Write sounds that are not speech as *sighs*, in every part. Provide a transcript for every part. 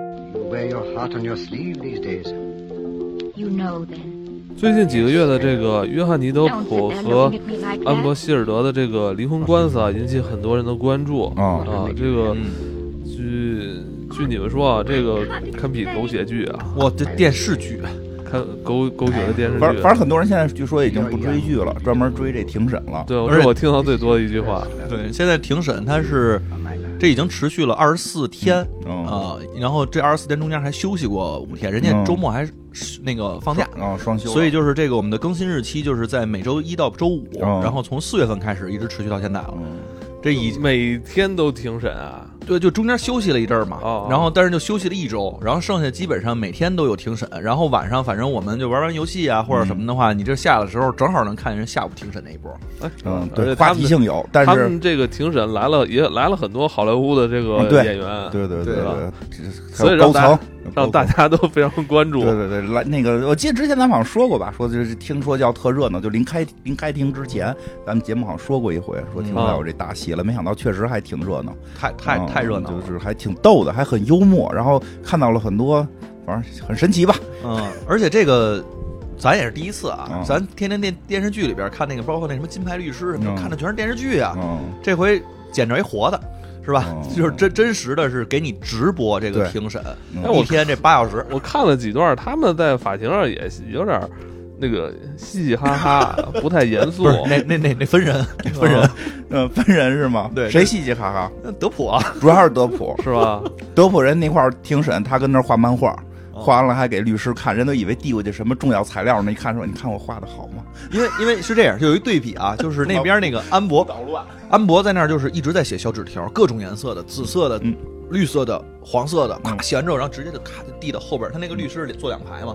You wear your heart on your sleeve these days. You know then. 最近几个月的这个约翰尼德 Don't 普 sit 和 there looking at me like 安博 that. 希尔德的这个离婚官司啊，引起很多人的关注哦啊。这个据据你们说啊，这个堪比狗血剧啊，我这电视剧，啊看狗狗血的电视反剧正反。正很多人现在据说已经不追剧了，专门追这庭审了。对，我而是且我听到最多的一句话。对，现在庭审它是这已经持续了二十四天嗯啊、然后这二十四天中间还休息过五天，人家嗯周末还是那个放假。啊，双休了，所以就是这个，我们的更新日期就是在每周一到周五，哦然后从四月份开始一直持续到现在了。嗯这已每天都庭审啊，对，就中间休息了一阵儿嘛，哦然后但是就休息了一周，然后剩下基本上每天都有庭审，然后晚上反正我们就玩玩游戏啊或者什么的话，你这下的时候正好能看人下午庭审那一波。哎，嗯，而对，且话他题们性有，但他是们这个庭审来了，也来了很多好莱坞的这个嗯对演员，对对对吧对，这所以还有让高大家层让大。家都非常关注对。对对，来那个，我记得之前咱们好像说过吧，说就是听说叫特热闹，就临开临开庭之前，咱们节目好像说过一回，说听说嗯有这大戏了，没想到确实还挺热闹，太太嗯太热闹了，就是还挺逗的，还很幽默，然后看到了很多，反正很神奇吧，嗯，而且这个咱也是第一次啊，嗯咱天天电电视剧里边看那个，包括那什么《金牌律师》什么，嗯看的全是电视剧啊，嗯，这回捡着一活的。是吧？嗯 *laughs* 就是真真实的是给你直播这个对庭审，嗯哎我一天这八小时，我看了几段，他们在法庭上也有点儿那个嘻嘻哈哈，不太严肃不。是那那那那分人分人，嗯，分人是吗？对谁嘻嘻哈哈？那 *laughs* 德普啊，主要是 *laughs* 德普，是吧？德普人那块儿庭审，他跟那儿画漫画，哦画完了还给律师看，人都以为递过去什么重要材料呢，一看说你看我画的好吗？因为因为是这样，就有一对比啊，就是那边那个安博，安博在那儿就是一直在写小纸条，各种颜色的，紫色的、嗯绿色的、黄色的，咔嗯写完之后，然后直接就咔就递到后边儿，他那个律师得坐两排嘛，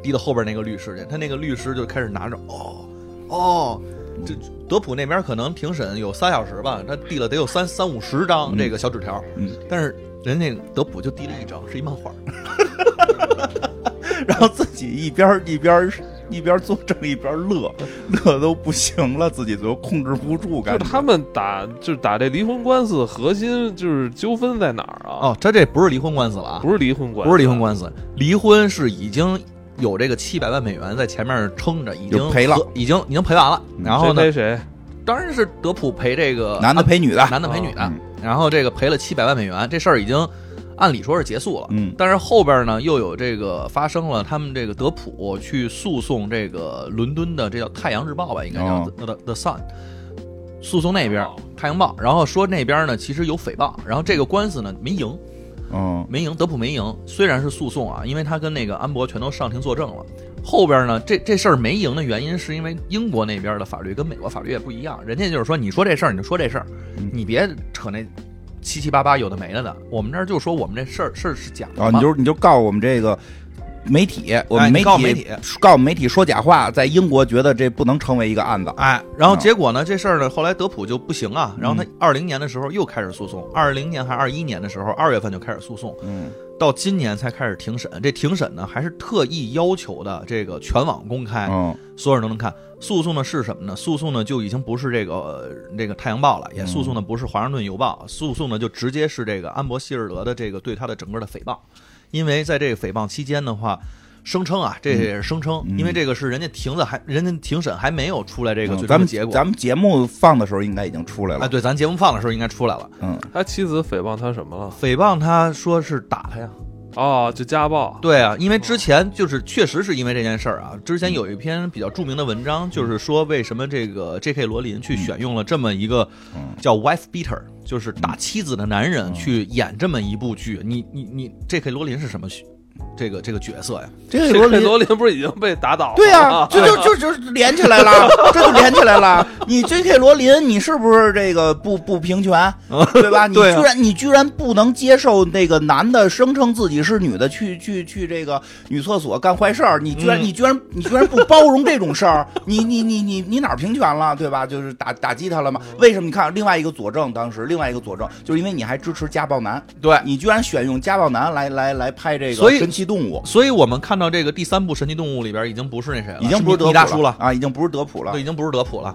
递到后边儿那个律师去，他那个律师就开始拿着，哦哦，嗯这德普那边可能庭审有三小时吧，他递了得有三三五十张这个小纸条，嗯，但是人家德普就递了一张，是一漫画儿。 *laughs* 然后自己一边儿一边儿一边儿作证一边儿乐，乐都不行了，自己都控制不住，就感是觉他们打，就是打这离婚官司，核心就是纠纷在哪儿啊？哦，他这不是离婚官司了啊，不是离婚官司，不是离婚官司，离婚是已经有这个七百万美元在前面撑着，已经就赔了嗯和，已经已经赔完了。然后呢，谁赔谁？当然是德普赔这个啊男的赔女的，男的赔女的嗯，然后这个赔了七百万美元，这事儿已经按理说是结束了。嗯但是后边呢又有这个发生了，他们这个德普去诉讼这个伦敦的这叫《太阳日报》吧，应该叫哦 The、The Sun，诉讼那边《太阳报》，然后说那边呢其实有诽谤，然后这个官司呢没赢。嗯没赢，德普没赢。虽然是诉讼啊，因为他跟那个安博全都上庭作证了。后边呢，这这事儿没赢的原因是因为英国那边的法律跟美国法律也不一样，人家就是说你说这事儿你就说这事儿，嗯你别扯那七七八八有的没的的。我们这儿就说我们这事儿事儿是假的啊，嘛你就你就告我们这个。媒体，我们哎媒你体、告媒体告媒体说假话，在英国觉得这不能成为一个案子。哎，然后结果呢？这事儿呢，后来德普就不行嗯啊。然后他二零年的时候又开始诉讼，二零年还二一年的时候，二月份就开始诉讼，嗯，到今年才开始庭审。这庭审呢，还是特意要求的这个全网公开，嗯所有人都能看。诉讼呢是什么呢？诉讼呢就已经不是这个、呃、这个《太阳报》了，嗯也诉讼的不是《华盛顿邮报》，诉讼呢就直接是这个安博希尔德的这个对他的整个的诽谤，因为在这个诽谤期间的话。声称啊，这也嗯是声称，因为这个是人家庭子还人家庭审还没有出来这个嗯最终咱的们结果。咱们节目放的时候应该已经出来了。哎，对，咱节目放的时候应该出来了。嗯，他妻子诽谤他什么了？诽谤他说是打他呀，哦，就家暴。对啊，因为之前就是确实是因为这件事儿啊，之前有一篇比较著名的文章，就是说为什么这个 J.K. 罗琳去选用了这么一个叫 wife beater，就是打妻子的男人去演这么一部剧。你你你，J.K. 罗琳是什么这个 *laughs* 这个角色呀？这这个罗这琳罗琳不是已经被打倒了吗？ *laughs* 对呀、 *laughs* 这就就就连起来了，这就连起来了。你 J.K. 罗琳，你是不是这个不不平 *laughs* 权，对吧？你居对啊然、你居然不能接受那个男的声称自己是女的去去去这个女厕所干坏事儿，你居然、嗯你居然你居然不包容这种事儿，你你你你你哪儿平权了，对吧？就是打打击他了嘛？嗯为什么？你看另外一个佐证，当时另外一个佐证，就是因为你还支持家暴男，对你居然选用家暴男来来来拍这所个以神奇动物。所以我们看到这个第三部《神奇动物》里边已经不是那谁了，已经不是是米德米普大叔了，啊，已经不是德普了对，已，经不是德普了。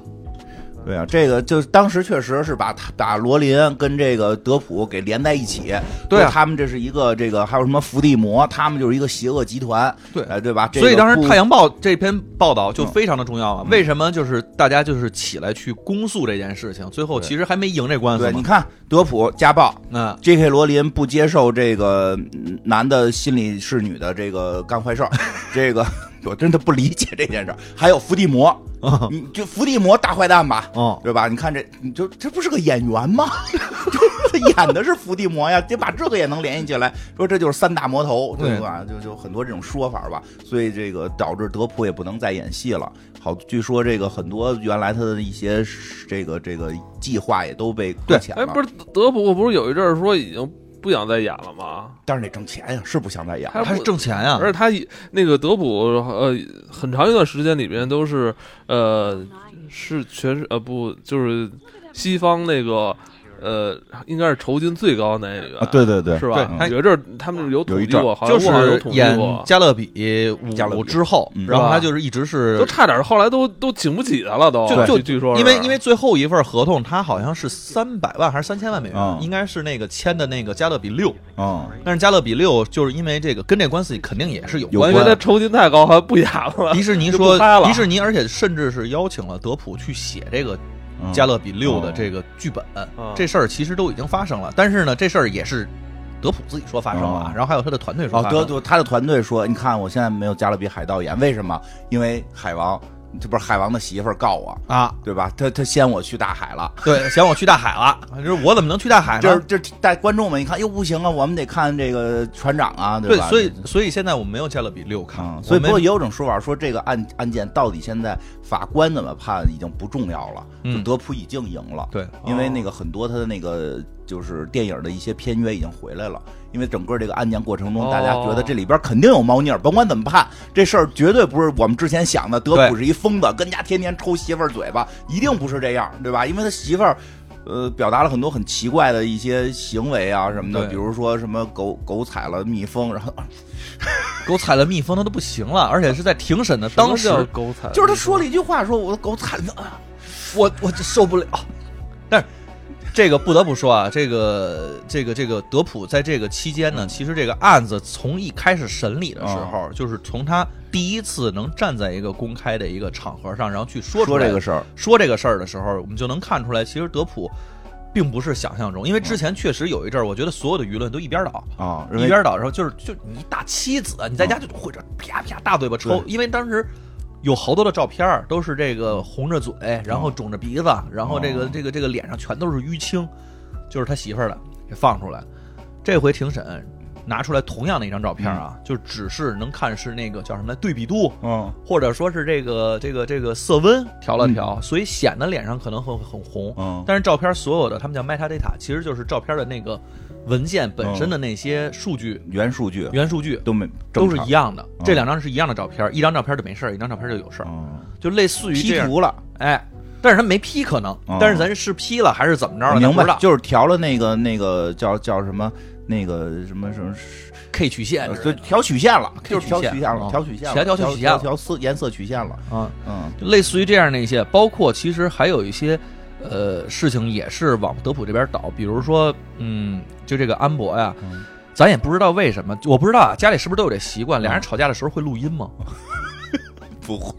对啊，这个就是当时确实是把他把罗林跟这个德普给连在一起，对啊说他们这是一个这个还有什么伏地魔，他们就是一个邪恶集团，对哎对吧？这个所以当时不《太阳报》这篇报道就非常的重要啊。为什么就是大家就是起来去公诉这件事情？最后对其实还没赢这官司对，你嘛。看德普家暴嗯， ，J.K. 罗琳不接受这个嗯男的心里是女的这个干坏事儿，这个 *laughs* 我真的不理解这件事儿。还有伏地魔， *laughs* 嗯你就伏地魔大坏蛋吧，哦，对吧？你看这，你就这不是个演员吗？ *laughs* 这演的是伏地魔呀，得把这个也能联系起来，说这就是三大魔头，对对吧？就就很多这种说法吧，所以这个导致德普也不能再演戏了。好，据说这个很多原来他的一些这个这个计划也都被搁对浅哎，了。不是德普不是有一阵儿说已经不想再演了吗？但是得挣钱呀，是不想再演他了。他是挣钱呀。而且他以那个德普呃，很长一段时间里边都是呃是全是呃不就是西方那个呃应该是酬金最高的那个、啊，对对对，是吧？对有一阵儿他们有统有一计阵儿过，好就像我好像有是统计演过，加勒比加勒五比之后嗯，然后是吧他就是一直是都差点儿后来都都请不起他了都，就就据据说是因为因为最后一份合同，他好像是三百万还是三千万美元，嗯应该是那个签的那个加勒比六，嗯，但是加勒比六就是因为这个跟这官司肯定也是有有关因系关为的。他酬金太高，还不演了。迪士尼就说不拍，了迪士尼而且甚至是邀请了德普去写这个嗯加勒比六的这个剧本，嗯这事儿其实都已经发生了，但是呢，这事儿也是德普自己说发生了，啊嗯然后还有他的团队说哦发，生德了。德他的团队说，你看我现在没有加勒比海盗演，为什么？因为海王，这不是海王的媳妇儿告我，啊，对吧？他他先我去大海了。 *laughs* 对，想我去大海了，就是我怎么能去大海呢？这这带观众们一看，哟不行啊，我们得看这个船长啊，对吧？，所以所以现在我们没有加勒比六看，嗯，所我以不过们也有种说法说，这个案案件到底现在法官怎么判已经不重要了，就嗯德普已经赢了。对因为那个很多他的那个就是电影的一些片约已经回来了，因为整个这个案件过程中，哦大家觉得这里边肯定有猫腻儿，甭管怎么判，这事儿绝对不是我们之前想的，德普对是一疯子，跟家天天抽媳妇儿嘴巴，一定不是这样，对吧？因为他媳妇儿。呃，表达了很多很奇怪的一些行为啊什么的，对呃比如说什么狗狗踩了蜜蜂，然后狗踩了蜜蜂，它都不行了，而且是在庭审的当时什么，叫狗踩，就是他说了一句话，说我的狗踩了，啊我我这受不了。但是这个不得不说啊，这个这个这个德普在这个期间呢，其实这个案子从一开始审理的时嗯候，就是从他第一次能站在一个公开的一个场合上，然后去说出说来这个事儿，说这个事儿的时候，我们就能看出来，其实德普。并不是想象中，因为之前确实有一阵儿，我觉得所有的舆论都一边倒，啊，一认为嗯边倒，然后就是就你一大妻子，啊你在家就会这啪啪大嘴巴抽，因为当时有好多的照片儿都是这个红着嘴，然嗯后肿着鼻子，然后这个哦这个这个脸上全都是淤青，就是他媳妇儿的给放出来。这回庭审拿出来同样的一张照片啊，就只是能看是那个叫什么来对比度，嗯或者说是这个这个这个色温调了调，所以显得脸上可能很很红。嗯但是照片所有的他们叫 metadata，其实就是照片的那个文件本身的那些数据、原数据元数据嗯都没都是样，一样的。这两张是一样的照片，一张照片就没事儿，一张照片就有事儿，嗯就类似于 P 这样。图了，哎，但是他没 P 可能，嗯但是咱是 P 了还是怎么着了？咱明不白知道就是调了那个那个叫叫什么那个什么什么， K 曲线呃之就类的调曲线了， K 就是调曲线曲线了，嗯调曲线了，调调调曲线了调色颜色曲线了，啊，嗯就类似于这样的一些，包括其实还有一些呃事情也是往德普这边倒，比如说嗯，就这个安博呀。嗯咱也不知道为什么，我不知道啊，家里是不是都有这习惯？俩人吵架的时候会录音吗？不会，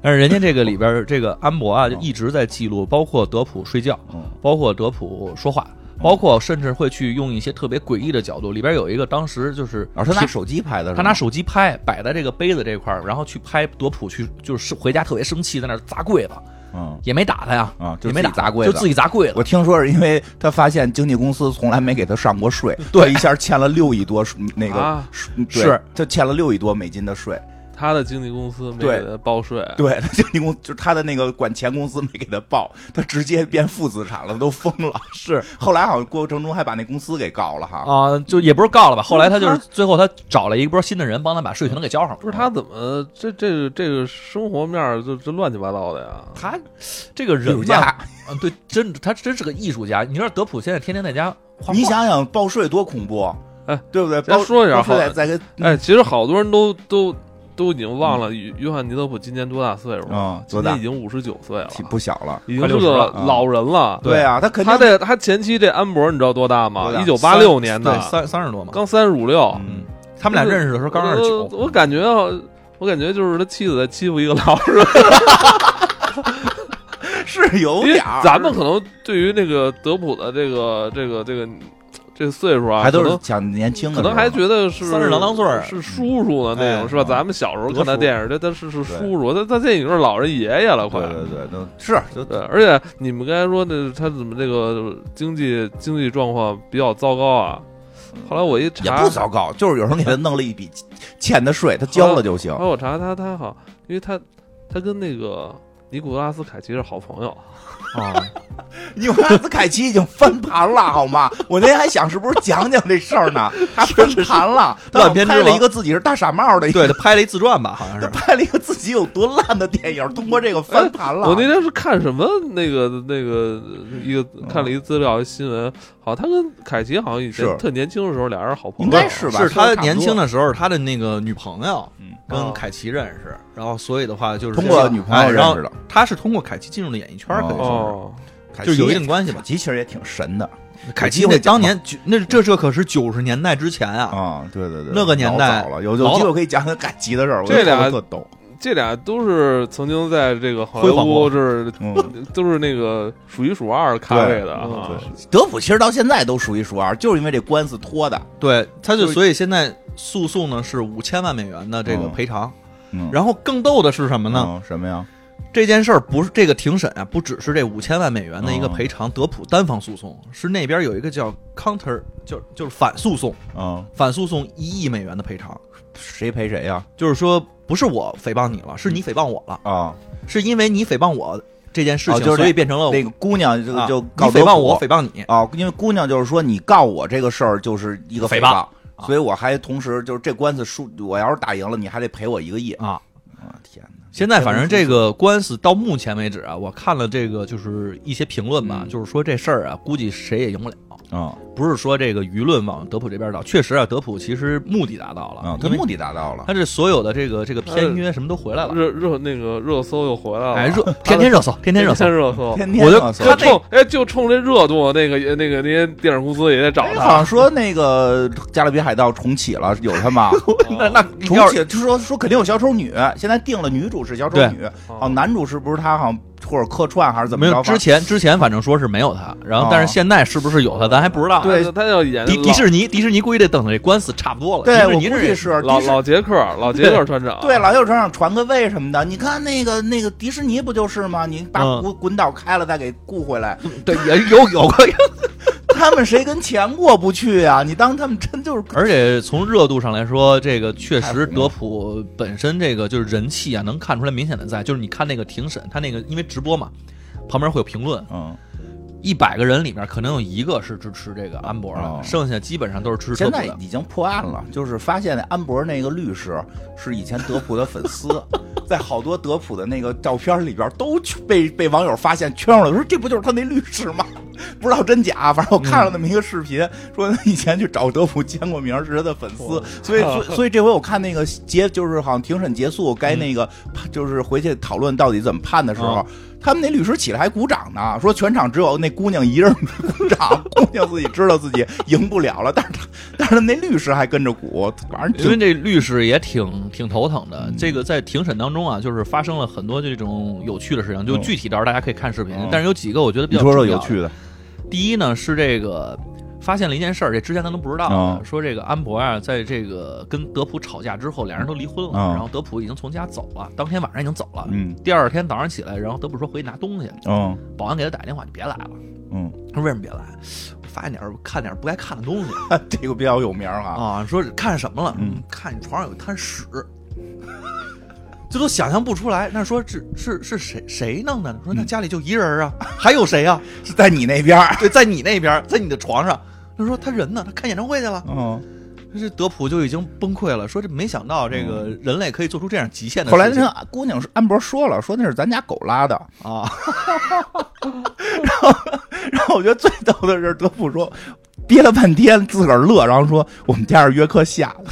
但是人家这个里边儿，这个安博啊，就一直在记录，包括德普睡觉，嗯包括德普说话，包括甚至会去用一些特别诡异的角度。里边有一个当时就是，而哦他拿手机拍的是他吗，拿手机拍，摆在这个杯子这块儿，然后去拍德普去，就是回家特别生气，在那儿砸柜子，嗯。也没打他呀，啊就也没打自己砸柜子就自己砸柜子我。听说是因为他发现经纪公司从来没给他上过 *laughs* 税，对，一下欠了六亿多那个啊对是呃他欠了六亿多美金的税，他的经纪公司没对给他报税，对， *laughs* 他经纪公就是他的那个管钱公司没给他报，他直接变负资产了，都疯了。是，后来好像过程中还把那公司给告了哈。啊，就也不是告了吧，后嗯来他就是最后他找了一波新的人帮他把税全都给交上了。不是他怎么这这个这个生活面儿就这乱七八糟的呀？他这个艺人术吧家，，嗯，对，真他真是个艺术家。你说德普现在天天在家画画，你想想报税多恐怖，哎，对不对？咱报说一下报税好哎再再给哎，其实好多人都都都已经忘了约约翰尼德普今年多大岁数了，嗯，多今大年已？经五十九岁了，挺不小了。已经是快60个了啊老人了。对对啊，他肯定他这他前妻这安博你知道多大吗多？大一九八六年的对，三三十多嘛。刚三十五六。嗯，他们俩认识的时候刚二十我九，我感觉啊，我感觉就是他妻子在欺负一个老人，是有嗯因为点儿咱们可能对于那个德普的这个这个这个这个岁数啊，还都可是能想年轻的可时候，能还觉得是三十郎当岁儿是叔叔的那种哎是吧？嗯咱们小时候看他德叔电影，他他是是对叔叔，他他这已经是老人爷爷了，快对。对对，都是就对，而且你们刚才说那他怎么这个经济经济状况比较糟糕啊？后来我一嗯也查，不糟啊糕，就是有时候你给他弄了一笔欠的税，他交了就行后。来我查他他好，因为他他跟那个尼古拉斯凯奇是好朋友，啊，你们拉斯凯奇已经翻盘了，好吗？ *laughs* 我那天还想是不是讲讲这事儿呢？他翻盘了，他乱编织拍了王一个自己是大傻帽的一哎对个，他拍了一自传吧，好像他是。拍了一个自己有多烂的电影，通过这个翻盘了。哎我那天是看什么那个那个一个看了一资料新闻，好，他跟凯奇好像以前嗯是特年轻的时候俩人是好朋应友，啊该是吧？ *laughs* 是说他得差不多年轻的时候，他的那个女朋友嗯跟凯奇认识，然后所以的话就是通过女朋友认识的，哎然后他是通过凯奇进入了演艺圈，可以说哦，凯是奇就有一定关系吧凯。奇其实也挺神的啊凯奇会那当年那这这可是九十年代之前啊，啊，对对对，那个年代老早了，有老有早机会可以讲讲凯奇的事儿。我这俩觉得特逗，这俩都是曾经在这个好莱辉煌坞过是嗯，都是那个数一数二咖位的啊，对，德普其实到现在都数一数二，就是因为这官司拖的。对，他就就所以现在诉讼呢是五千万美元的这个嗯赔偿。嗯，然后更逗的是什么呢？嗯什么呀？这件事儿不是这个庭审啊，不只是这五千万美元的一个嗯赔偿，德普单方诉讼，是那边有一个叫 counter，就就是反诉讼，嗯，反诉讼一亿美元的赔偿，谁赔谁呀？就是说不是我诽谤你了，是你诽谤我了，啊，是因为你诽谤我这件事哦情，就是那所以变成了那个姑娘就啊就你告诽谤我，德诽谤你普，啊，因为姑娘就是说你告我这个事儿就是一个诽谤谤，啊所以我还同时就是这官司输，我要是打赢了，你还得赔我一个亿啊！啊！天哪，现在反正这个官司到目前为止啊，我看了这个就是一些评论吧，嗯就是说这事儿啊，估计谁也赢不了。啊不是说这个舆论往德普这边倒，确实啊，德普其实目的达到了啊，他因为目的达到了他这所有的这个这个片约什么都回来了，热热那个热搜又回来了，哎，热天天热搜，天天热搜天，热搜，天天我就啊就所以冲哎就冲这热度，那个那个那些电影公司也得找哎好他像，说那个《加勒比海盗》重启了，有他 *laughs* 吗？哦那那重要是启就说说肯定有小丑女，现在定了女主是小丑对女，哦哦，男主是不是他？好像或者客串还是怎么嗯没有着？之前之前反正说是没有他，然后啊但是现在是不是有他，咱还不知道。啊对他他要演迪老迪士尼迪士尼估计得等这官司差不多了，对迪我士估尼计这是老迪士老杰克老杰克船长， *laughs* 啊对，老有船长传个位什么的，你看那个那个迪士尼不就是吗？你把嗯滚滚岛开了，再给雇回来，对也有有个，他们谁跟钱过不去呀、你当他们真就是而且从热度上来说，这个确太火实了德普本身这个就是人气啊，能看出来明显的在，就是你看那个庭审，他那个因为直播嘛，旁边会有评论，嗯，一百个人里面可能有一个是支持这个安博哦的，剩下基本上都是支持现德在普的。已经破案了，就是发现那安博那个律师是以前德普的粉丝，在好多德普的那个照片里边都去被被网友发现圈上了，说这不就是他那律师吗？不知道真假，反正我看了那么一个视频，说以前去找德普签过名，是他的粉丝哇，所以所以所以这回我看那个结，就是好像庭审结束该那个、就是回去讨论到底怎么判的时候。啊他们那律师起来还鼓掌呢，说全场只有那姑娘一人没 *laughs* 鼓掌，姑娘自己知道自己赢不了了，但是她但是那律师还跟着鼓，反正因为挺这律师也挺挺头疼的，嗯这个在庭审当中啊，就是发生了很多这种有趣的事情，就嗯具体到时候大家可以看视频嗯，但是有几个我觉得比较重要的。的，第一呢是这个发现了一件事儿，这之前咱都不知道啊的，说这个安博啊，在这个跟德普吵架之后，俩人都离婚了，啊然后德普已经从家走了，当天晚上已经走了。嗯第二天早上起来，然后德普说回去拿东西，嗯保安给他打电话，你别来了。 *laughs* 嗯，他说为什么别来？我发现点儿看点儿不该看的东西这个比较有名啊，啊！说看什么了？嗯看你床上有一滩屎， *laughs* 这都想象不出来。那说是是是谁谁弄的？嗯说那家里就一人儿啊，还有谁呀、啊？是在你那边 *laughs* 儿，对，在你那边儿，在你的床上。他说他人呢？他看演唱会去了。嗯，这德普就已经崩溃了，说这没想到这个人类可以做出这样极限的后来事情那姑娘是安博说了，说那是咱家狗拉的， *laughs* 啊！ *laughs* 然后我觉得最逗的是德普说。憋了半天，自个儿乐，然后说我们家是约克夏的，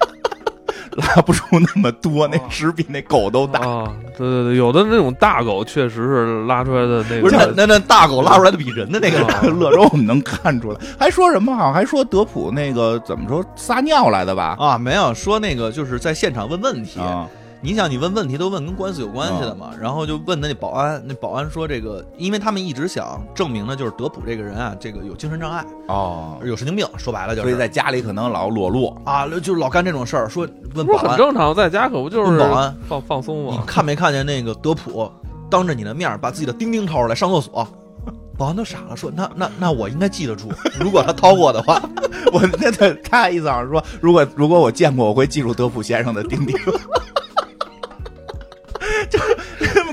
*laughs* 拉不出那么多，哦那屎比那狗都大。啊，对对对，有的那种大狗确实是拉出来的那不是那个，那那大狗拉出来的比人的那 *laughs* 个啊乐州我们能看出来，还说什么好啊像还说德普那个怎么说撒尿来的吧？ *laughs* 啊，没有说那个就是在现场问问题。啊，你想，你问问题都问跟官司有关系的嘛？然后就问那保安，那保安说这个，因为他们一直想证明呢，就是德普这个人啊，这个有精神障碍，哦，有神经病，说白了就所以是在家里可能老裸 *laughs* 露。啊，就是老干这种事儿。说问不保是很安，正常，在家可不就是问保安放放松你吗？看没看见那个德普当着你的面儿把自己的钉钉掏出来上厕所？保安都傻了，说那那那我应该记得住，如果他掏过的话，我那他他意思好像说，如果如果我见过，我会记住德普先生的钉钉。 *laughs* 就是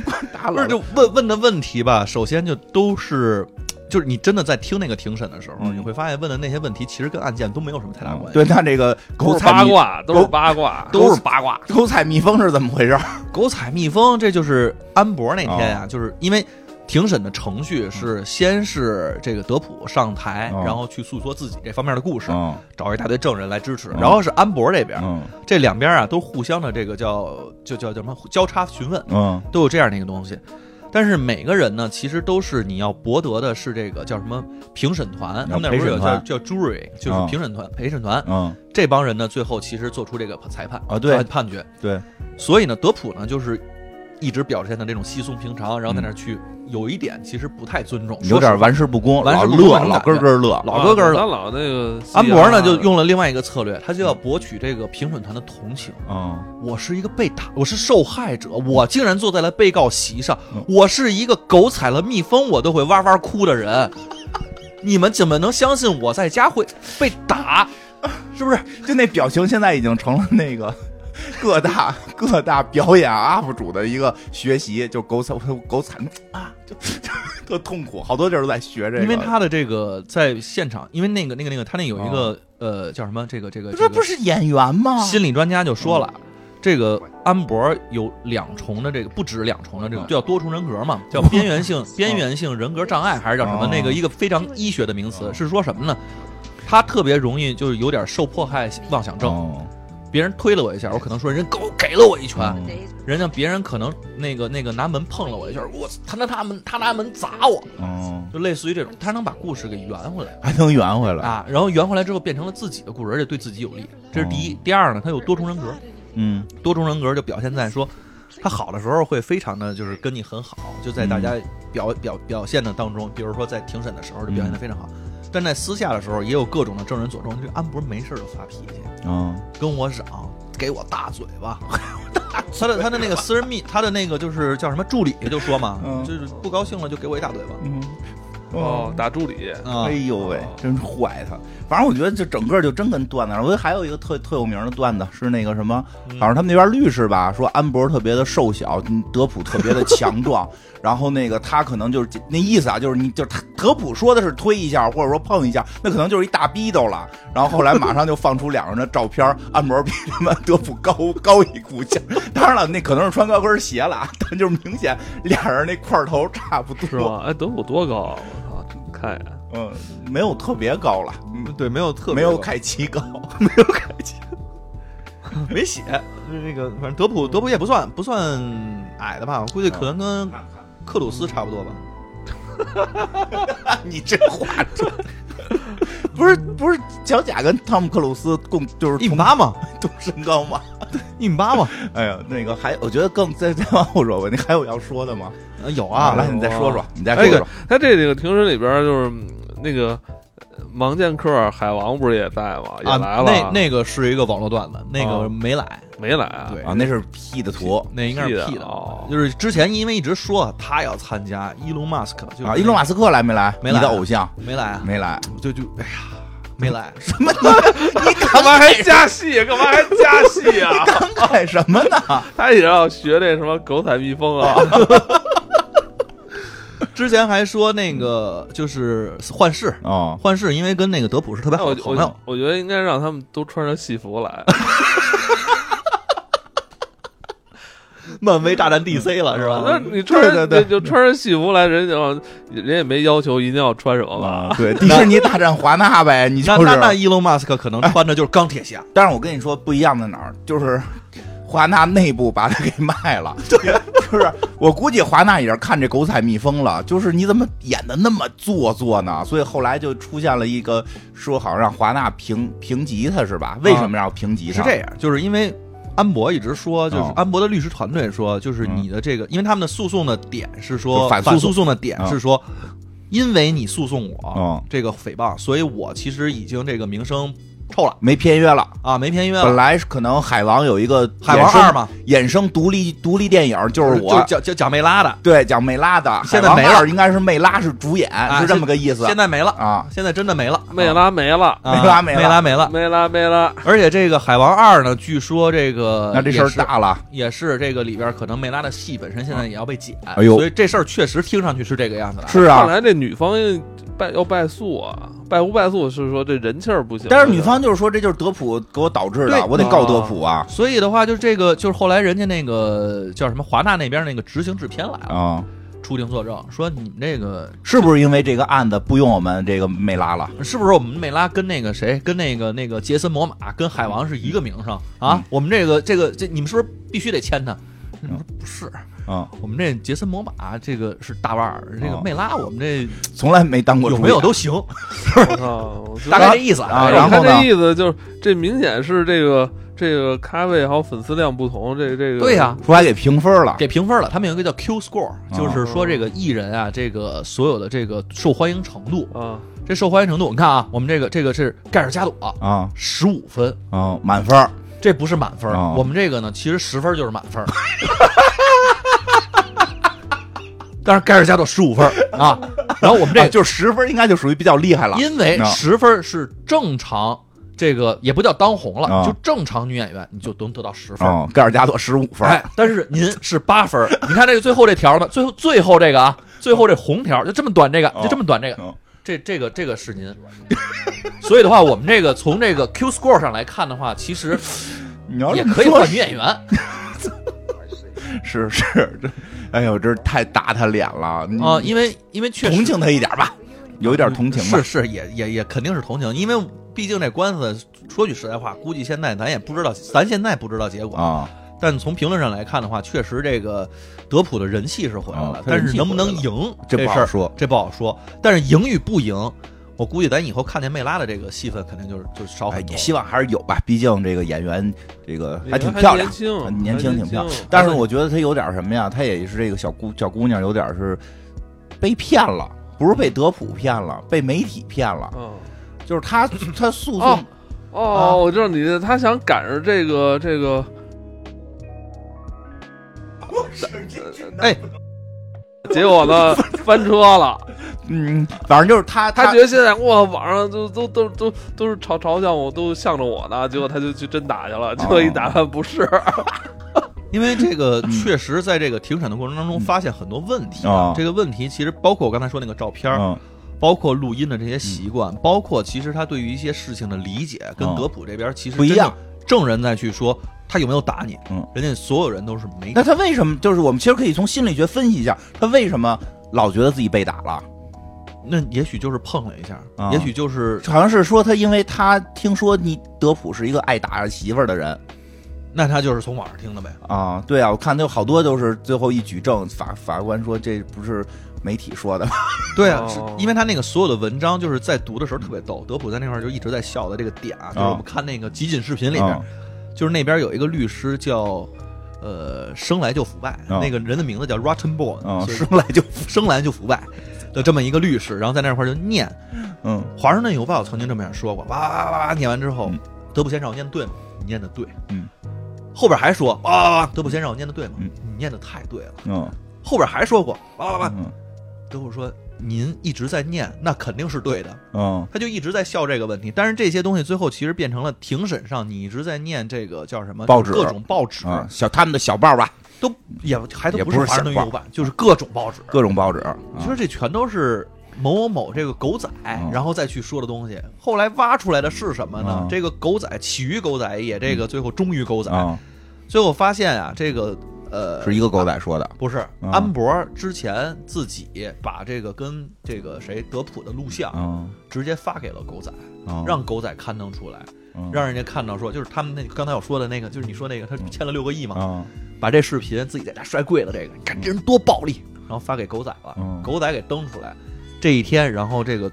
光打不是老就问问的问题吧？首先就都是，就是你真的在听那个庭审的时候，嗯你会发现问的那些问题其实跟案件都没有什么太大关系。对，那这个都狗是踩八蜜卦，都是八卦，都是八卦。狗踩蜜蜂是怎么回事？狗踩蜜蜂，这就是安博那天呀、就是因为庭审的程序是先是这个德普上台，哦然后去诉说自己这方面的故事，嗯找一大堆证人来支持，嗯然后是安博这边，嗯这两边啊都互相的这个叫就叫叫什么交叉询问，嗯都有这样的一个东西。但是每个人呢，其实都是你要博得的是这个叫什么评审团，他们那陪不是有审叫团叫 jury，就是嗯评审团、陪审团。嗯，这帮人呢，最后其实做出这个裁判啊对判判决。对，所以呢，德普呢就是一直表现的这种稀松平常，然后在那儿去有一点其实不太尊重，有点玩世不恭，玩世老不恭乐那种老感觉咯咯乐，老哥哥啊了他老那个啊安博呢就用。用了另外一个策略，他就要博取这个评审团的同情。嗯我是一个被打，我是受害者，我竟然坐在了被告席上嗯，我是一个狗踩了蜜蜂我都会哇哇哭的人， *laughs* 你们怎么能相信我在家会被打？是不是？就那表情现在已经成了那个 *laughs* 各大各大表演啊 UP 主的一个学习，就狗惨狗惨啊，就 *laughs* 就特痛苦，好多地儿都在学这个，因为他的这个在现场，因为那个那个那个，他那有一个、呃叫什么？这个这个哦这不是演员吗？心理专家就说了，这个安博有两重的这个，不止两重的嗯这个，叫多重人格嘛，叫边缘性边缘性人格障碍，还是叫什么？哦那个一个非常医学的名词哦是说什么呢？他特别容易就是有点受迫害妄想症，哦别人推了我一下，我可能说人狗给了我一拳，嗯人家别人可能那个那个拿门碰了我一下，我他拿他门他拿门砸我，哦，就类似于这种，他能把故事给圆回来。还能圆回来，啊，然后圆回来之后变成了自己的故事，而且对自己有利，这是第哦一。第二呢，他有多重人格，嗯多重人格就表现在说，他好的时候会非常的就是跟你很好，就在大家嗯表、表表现的当中，比如说在庭审的时候就表现的非常好，但在私下的时候也有各种的证人佐证，这个安博没事儿就发脾气，嗯跟我嚷，给我大嘴巴。 *laughs* 他的他的那个私人密，他的那个就是叫什么助理就说嘛，嗯就是不高兴了就给我一大嘴巴嗯哦，打助理，啊哎。呦喂，真是坏他！反正我觉得这整个就真跟段子上，我觉得还有一个特特有名的段子是那个什么，好像他们那边律师吧，说安博特别的瘦小，嗯德普特别的强壮， *laughs* 然后那个他可能就是那意思啊，就是你就是他德普说的是推一下或者说碰一下，那可能就是一大逼斗了。然后后来马上就放出两个人的照片，安博比他妈德普高 *laughs* 高一股劲儿，当然了，那可能是穿高跟鞋了啊，但就是明显俩人那块儿头差不是多，吗？哎，德普多高啊？我操，啊看一眼，嗯，没有特别高了，嗯。对，没有特别没有高凯奇 *laughs* 高， *laughs* 没写，啊就是那个，反正德普德普也不算不算矮的吧，我估计可能跟克鲁斯差不多吧。你这话说， *laughs* 不是不是小贾跟汤姆克鲁斯共就是一米同 *laughs* 八嘛，同身高吗？一米八嘛，哎呀，那个还我觉得更再再往后说吧，你还有要说的吗？呃有啊，啊，来你再说说，你再说哎，说个，他这这个庭审里边就是嗯那个呃盲剑客海王不是也在吗？也啊，来了，那那个是一个网络段子，那个啊没来，没来啊？对啊，那是 P 的图那应该是 P 屁的的哦，就是之前因为一直说他要参加伊隆马斯克，就是啊，伊隆马斯克来没来？没来你的偶像没来啊，没来，就就哎呀，嗯没来， *laughs* 干嘛还加戏？啊干嘛还加戏 *laughs* 啊？慷慨什么呢？他也要学这什么狗踩蜜蜂 *laughs* 啊？之前还说那个嗯就是幻视，哦，幻视因为跟那个德普是特别那好我的朋友我，我觉得应该让 *laughs* 他们都穿上戏服来。漫威大战 DC 了，是那吧？你穿对对对你就穿上戏服来，人家哦人也没要求一定要穿什么吧？啊，对，迪士尼大战华纳呗，你那就那是。那伊隆马斯克可能穿的就是钢铁侠，但是我跟你说不一样在哪儿，就是 *laughs* 华纳内部把它给卖 *laughs* 了，对，就是我估计华纳也是看这狗仔蜜蜂了，就是你怎么演的那么做作呢？所以后来就出现了一个说好让华纳评评级他是吧？为什么要评级是他？这样，就是因为安博一直说，就是哦安博的律师团队说，就是你的这个，因为他们的诉讼的点是说嗯就反诉反讼诉讼的点啊是说，因为你诉讼我嗯这个诽谤，所以我其实已经这个名声臭了没片约了。啊，没偏约本了。来可能海王有一个海王衍生二嘛，衍生独立独立电影就是我就，讲讲讲梅拉的，对，讲梅拉的。现在海王没了二应该是梅拉是主演，啊是这么个意思现在没了，啊。现在真的没了，梅拉没了，嗯啊梅拉没了梅拉没了。梅拉梅拉，而且这个海王二呢，据说这个那这事也儿是大了，也是这个里边可能梅拉的戏本身现在也要被剪，哎呦所以这事儿确实听上去是这个样子的。是看啊。来这女方败要败诉啊，败不败诉是说这人气儿不行。但是女方就是说，这就是德普给我导致对的，我得告德普啊所以的话，就是这个，就是后来人家那个叫什么华纳那边那个执行制片来了，啊！出庭作证，说你们这个是不是因为这个案子不用我们这个梅拉了？是不是我们梅拉跟那个谁，跟那个那个杰森·摩玛，跟海王是一个名声啊？嗯我们这个这个这，你们是不是必须得签他？你们说不是，嗯，我们这杰森·摩玛这个是大腕儿，这个哦梅拉我们这从来没当过有主没有演都行，我操，我 *laughs* 觉得大概这意思啊。啊哎然后你看呢这意思就是，这明显是这个这个咖位还有粉丝量不同，这这个对呀、出来给评分了。给评分了。他们有一个叫 Q score，就是说这个艺人啊，这个所有的这个受欢迎程度，啊，这受欢迎程度，你看啊，我们这个这个是盖尔加朵啊十五分，啊，满分儿这不是满分，哦我们这个呢其实十分就是满分。但是盖尔加朵十五分啊，然后我们这啊个，就是十分，应该就属于比较厉害了。因为啊十分是正常。这个也不叫当红了，哦就正常女演员你就能得到十分，啊，盖尔加朵十五分儿哎，但是您是八分儿，你看这个最后这条呢，最后最后这个啊，最后这红条就这么短，这个哦就这么短，这哦个这这个这个是您。所以的话，我们这个从这个 Q score 上来看的话，其实你要也这么可以说换女演员。是是，这哎呦，这太打他脸了你啊，因为因为确实同情他一点吧，有一点同情吧是。是也也也肯定是同情，因为毕竟这官司说句实在话，估计现在咱也不知道，咱现在不知道结果。啊，但从评论上来看的话，确实这个德普的人气是回来了，啊他但人是气能不能回来赢这不好事儿说这不好说。但是赢与不赢，我估计咱以后看见梅拉的这个戏份肯定就是就少哎很，多也。希望还是有吧，毕竟这个演员这个还挺还漂亮年，轻很年轻还挺漂嗯亮年轻。但是我觉得她有点什么呀？她也是这个小姑小姑娘，有点是被骗了，不是被德普骗了，被媒体骗了。嗯。就是她她哦诉讼啊哦，我知道你的，他想赶上这个这 *laughs* 个，哎，结果呢翻车了。嗯，反正就是她他她觉得现在哇，网上都都都都都是嘲嘲笑我，都向着我呢。结果他就去真打去了，结果一打不是。因为这个嗯确实在这个庭审的过程当中发现很多问题啊这个问题其实包括我刚才说那个照片儿，嗯包括录音的这些习惯，包括其实他对于一些事情的理解跟嗯德普这边其实不一真的样。证人再去说他有没有打你，嗯，人家所有人都是没那她为什么？就是我们其实可以从心理学分析一下，她为什么老觉得自己被打了？那也许就是碰了一下，啊也许就是好像是说她因为她听说你德普是一个爱打媳妇儿的人，那他就是从网上听的呗。啊，对啊，我看他有好多都是最后一举证，法法官说这不是媒体说的吗，对啊，哦是因为他那个所有的文章就是在读的时候特别逗，德普在那块儿就一直在笑的这个点哦啊，就是我们看那个集锦视频里边，啊就是那边有一个律师叫呃生来就腐败，啊那个人的名字叫 Rotten Bone，、啊，所以生来就 *laughs* 生来就腐败的这么一个律师，然后在那块儿就念嗯《华盛顿邮报》曾经这么样说过，哇哇哇哇念完之后，德普先生我念的对吗？你念的对，嗯，后边还说哇哇哇，德普先生我念的对吗？嗯你念的太对了，嗯后边还说过哇哇哇，嗯德普说：“您一直在念，那肯定是对的。嗯”他就一直在笑这个问题。但是这些东西最后其实变成了庭审上，你一直在念这个叫什么报纸各种报纸、啊，小他们的小报吧，都也还都也不不是是华盛顿小邮报，就是各种报纸。各种报纸，啊其实这全都是某某某这个狗仔，嗯然后再去说的东西。后来挖出来的是什么呢？嗯这个狗仔起于狗仔，也这个最后忠于狗仔。啊最后发现啊，这个呃，是一个狗仔说的。不是嗯安博之前自己把这个跟这个谁德普的录像嗯，直接发给了狗仔，嗯啊让狗仔刊登出来，嗯让人家看到说，就是他们那刚才我说的那个，就是你说那个他欠了六个亿嘛，嗯把这视频自己在家摔柜子这个，你看这人多暴力，然后发给狗仔了嗯，狗仔给登出来。哦这一天，然后这个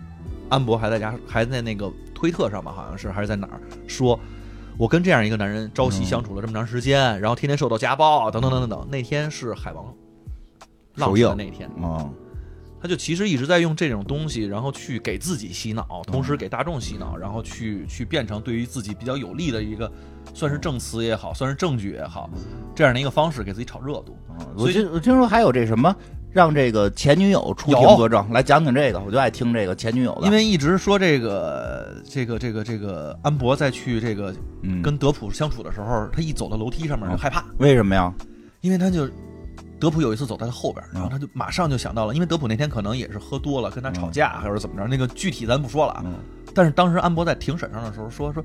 安博还在家，还在那个推特上吧，好像是还是在哪儿说，我跟这样一个男人朝夕相处了这么长时间，然后天天受到家暴，啊等等等等等。那天是海王浪首子映的那天，嗯他就其实一直在用这种东西，然后去给自己洗脑，同嗯时给大众洗脑，然后去去变成对于自己比较有利的一个，算是证词也好，算是证据也好，这样的一个方式给自己炒热度。嗯，所我以听我听说还有这什么，让这个前女友出庭有作证，来讲讲这个，我就爱听这个前女友的，因为一直说这个这个这个这个安博在去这个嗯哦跟德普相处的时候，他一走到楼梯上面就害怕，为什么呀？因为他就德普有一次走在他后边，嗯然后他就马上就想到了，因为德普那天可能也是喝多了，跟他吵架还是怎么着，那个具体咱不说了啊。嗯但是当时安博在庭审上的时候说说，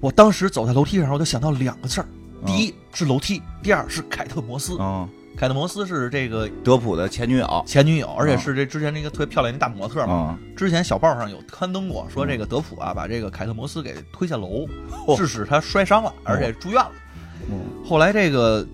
我当时走在楼梯上，我就想到两个事儿，第一是楼梯，第二是凯特摩斯。嗯，凯特摩斯是这个德普的前女友，前女友，而且是这之前那个特别漂亮的大模特嘛。嗯，之前小报上有刊登过，说这个德普啊，把这个凯特摩斯给推下楼，哦致使他摔伤了，而且住院了。后来这个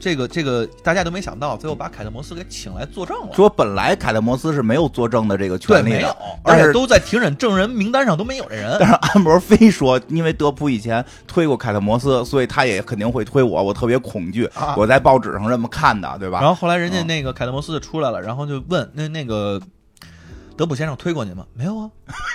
这个这个大家都没想到，最后把凯特摩斯给请来作证了。说本来凯特摩斯是没有作证的这个对，权利没有的，，而但且是都在庭审证人名单上都没有这人。但是安博非说，因为德普以前推过凯特摩斯，所以他也肯定会推我，我特别恐惧，啊我在报纸上这么看的，对然吧？嗯后后来人家那个凯特摩斯就出来了，然后就问那那个德普先生推过您吗？没有啊。 *laughs*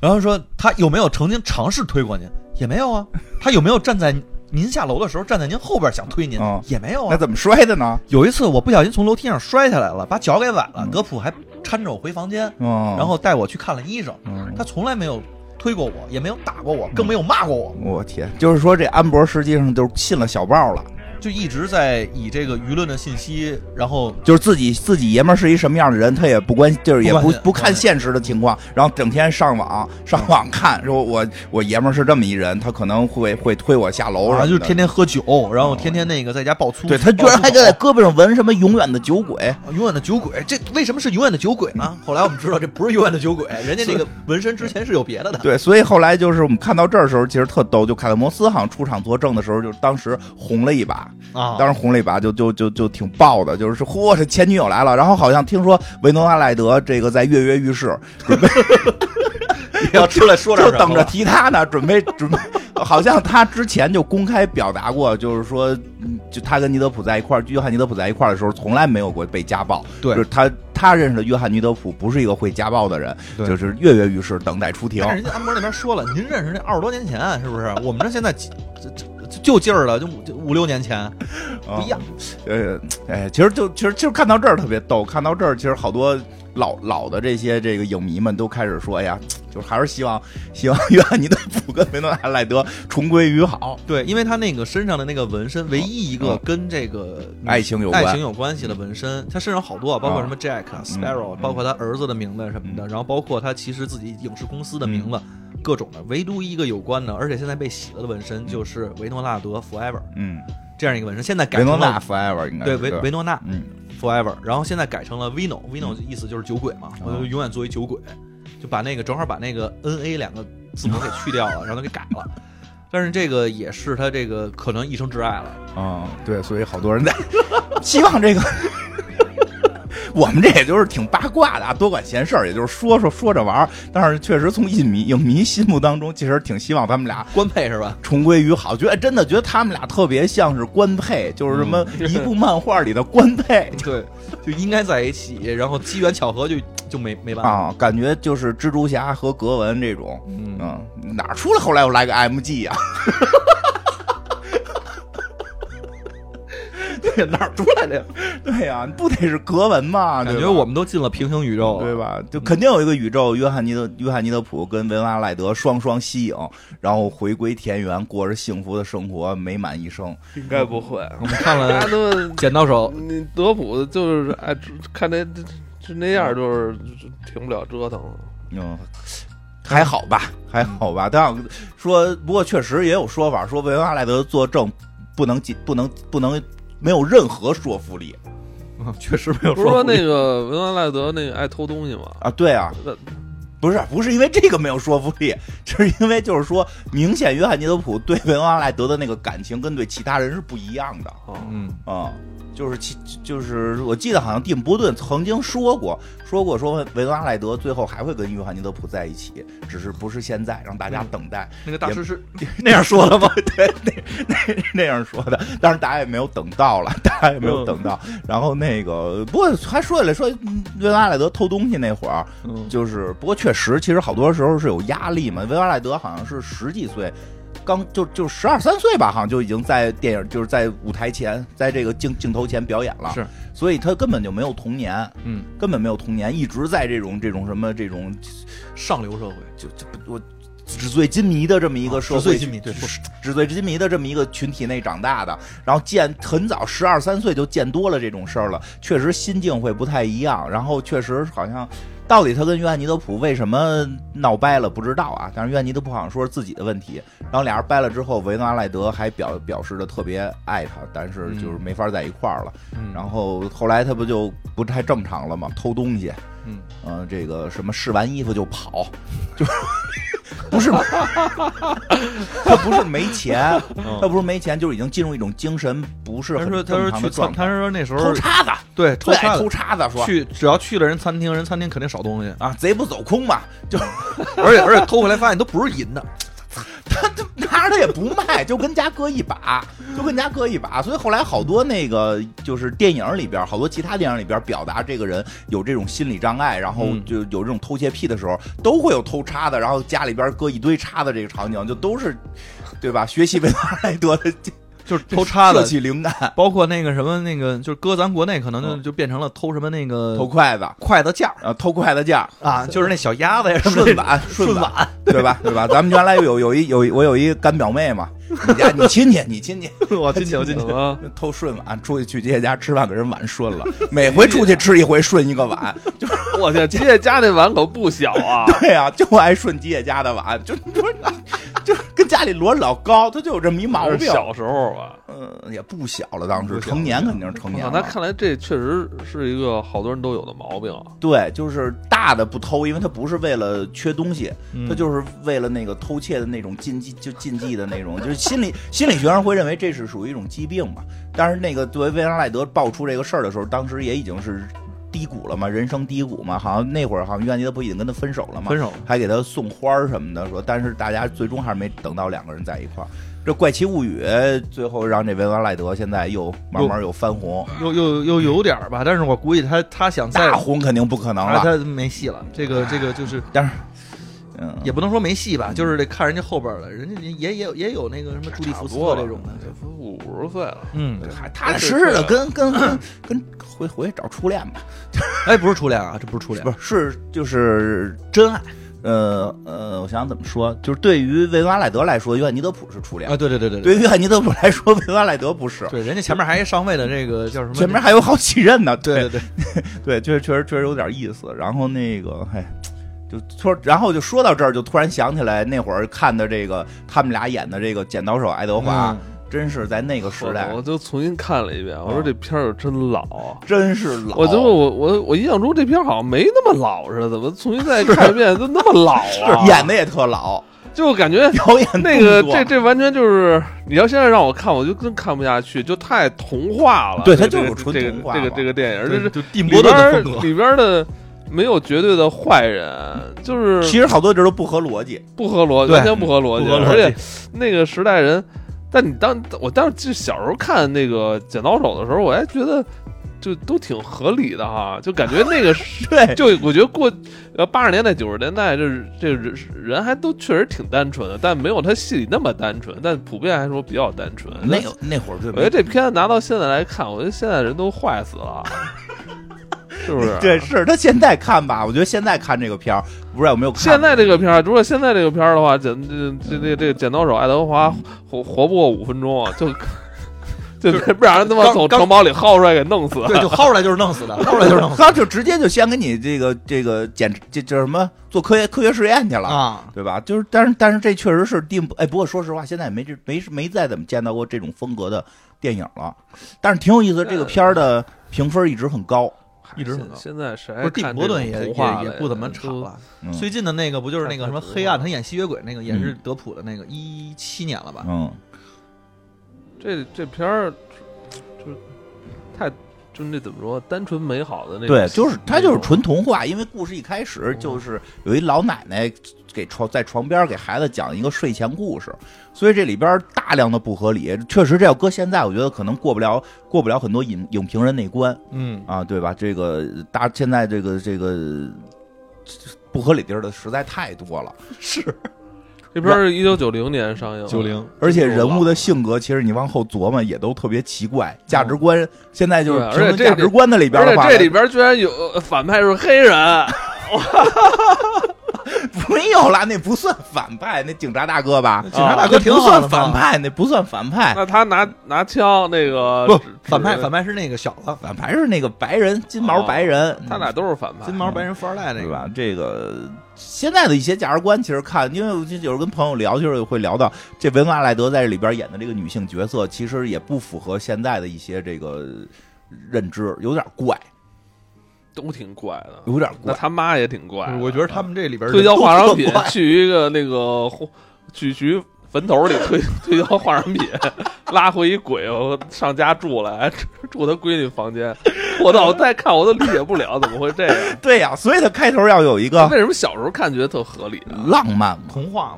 然后说他有没有曾经尝试推过您？也没有啊。他有没有站在您下楼的时候站在您后边想推您？嗯也没有那啊。怎么摔的呢？有一次我不小心从楼梯上摔下来了，把脚给崴了，嗯德普还搀着我回房间，嗯，然后带我去看了医生。嗯他从来没有推过我，也没有打过我，更没有骂过我，我天，就是说这安博实际上就是信了小报了，就一直在以这个舆论的信息，然后就是自己自己爷们儿是一什么样的人，他也不关，就是也不不关心嗯不看现实的情况，然后整天上网上网看，说我我爷们儿是这么一人，他可能会会推我下楼什然么后的，啊就天天喝酒，然后天天那个在家爆粗，对他居然还在胳膊上纹什么“永远的酒 *laughs* 鬼啊永远的酒鬼，这为什么是永远的酒鬼呢？后来我们知道这不是永远的酒鬼，人家这个纹身之前是有别的”，的。对，所以后来就是我们看到这儿的时候，其实特逗，就凯特摩斯好像出场作证的时候，就当时红了一把，啊当时红了一把就就就就挺爆的，就是嚯，这前女友来了，然后好像听说维诺拉赖德这个在跃跃欲试，要出来说就等着提他呢，准备 *laughs* 准备。好像他之前就公开表达过，就是说，嗯就他跟尼德普在一块儿，约翰尼德普在一块儿的时候，从来没有过被家暴。对就是他他认识的约翰尼德普不是一个会家暴的人，对就是跃跃欲试，等待出庭但。是人家安博那边说了，您认识那二十多年前啊是不是？我们这现在几这这这就劲儿了，就五就五六年前嗯不一样。呃，哎，其实就其实其实看到这儿特别逗，看到这儿其实好多老老的这些这个影迷们都开始说，哎呀，就是还是希望希望约翰尼德普跟维诺纳赖德重归于好。对，因为他那个身上的那个纹身，唯一一个跟这个嗯爱情有关嗯爱情有关系的纹身，他身上好多啊，包括什么 Jack 啊、Sparrow，、包括他儿子的名字什么的，然后包括他其实自己影视公司的名字，嗯各种的，唯独一个有关的，而且现在被洗了的纹身就是维诺纳德 Forever 嗯，这样一个纹身，现在改维成诺纳了 forever 应该对是维维诺纳嗯。 Forever，然后现在改成了 Vino，Vino 意思就是酒鬼嘛，我就永远作为酒鬼，就把那个正好把那个呃 N A 两个字母给去掉了，让他给改了。但是这个也是他这个可能一生挚爱了，啊、对，所以好多人在希望这个， *laughs* 我们这也就是挺八卦的啊，多管闲事儿，也就是说说说着玩儿。但是确实从影迷影迷心目当中，其实挺希望他们俩官配是吧？重归于好，觉得真的觉得他们俩特别像是官配，就是什么嗯 *laughs* 一部漫画里的官配。对， *laughs* 就应该在一起，然后机缘巧合就就没没办法。啊，感觉就是蜘蛛侠和格文这种，嗯嗯，哪出来后来又来个 MG *laughs* 啊？对，哪儿出来的呀？对呀、不得是格文吗？感对觉吧我们哦都进了平行宇宙了。对吧？就肯定有一个宇宙，约翰尼德约翰尼德普跟维拉赖德双双吸影，然后回归田园，过着幸福的生活，美满一生。应该不会。我们看 *laughs* 大家了都剪刀手， *laughs* 你德普就是哎，只看那就那样，就是挺不了折腾了。嗯，还好吧，还好吧。但我说，不过确实也有说法，说维拉赖德作证不能进，不能不能没有任何说服力确实没有不是说服力那个维伦赖德那个爱偷东西吗？啊！对啊，那不是不是因为这个没有说服力，这是因为就是说，明显约翰尼德普对维恩阿莱德的那个感情跟对其他人是不一样的哦，嗯，啊、就是其就是我记得好像蒂姆·波顿曾经说过，说过说维恩阿莱德最后还会跟约翰尼德普在一起，只是不是现在，让大家等待。那个大也师是 *laughs* 那样说的吗？对，那那那样说的，但是大家也没有等到了， *laughs* 大家也没有等到。然后那个，不过还说起来说，嗯维拉莱德偷东西那会儿，嗯就是不过确实，其实好多时候是有压力嘛。维拉莱德好像是十几岁。刚就就十二三岁吧，好像就已经在电影，就是在舞台前，在这个镜镜头前表演了。是，所以他根本就没有童年，嗯根本没有童年，一直在这种这种什么这种上流社会，就就不我纸醉金迷的这么一个啊社会，纸醉金迷对纸纸醉金迷的这么一个群体内长大的，然后见很早十二三岁就见多了这种事儿了，确实心境会不太一样，然后确实好像。到底他跟约翰尼德普为什么闹掰了？不知道啊。但是约翰尼德普好像说是自己的问题，然后俩人掰了之后，维诺阿莱德还表表示的特别爱他，但是就是没法在一块儿了。嗯然后后来他不就不太正常了吗？偷东西，嗯，嗯、这个什么试完衣服就 *laughs* 跑，就是不是他不是没钱，他不是没钱，就是已经进入一种精神不是嗯他很说他正说常去的餐，状他态。说那时候偷叉子，对最叉爱子偷叉子说去只要去了人餐厅，人餐厅肯定少东西， *laughs* 啊，贼不走空嘛，就而且而且偷回来发现都不是银的， *laughs* 他他拿着他也不卖，就跟家搁一把，就跟家搁一把。所以后来好多那个就是电影里边，好多其他电影里边表达这个人有这种心理障碍，然后嗯就有这种偷窃癖的时候，都会有偷叉的，然后家里边搁一堆叉的这个场景，就都是对吧？学习维拉莱德的就是偷哎叉 *laughs* 摄子，取灵感，包括那个什么那个，就是搁咱国内可能就嗯就变成了偷什么那个偷筷子。嗯筷子架儿啊，偷筷子架儿，啊，就是 *laughs* 那小鸭子呀什么顺的， *laughs* 碗顺顺碗，对吧？对吧？咱们原来有有一有一我有一干表妹嘛，你家你亲戚你亲戚，我进去我进去怎，么偷顺碗，出去去姐姐家吃饭，给人碗顺了。每回出去吃一回，顺一个 *laughs* 碗。我天，吉野家那碗可不小 *laughs* 啊！对呀、就爱顺姐姐家的碗，就你说，就跟家里摞老高，他就有这么一毛病。小时候吧。嗯、也不小了，当时成年肯定是成我年操，了那。看来这确实是一个好多人都有的毛病啊。对，就是大的不偷，因为他不是为了缺东西，嗯他就是为了那个偷窃的那种禁忌，就禁忌的那种，就是心理心理学上会认为这是属于一种疾病嘛。但是那个对维拉赖德爆出这个事儿的时候，当时也已经是低谷了嘛，人生低谷嘛，好像那会儿好像约翰尼德普已经跟他分手了嘛，分手了还给他送花儿什么的，说，但是大家最终还是没等到两个人在一块儿。这《怪奇物语》最后让这维拉赖德现在又慢慢又翻红，又又又有点儿吧，但是我估计他他想再大红肯定不可能了，啊他没戏了，这个这个就是但是，嗯，也不能说没戏吧，就是得看人家后边儿了，人家也也有也有那个什么朱利福斯特这种的，这不五十岁了，嗯，还踏踏实实的跟跟跟跟回回去找初恋吧，哎，不是初恋啊，这不是初恋不，是是就是真爱。呃呃，我想想怎么说，就是对于维拉莱德来说，约翰尼德普是初恋；啊，对对对对对于约翰尼德普来说，维拉莱德不是。对，人家前面还一上位的这个叫什么？前面还有好几任呢，对对对， *laughs* 对，确实确实确实有点意思。然后那个，哎，就突然后就说到这儿，就突然想起来那会儿看的这个他们俩演的这个《剪刀手爱德华》嗯真是在那个时代我，就重新看了一遍，我说这片儿真老啊。真是老。我就我我我印象中这片儿好像没那么老似的，怎么重新再看一遍都那么老啊？演的也特老， *laughs* 就感觉 *laughs* 表演那个动作这这完全就是，你要现在让我看，我就真看不下去，就太童话了。对它这就是这纯这个童话这个嘛这个电影，而且是就蒂姆里波边顿的儿风格，里边儿的没有绝对的坏人，就是其实好多这都不合逻辑。不合逻辑，对完全不合逻辑。不合逻辑而且那个时代人，但你当我当时记得小时候看那个剪刀手的时候，我还觉得就都挺合理的哈，就感觉那个 *laughs* 是对，就我觉得过呃八十年代九十年代这这人人还都确实挺单纯的，但没有他戏里那么单纯，但普遍来说比较单纯。那但个那会儿对我觉得这片子拿到现在来看，我觉得现在人都坏死了，是不 *laughs* 是？对，是他现在看吧，我觉得现在看这个片儿，不知道有没有看 *laughs* 过现在这个片儿，如果现在这个片儿的嗯 *laughs* 话，剪这这这这个剪刀手爱德华活活不过五分钟啊，就就就是不让人他妈刚从刚城堡里薅出来给弄死。 *laughs* 对，就薅出来就是弄死的，薅出来就是 *laughs* 弄死他就直接就先给你这个这个检这这什么做科学科学实验去的了，啊。对吧？就是但是但是这确实是定不哎，不过说实话，现在也没这没没再怎么见到过这种风格的电影了，但是挺有意思的，这个片儿的评分一直很高。一直很高现在谁不是蒂姆·伯顿也也也也不怎么啊吵了。嗯最近的那个不就是那个什么太黑暗，他演吸血鬼那个也是嗯德普的那个，一七年了吧？嗯，这这片儿就是太就那怎么说，嗯单纯美好的那对，种就是它就是纯童话，因为故事一开始就是有一老奶奶给床在床边给孩子讲一个睡前故事，所以这里边大量的不合理，确实这要搁现在，我觉得可能过不了过不了很多影影评人那关嗯，啊，对吧？这个大现在这个这个不合理地儿的实在太多了，是这片儿一九九零年上映，零，而且人物的性格其实你往后琢磨也都特别奇怪，价值观现在就是嗯对评而论且这价值观的里边而的哎且话，这里边居然有呃反派是黑人，没有啦，那不算反派，那警察大哥吧，啊警察大那哥挺不好算的反嘛。派，那不算反派，那他拿拿枪那个不指，反派指反派是嗯那个小子，反派是那个白人金毛白人， *laughs* 他俩都是反派金。毛白人富二代那对个。吧？这个现在的一些价值观，其实看，因为我记得有时候跟朋友聊，就是会聊到这维瓦莱德在这里边演的这个女性角色，其实也不符合现在的一些这个认知，有点怪，都挺怪的，有点那怪。他妈也挺怪的。我觉得他们这里边推销化妆品都怪去一个那个红去去坟头里推 *laughs* 推销化妆品，拉回一鬼我上家住来，住他闺女房间。我操！我再看我都理解不了怎么会这样。对呀、所以他开头要有一个为什么小时候看觉得特合理啊呢？浪漫嘛童话嘛，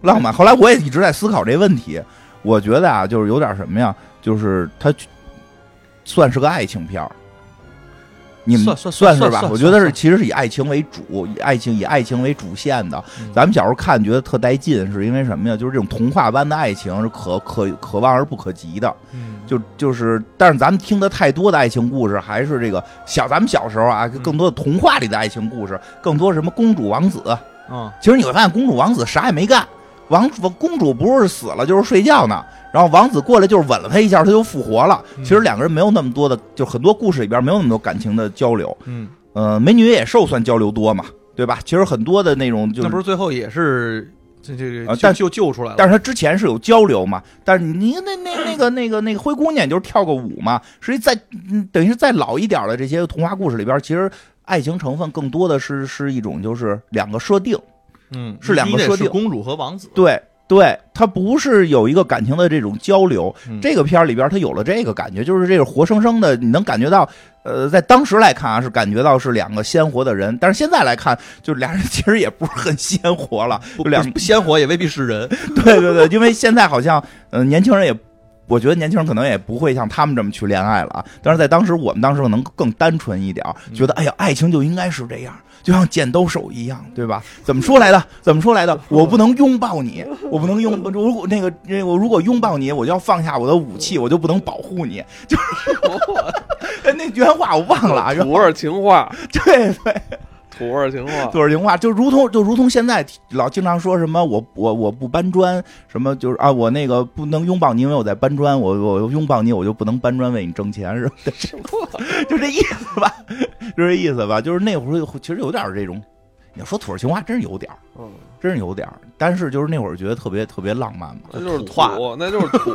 浪漫。后来我也一直在思考这问题，我觉得啊，就是有点什么呀，就是它算是个爱情片儿。你们算算是吧？算我觉得是，算其实是以爱情为主，以爱情以爱情为主线的。嗯咱们小时候看觉得特带劲，是因为什么呀？就是这种童话般的爱情是可可可望而不可及的。嗯就就是，但是咱们听的太多的爱情故事，还是这个小咱们小时候啊，嗯更多的童话里的爱情故事，更多什么公主王子，啊，其实你会发现，公主王子啥也没干，王公主不是死了就是睡觉呢，然后王子过来就是吻了她一下，她就复活了。嗯其实两个人没有那么多的，就很多故事里边没有那么多感情的交流。嗯，呃，美女与野兽算交流多嘛，对吧？其实很多的那种就那不是。是最后也是这这啊个但救救出来了，但是他之前是有交流嘛？但是你那那那个那个那个灰姑娘就是跳个舞嘛，实际在嗯等于是再老一点的这些童话故事里边，其实爱情成分更多的是是一种就是两个设定，嗯是两个你得设是定公主和王子，对对，它不是有一个感情的这种交流。嗯这个片儿里边它有了这个感觉，就是这个活生生的，你能感觉到，呃，在当时来看啊，是感觉到是两个鲜活的人，但是现在来看，就俩人其实也不是很鲜活了，不就两不鲜活也未必是人， *laughs* 对对对，因为现在好像，呃，年轻人也。我觉得年轻人可能也不会像他们这么去恋爱了啊，但是在当时，我们当时可能更单纯一点儿，觉得哎呀，爱情就应该是这样，就像剪刀手一样，对吧？ *laughs* 怎么说来的？怎么说来的？我不能拥抱你，我不能拥，如果那个那我如果拥抱你，我就要放下我的武器，我就不能保护你， *laughs* 就是哎那原话我忘了啊，然土后味情话， *laughs* 对对，土味情话。对儿情话，就如同就如同现在老经常说什么我我我不搬砖，什么就是啊我那个不能拥抱你，因为我在搬砖，我我拥抱你我就不能搬砖为你挣钱 *laughs* 什么的， *laughs* 就这意思吧，就这意思吧，就是那会儿其实有点儿这种，你要说土味情话真是有点儿，嗯，真是有点儿，但是就是那会儿觉得特别特别浪漫嘛，那就是土话土，那就是土。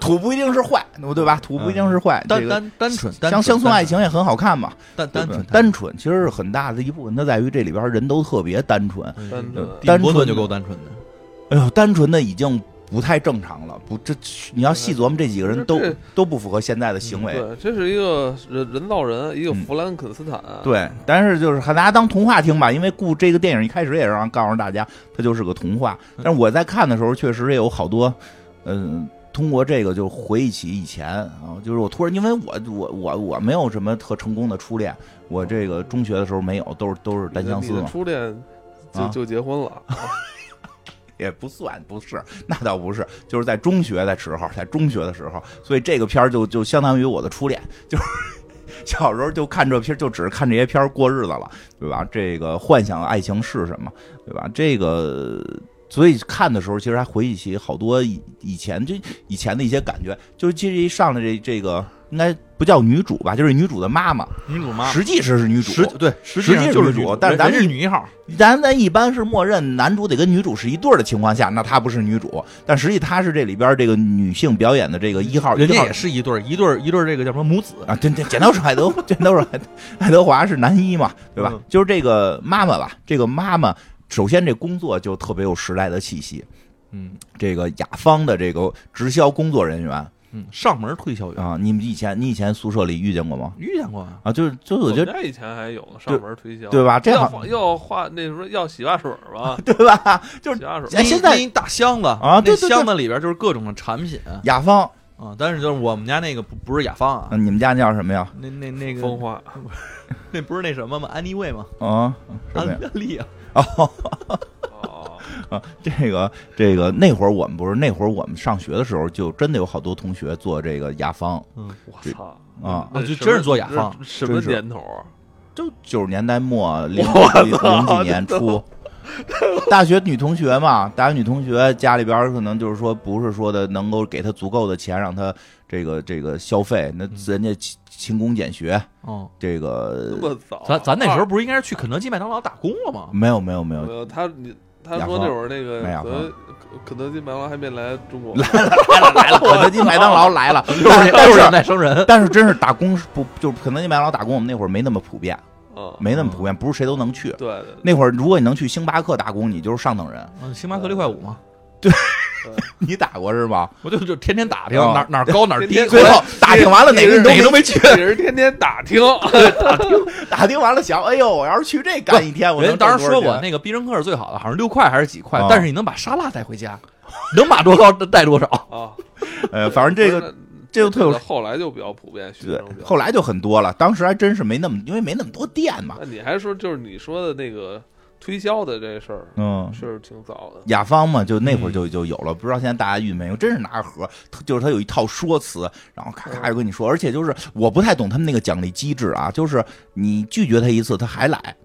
土不一定是坏，对吧？土不一定是坏，这单个嗯单单纯，单乡纯乡村爱，情也很好看嘛，单对单不纯对单纯其实是很大的一部分，它在于这里边儿人都特别单纯。单纯蒂姆单伯纯顿就的够单纯的，哎呦，单纯的已经不太正常了，不这你要细琢磨，这几嗯个人都这都不符合现在的行为。对，这是一个人人造人，一个嗯弗兰肯斯坦。对，但是就是还拿它当童话听吧，因为故这个电影一开始也让告诉大家它就是个童话。但是我在看的时候，确实也有好多，嗯，通过这个就回忆起以前啊，就是我突然因为我我我我没有什么特成功的初恋，我这个中学的时候没有，都是都是你的，单相思你的嘛，初恋啊就就结婚了。也不算不是，那倒不是，就是在中学的时候，在中学的时候，所以这个片儿就就相当于我的初恋，就是 *laughs* 小时候就看这片儿，就只是看这些片儿过日子了，对吧？这个幻想爱情是什么，对吧？这个所以看的时候，其实还回忆起好多以以前这以前的一些感觉，就是其实一上来这这个应该不叫女主吧，就是女主的妈妈，女主妈，实际是是女主，实对，实际实际上就是是女主主，但是咱人是女一号，咱咱一般是默认男主得跟女主是一对儿的情况下，那她不是女主，但实际她是这里边这个女性表演的这个一号，人一家号也是一对儿一对儿一对儿这个叫什么母子，啊，对对，剪刀手爱 *laughs* 德，剪刀手爱爱德华是男一嘛，对吧？嗯就是这个妈妈吧，这个妈妈首先这工作就特别有时代的气息，嗯这个雅芳的这个直销工作人员嗯，上门推销员啊，你们以前你以前宿舍里遇见过吗？遇见过啊，啊，就是就是我觉得们家以前还有呢上门推销，对吧？这要好，化要化那时候要洗发水儿吧 *laughs* 对吧？就是洗啊发水儿哎现在拎一大箱子啊对对那对箱子里边就是各种的产品雅芳，啊，但是就是我们家那个不不是雅芳啊啊，你们家那叫什么呀？那那那风个化，那不是那什么吗？安妮味吗？啊，什安么呀？利啊，哦，啊， *laughs* 这个这个那会儿我们不是那会儿我们上学的时候，就真的有好多同学做这个雅芳嗯，我这操啊，啊就什么真是做雅芳什么真是年头儿？就九十年代末 *laughs* 零零几年初。 *laughs* 大学女同学嘛，大学女同学家里边儿可能就是说，不是说的能够给她足够的钱让她这个这个消费，那人家勤勤工俭学，哦，这这 *laughs* 个么早？咱咱那时候不是应该是去肯德基、麦当劳打工了吗？没有没有没没有，有啊呃他，你他雅说芳那会儿那个买雅可能肯德基、麦当劳还没来中 *laughs* 国，来了 *laughs* 来了，肯德基、麦当劳 *laughs* 来了，六十年但六十是年代生人，但是真是打工是不就是肯德基、麦当劳打工，我们那会儿没那么普遍，啊，没那么普遍，不是谁都能去。对对那会儿如果你能去星巴克打工，你就是上等人。嗯，星巴克六块五嘛，你打过是吗？我就就天天打听哦哪哪儿高哪儿低天，天最后打听完了哪个你哪个都都没没去。对，也是天天打 *laughs* 听，打听完了，想，哎呦，我要是去这干一天，我人家能挣当时说多过少钱那个必胜客是最好的，好像六块还是几块啊，但是你能把沙拉带回家，能把多高带多少。啊，呃，反正这个这就特有后来就比较普遍，学对生比，较后来就很多了。当时还真是没那么，因为没那么多店嘛。那你还说就是你说的那个推销的这事儿，嗯，确实挺早的。雅芳嘛，就那会儿就就有了，不知道现在大家遇没有？真是拿个盒，它就是它有一套说辞，然后咔咔就跟你说，而且就是我不太懂他们那个奖励机制啊，就是你拒绝他一次，他还来，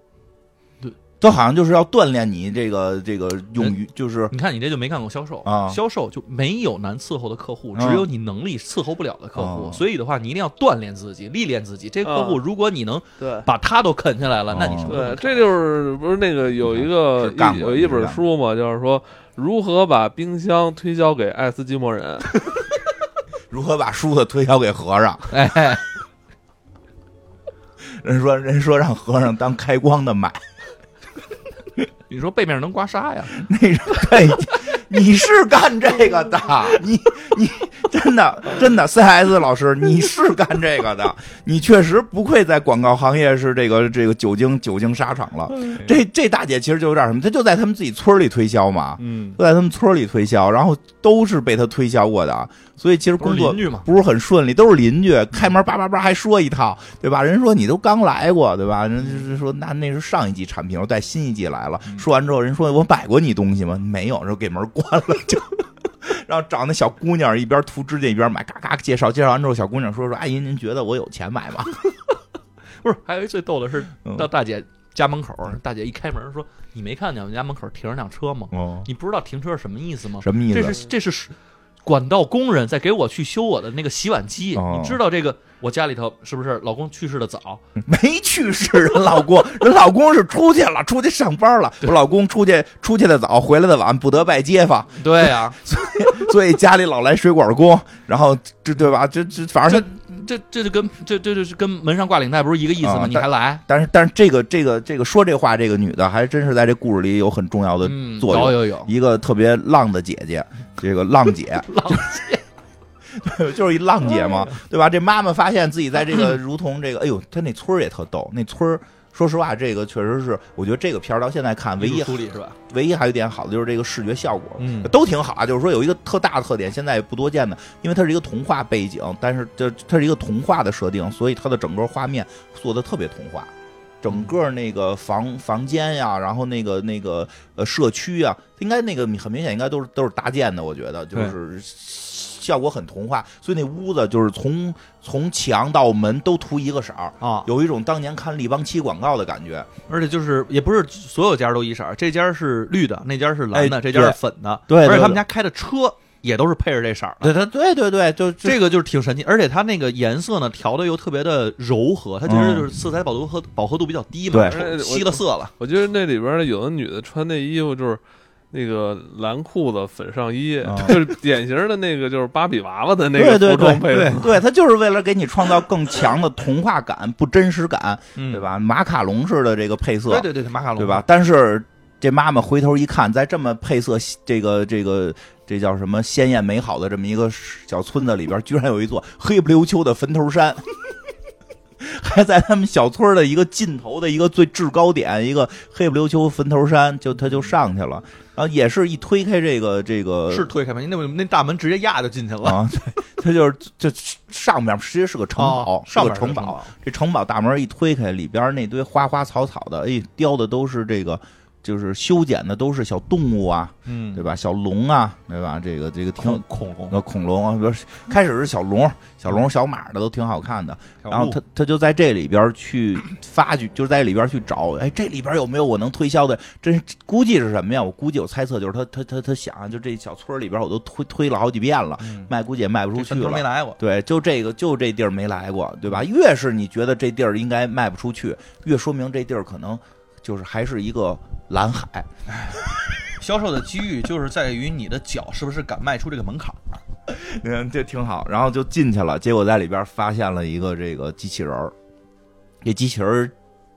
对，都好像就是要锻炼你这个这个勇于，就是你看你这就没干过销售啊啊销售就没有难伺候的客户，嗯只有你能力伺候不了的客户。哦所以的话，你一定要锻炼自己，历练自己。这客户嗯如果你能对把他都啃下来了，那你什么都对能，啃？这就是不是那个有一个是干一过有一本书嘛，就是说如何把冰箱推销给爱斯基摩人。如何把梳子推销给和尚。哎，人说人说让和尚当开光的买，你说背面能刮痧呀？那是对，你是干这个的，你你真的真的 CS 老师，你是干这个的，你确实不愧在广告行业是这个这个久经久经沙场了。这这大姐其实就有点什么，她就在他们自己村里推销嘛，嗯，就在他们村里推销，然后都是被她推销过的，啊所以其实都工是作邻居嘛。不是很顺利，都是邻居开门叭叭叭还说一套，对吧？人说你都刚来过，对吧？人就是说那那是上一季产品，我带新一季来了。嗯说完之后，人说我买过你东西吗？没有，然后给门关了就。 *laughs* 然后找那小姑娘一边涂指甲一边买，嘎嘎介绍，介绍完之后，小姑娘说说阿姨，您觉得我有钱买吗？不是，还有一最逗的是嗯到大姐家门口，大姐一开门说：“你没看见我们家门口停着辆车吗？哦，你不知道停车是什么意思吗？什么意思？这是这是管道工人在给我去修我的那个洗碗机。哦你知道这个我家里头是不是老公去世 *laughs* 的早？没去世，人老公，人老公是出去了，出去上班了。我老公出去出去的早，回来的晚，不得拜街坊。对啊呀、所以家里老来水管工，然后这对吧？这这反正这 *laughs* 这这就跟这这就是跟门上挂领带不是一个意思吗？啊你还来？但是但是这个这个这个说这话这个女的还真是在这故事里有很重要的嗯，作有用，有有，一个特别浪的姐姐，这个浪姐，浪姐， *laughs* 就是一浪姐嘛，对吧？这妈妈发现自己在这个如同这个，哎呦，她那村儿也特逗，那村儿。说实话，这个确实是，我觉得这个片儿到现在看，唯一处理是吧？唯一还有一点好的就是这个视觉效果，嗯都挺好啊。就是说有一个特大的特点，现在也不多见的，因为它是一个童话背景，但是这它是一个童话的设定，所以它的整个画面做的特别童话。整个那个房房间呀、然后那个那个呃社区啊，应该那个很明显应该都是都是搭建的，我觉得就是效果很童话，所以那屋子就是从从墙到门都涂一个色儿，啊，有一种当年看立邦漆广告的感觉。而且就是也不是所有家都一色儿，这家是绿的，那家是蓝的，哎这家是粉的，对对而且他们对家开的车也都是配着这色儿对，的。它对对对，就就这个就是挺神奇，而且它那个颜色呢调的又特别的柔和，它其实嗯就是色彩饱和饱和度比较低嘛，对是吸了色了。 *laughs* 我觉得那里边儿有的女的穿那衣服就是那个蓝裤子、粉上衣，啊就是典型的那个就是芭比娃娃的那对个对服对装配对置。对，它就是为了给你创造更强的童话感、不真实感，嗯对？吧？马卡龙式的这个配色，对对对，马卡龙啊对吧？？但是这妈妈回头一看，在这么配色这个这个这叫什么鲜艳美好的这么一个小村子里边，居然有一座黑不溜秋的坟头山。 *laughs* 还在他们小村儿的一个尽头的一个最制高点，一个黑不溜秋坟头山，就他就上去了，然后也是一推开这个这个是推开门，那那大门直接压就进去了。呃啊，对，它就是就上面实际是个城堡 *laughs* 哦，是上个面是城城堡啊堡。这城堡大门一推开，里边那堆花花草草的，哎，雕的都是这个，就是修剪的都是小动物啊，嗯对吧？小龙啊，对吧？这个这个挺恐恐龙，呃恐龙啊，比如开始是小龙、小龙、小马的都挺好看的。然后他他就在这里边去发掘，就是在里边去找，哎，这里边有没有我能推销的？真是估计是什么呀？我估计我猜测就是他他他他想，啊就这小村里边我都推推了好几遍了，嗯卖估计也卖不出这去坟头没了。来过，对，就这个，就这地儿没来过，对吧？越是你觉得这地儿应该卖不出去，越说明这地儿可能就是还是一个蓝海。销售的机遇就是在于你的脚是不是敢迈出这个门槛儿。嗯，这挺好。然后就进去了，结果在里边发现了一个这个机器人儿。这机器人儿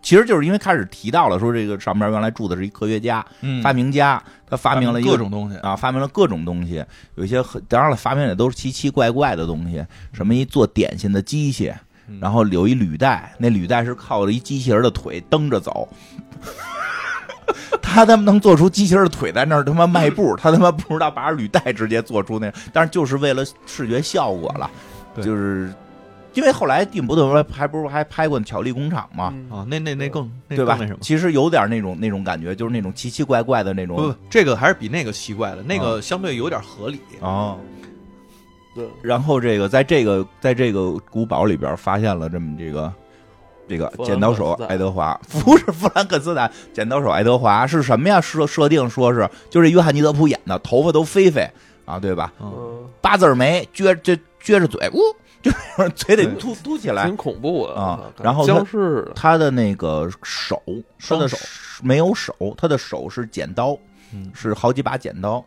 其实就是因为开始提到了说这个上边原来住的是一科学家、嗯发明家，他发明了一个各种东西，啊，发明了各种东西，有一些很当然了，发明的都是奇奇怪怪的东西，什么一做点心的机器，嗯然后有一履带，那履带是靠着一机器人的腿蹬着走。 *laughs* 他他妈能做出机器人的腿在那儿他妈迈步，他他妈不知道把履带直接做出那，但是就是为了视觉效果了，对就是因为后来蒂姆·伯顿还还不是还拍过《巧力工厂》吗？嗯啊，那那那更那对吧更那什？么？其实有点那种那种感觉，就是那种奇奇怪怪的那种。不，不这个还是比那个奇怪的，那啊个相对有点合理。哦，对。然后这个在这个在这个古堡里边发现了这么这个这个弗兰剪刀手肯斯坦爱德华，不是弗兰肯斯坦，剪刀手爱德华是什么呀？设设定说是就是约翰尼德普演的，头发都飞飞啊，对吧？嗯，嗯八字眉，撅撅撅着嘴，呜，就是嘴得对凸凸起来挺。恐怖的啊感觉然后他僵 *laughs* 尸他的那个手，他的双手没有手，他的手是剪刀，嗯是好几把剪刀。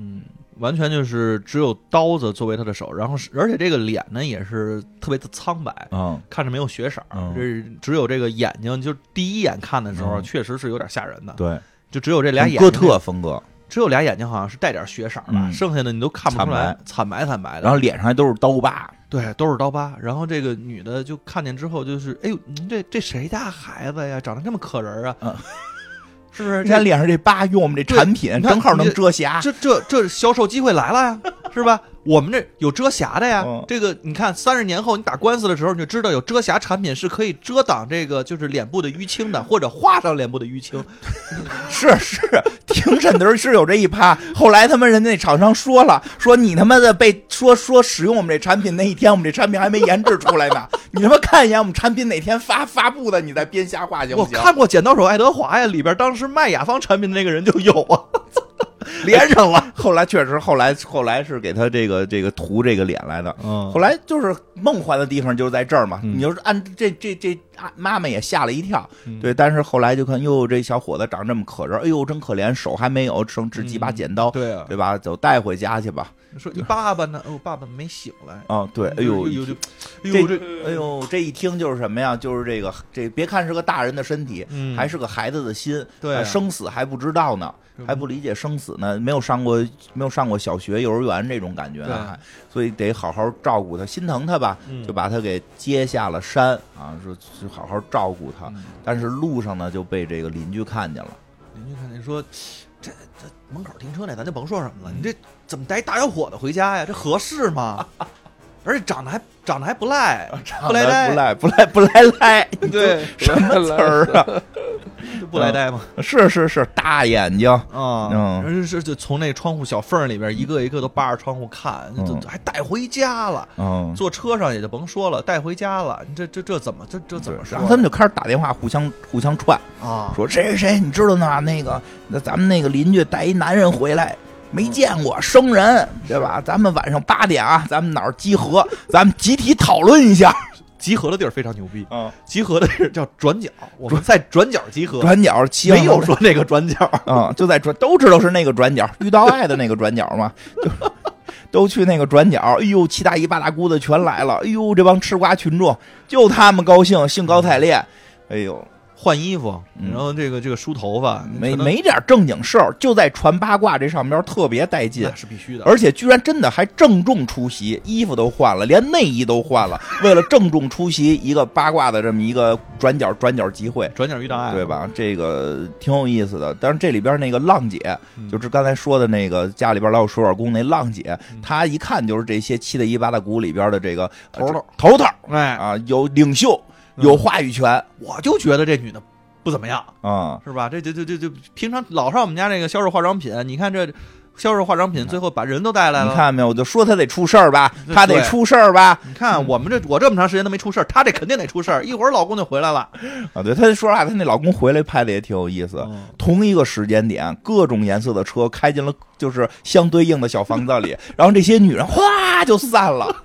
嗯，完全就是只有刀子作为他的手，然后是而且这个脸呢也是特别的苍白，嗯，看着没有血色儿嗯，这只有这个眼睛，就第一眼看的时候嗯确实是有点吓人的，对，就只有这俩很眼哥睛特风格，只有俩眼睛好像是带点血色儿吧，嗯啊剩下的你都看不出来，惨白惨白的。然后脸上还都是刀疤。对，都是刀疤。然后这个女的就看见之后就是，哎呦，您这这谁家孩子呀，长得这么可人儿啊？嗯 *laughs* 是不是？人家这脸上这疤用我们这产品对正好能遮瑕。这这这销售机会来了 *laughs* 呀，是吧？我们这有遮瑕的呀。嗯这个你看，三十年后你打官司的时候，你就知道有遮瑕产品是可以遮挡这个就是脸部的淤青的，或者画上脸部的淤青。是是，庭审的时候是有这一趴。后来他们人家那厂商说了，说你他妈的被说说使用我们这产品那一天，我们这产品还没研制出来呢。你他妈看一眼我们产品哪天发发布的，你再编瞎话行我不行？看过《剪刀手爱德华》呀，里边当时卖雅芳产品的那个人就有啊，连上了。后来确实，后来后来是给他这个这个涂这个脸来的。 *laughs* 嗯后来就是梦幻的地方就是在这儿嘛，嗯你就是按这这这啊，妈妈也吓了一跳，嗯对，但是后来就看，哟，这小伙子长这么可人，哎呦，真可怜，手还没有，剩只几把剪刀，对啊，嗯对吧？走，带回家去吧。说你爸爸呢？哦，爸爸没醒来。啊、对，哎呦，有有，哎这呦这，哎呦，这一听就是什么呀？就是这个，这别看是个大人的身体，嗯还是个孩子的心，对啊哎生死还不知道呢，还不理解生死呢，没有上过没有上过小学、幼儿园这种感觉对呢，还所以得好好照顾他，心疼他吧，嗯就把他给接下了山啊，说去好好照顾他。嗯但是路上呢，就被这个邻居看见了。邻居看见说，这这门口停车那咱就甭说什么了，你这怎么带一大小伙子回家呀？这合适吗？ *laughs* 而且长得还长得还不赖，不赖不呆，赖啊不赖 *laughs* 不赖赖， *laughs* 对，什么词儿啊？不赖呆嘛。是是是，大大眼睛，啊，嗯人是就从那窗户小缝儿里边一个一个都扒着窗户看，嗯就还带回家了。嗯，坐车上也就甭说了，带回家了，你这这这怎么这这怎么说然呀？后他们就开始打电话互相互相串，啊，说谁谁谁，你知道吗？那个，那咱们那个邻居带一男人回来，嗯没见过生人，对吧？咱们晚上八点啊，咱们哪儿集合，咱们集体讨论一下。集合的地儿非常牛逼，嗯，集合的是叫转角，我们在转角集合，转角七没有说那个转角，啊、嗯，就在转，都知道是那个转角，绿道爱的那个转角嘛，就都去那个转角。哎呦，七大姨八大姑的全来了，哎呦，这帮吃瓜群众就他们高兴，兴高采烈。哎呦，换衣服，嗯然后这个这个梳头发，没可能没点正经事儿，就在传八卦这上边儿特别带劲那。是必须的，而且居然真的还郑重出席，衣服都换了，连内衣都换了，为了郑重出席一个八卦的这么一个转角转角集会，转角遇障碍，对？吧？这个挺有意思的。但是这里边那个浪姐，嗯就是刚才说的那个家里边老有水管工那浪姐，嗯她一看就是这些七大姨八大姑里边的这个呃头头头头哎，啊，有领袖，嗯有话语权我就觉得这女的不怎么样，啊。是吧？这这这这这，平常老上我们家那个销售化妆品，你看这销售化妆品最后把人都带来你了，看没有？我就说她得出事儿吧，对她得出事儿吧你看我们这我这么长时间都没出事儿，她这肯定得出事儿，一会儿老公就回来了，啊！对，她说实话，她那老公回来拍的也挺有意思。嗯同一个时间点，各种颜色的车开进了就是相对应的小房子里， *laughs* 然后这些女人哗就散了。 *laughs*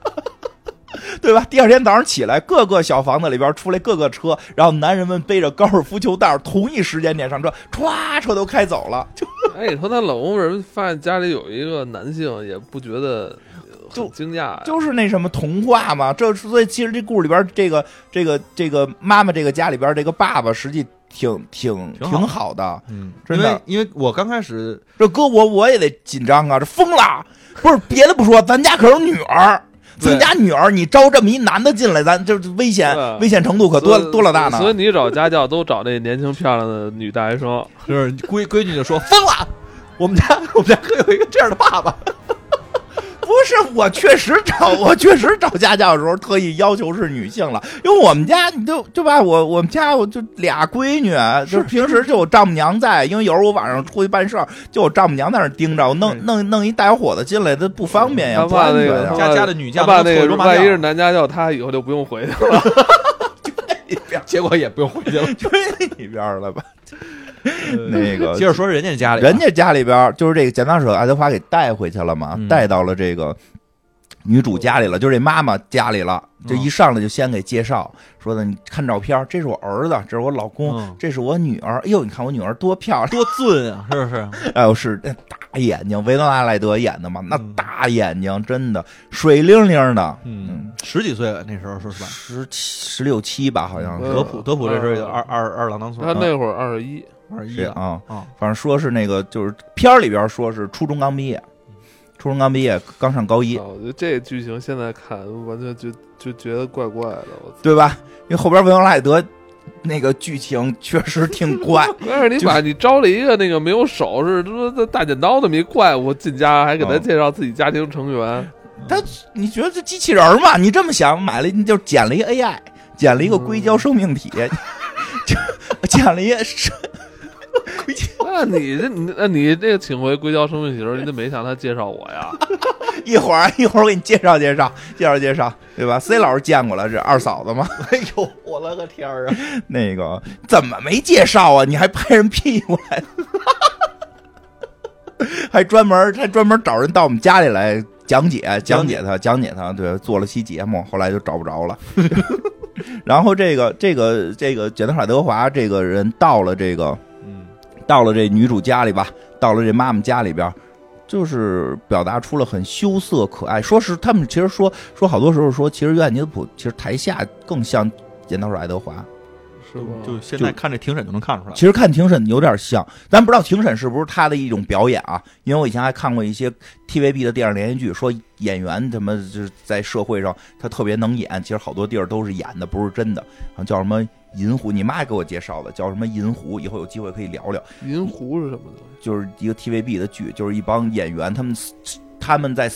对吧？第二天早上起来，各个小房子里边出来各个车，然后男人们背着高尔夫球袋，同一时间点上车，歘，车都开走了，就哎，你说她老公为什么发现家里有一个男性也不觉得呃就很惊讶呀？就是那什么童话嘛。这所以其实这故事里边，这个这个这个妈妈这个家里边这个爸爸，实际挺挺挺挺好好的。嗯，真的因为因为我刚开始这搁我我也得紧张啊！这疯了，不是别的不说，咱家可有女儿，对咱家女儿，你招这么一男的进来，咱这这危险对危险程度可多所以多老大呢！所以你找家教都找那年轻漂亮的女大学 *laughs* 生，就是 *laughs* 闺闺女就说疯了，我们家 *laughs* 我们家可有一个这样的爸爸，不是我确实找我确实找家教的时候特意要求是女性了，因为我们家你就就吧，我我们家我就俩闺女，就是平时就有丈母娘在，因为有时候我晚上出去办事儿，就有丈母娘在那儿盯着，我弄嗯弄弄一带伙的进来，他不方便嗯呀，他不怕安那全个呀他。家怕家的女将他怕都那错个着骂万一架是男家教，他以后就不用 *laughs* 回去了。结果也不用回去了。追里边儿了吧？嗯那个接着说人家家里啊吧，人家家里边儿就是这个剪刀手爱德华给带回去了嘛，嗯带到了这个女主家里了，就是这妈妈家里了。嗯这一上来就先给介绍，说的你看照片儿，这是我儿子，这是我老公，嗯这是我女儿。哎呦，你看我女儿多漂 *laughs* 亮！多俊啊，是不是？哎呦，是那大眼睛，维罗纳莱德演的嘛，那嗯大眼睛真的水灵灵的，嗯，十几岁那时候说实话，十七十六七吧，好像啊是嗯德普德普这时候就二二二郎当岁他儿，那会儿二十一，二一是了啊。啊，反正说是那个，就是片儿里边说是初中刚毕业，初中刚毕业，刚上高一啊，我觉得这剧情现在看完全就就觉得怪怪的。我操！对吧？因为后边维罗纳莱德那个剧情确实挺怪，但是你把你招了一个那个没有手是说大剪刀那么一怪物进家，还给他嗯介绍自己家庭成 *laughs* 员，你觉得这机器人儿嘛？你这么想，买了你就捡了一 AI，捡了一个硅胶生命体，就 *laughs* 捡了一生那你这你那你这个请回硅胶生命体的时候，你怎么没向他介绍我 *laughs* 呀？一会儿一会儿我给你介绍介绍介绍介绍，对吧？C 老师见过了，这二嫂子嘛，哎呦，我了个天儿啊！那个怎么没介绍啊？你还拍人屁股来？还专门还专门找人到我们家里来讲解讲解他讲解他，对，做了期节目，后来就找不着了。 *laughs* 然后这个这个这个简·德法德华这个人到了这个嗯，到了这女主家里吧，到了这妈妈家里边儿，就是表达出了很羞涩可爱。说是他们其实说说好多时候说，其实约翰尼德普其实台下更像剪刀手爱德华，是吧？就现在看这庭审就能看出来了，其实看庭审有点像，咱不知道庭审是不是他的一种表演啊？因为我以前还看过一些 TVB 的电视连续剧，说演员他妈就是在社会上他特别能演，其实好多地儿都是演的，不是真的。啊，叫什么银狐？你妈给我介绍的，叫什么银狐？以后有机会可以聊聊。银狐是什么东西？就是一个 TVB 的剧，就是一帮演员，他们他们在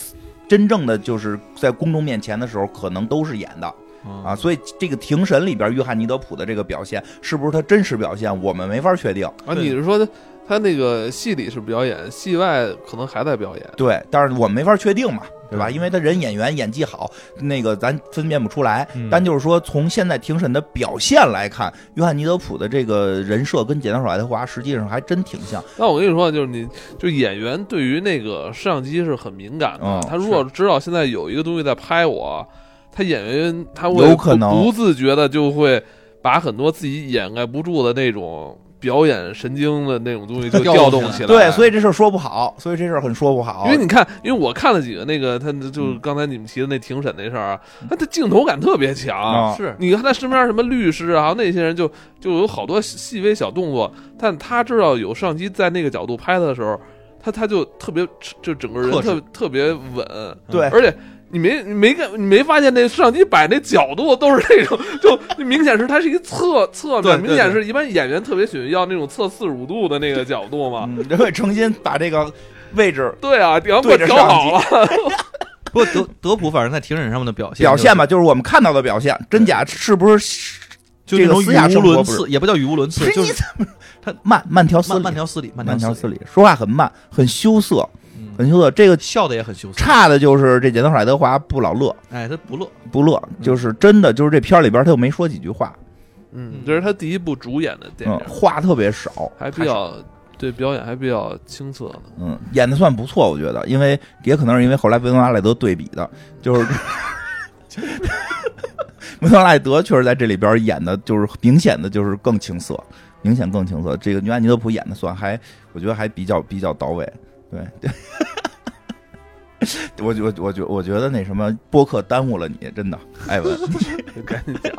真正的就是在公众面前的时候，可能都是演的嗯啊。所以这个庭审里边，约翰尼德普的这个表现是不是他真实表现，我们没法确定。啊，对你是说他他那个戏里是表演，戏外可能还在表演。对，但是我们没法确定嘛，对吧？因为他人演员演技好，那个咱分辨不出来。嗯但就是说，从现在庭审的表现来看，约翰尼德普的这个人设跟《剪刀手爱德华》实际上还真挺像。那我跟你说，就是你，就演员对于那个摄像机是很敏感的。嗯他如果知道现在有一个东西在拍我，他演员他会有可能不不自觉的就会把很多自己掩盖不住的那种表演神经的那种东 *laughs* 西就调动起来。对，所以这事儿说不好，所以这事儿很说不好。因为你看，因为我看了几个那个，他就是刚才你们提的那庭审那事儿啊，他的镜头感特别强。啊是你看他身边什么律师啊，还有那些人就就有好多细微小动作，但他知道有摄像机在那个角度拍他的时候，他他就特别就整个人克制特特别稳，对而且。你没你没看你没发现那摄像机摆那角度都是那种， *laughs* 就就明显是它是一侧侧对面，对明显对是一般演员特别喜欢要那种侧四十五度的那个角度嘛。嗯，这 *laughs* 位诚心把这个位置对啊，然后给我对着调摄像好了，不过德德普反正在庭审上面的表现表现吧，吧，就是我们看到的表现，真假是不是？就这那个种私下语无生活伦不是次，也不叫语无伦次，就你是怎么慢慢条斯慢理，慢条斯理，慢条条斯理，理，说话很慢，很羞涩，嗯很羞涩。这个笑的也很羞涩。差的就是这剪刀手爱德华不老乐，哎，他不乐，不乐，就是真的就是这片儿里边他又没说几句话，嗯，这是他第一部主演的电嗯影，，话特别少，还比较对表演还比较青涩呢。嗯，演的算不错，我觉得，因为也可能是因为后来维伦阿莱德对比的，就是 *laughs* *laughs* 维伦阿莱德确实在这里边演的，就是明显的就是更青涩，明显更青涩。这个约翰尼德普演的算还，我觉得还比较比较到位，对 *laughs* 对。我我我觉我觉得那什么播客耽误了你，真的，艾 *laughs* 文，赶紧讲，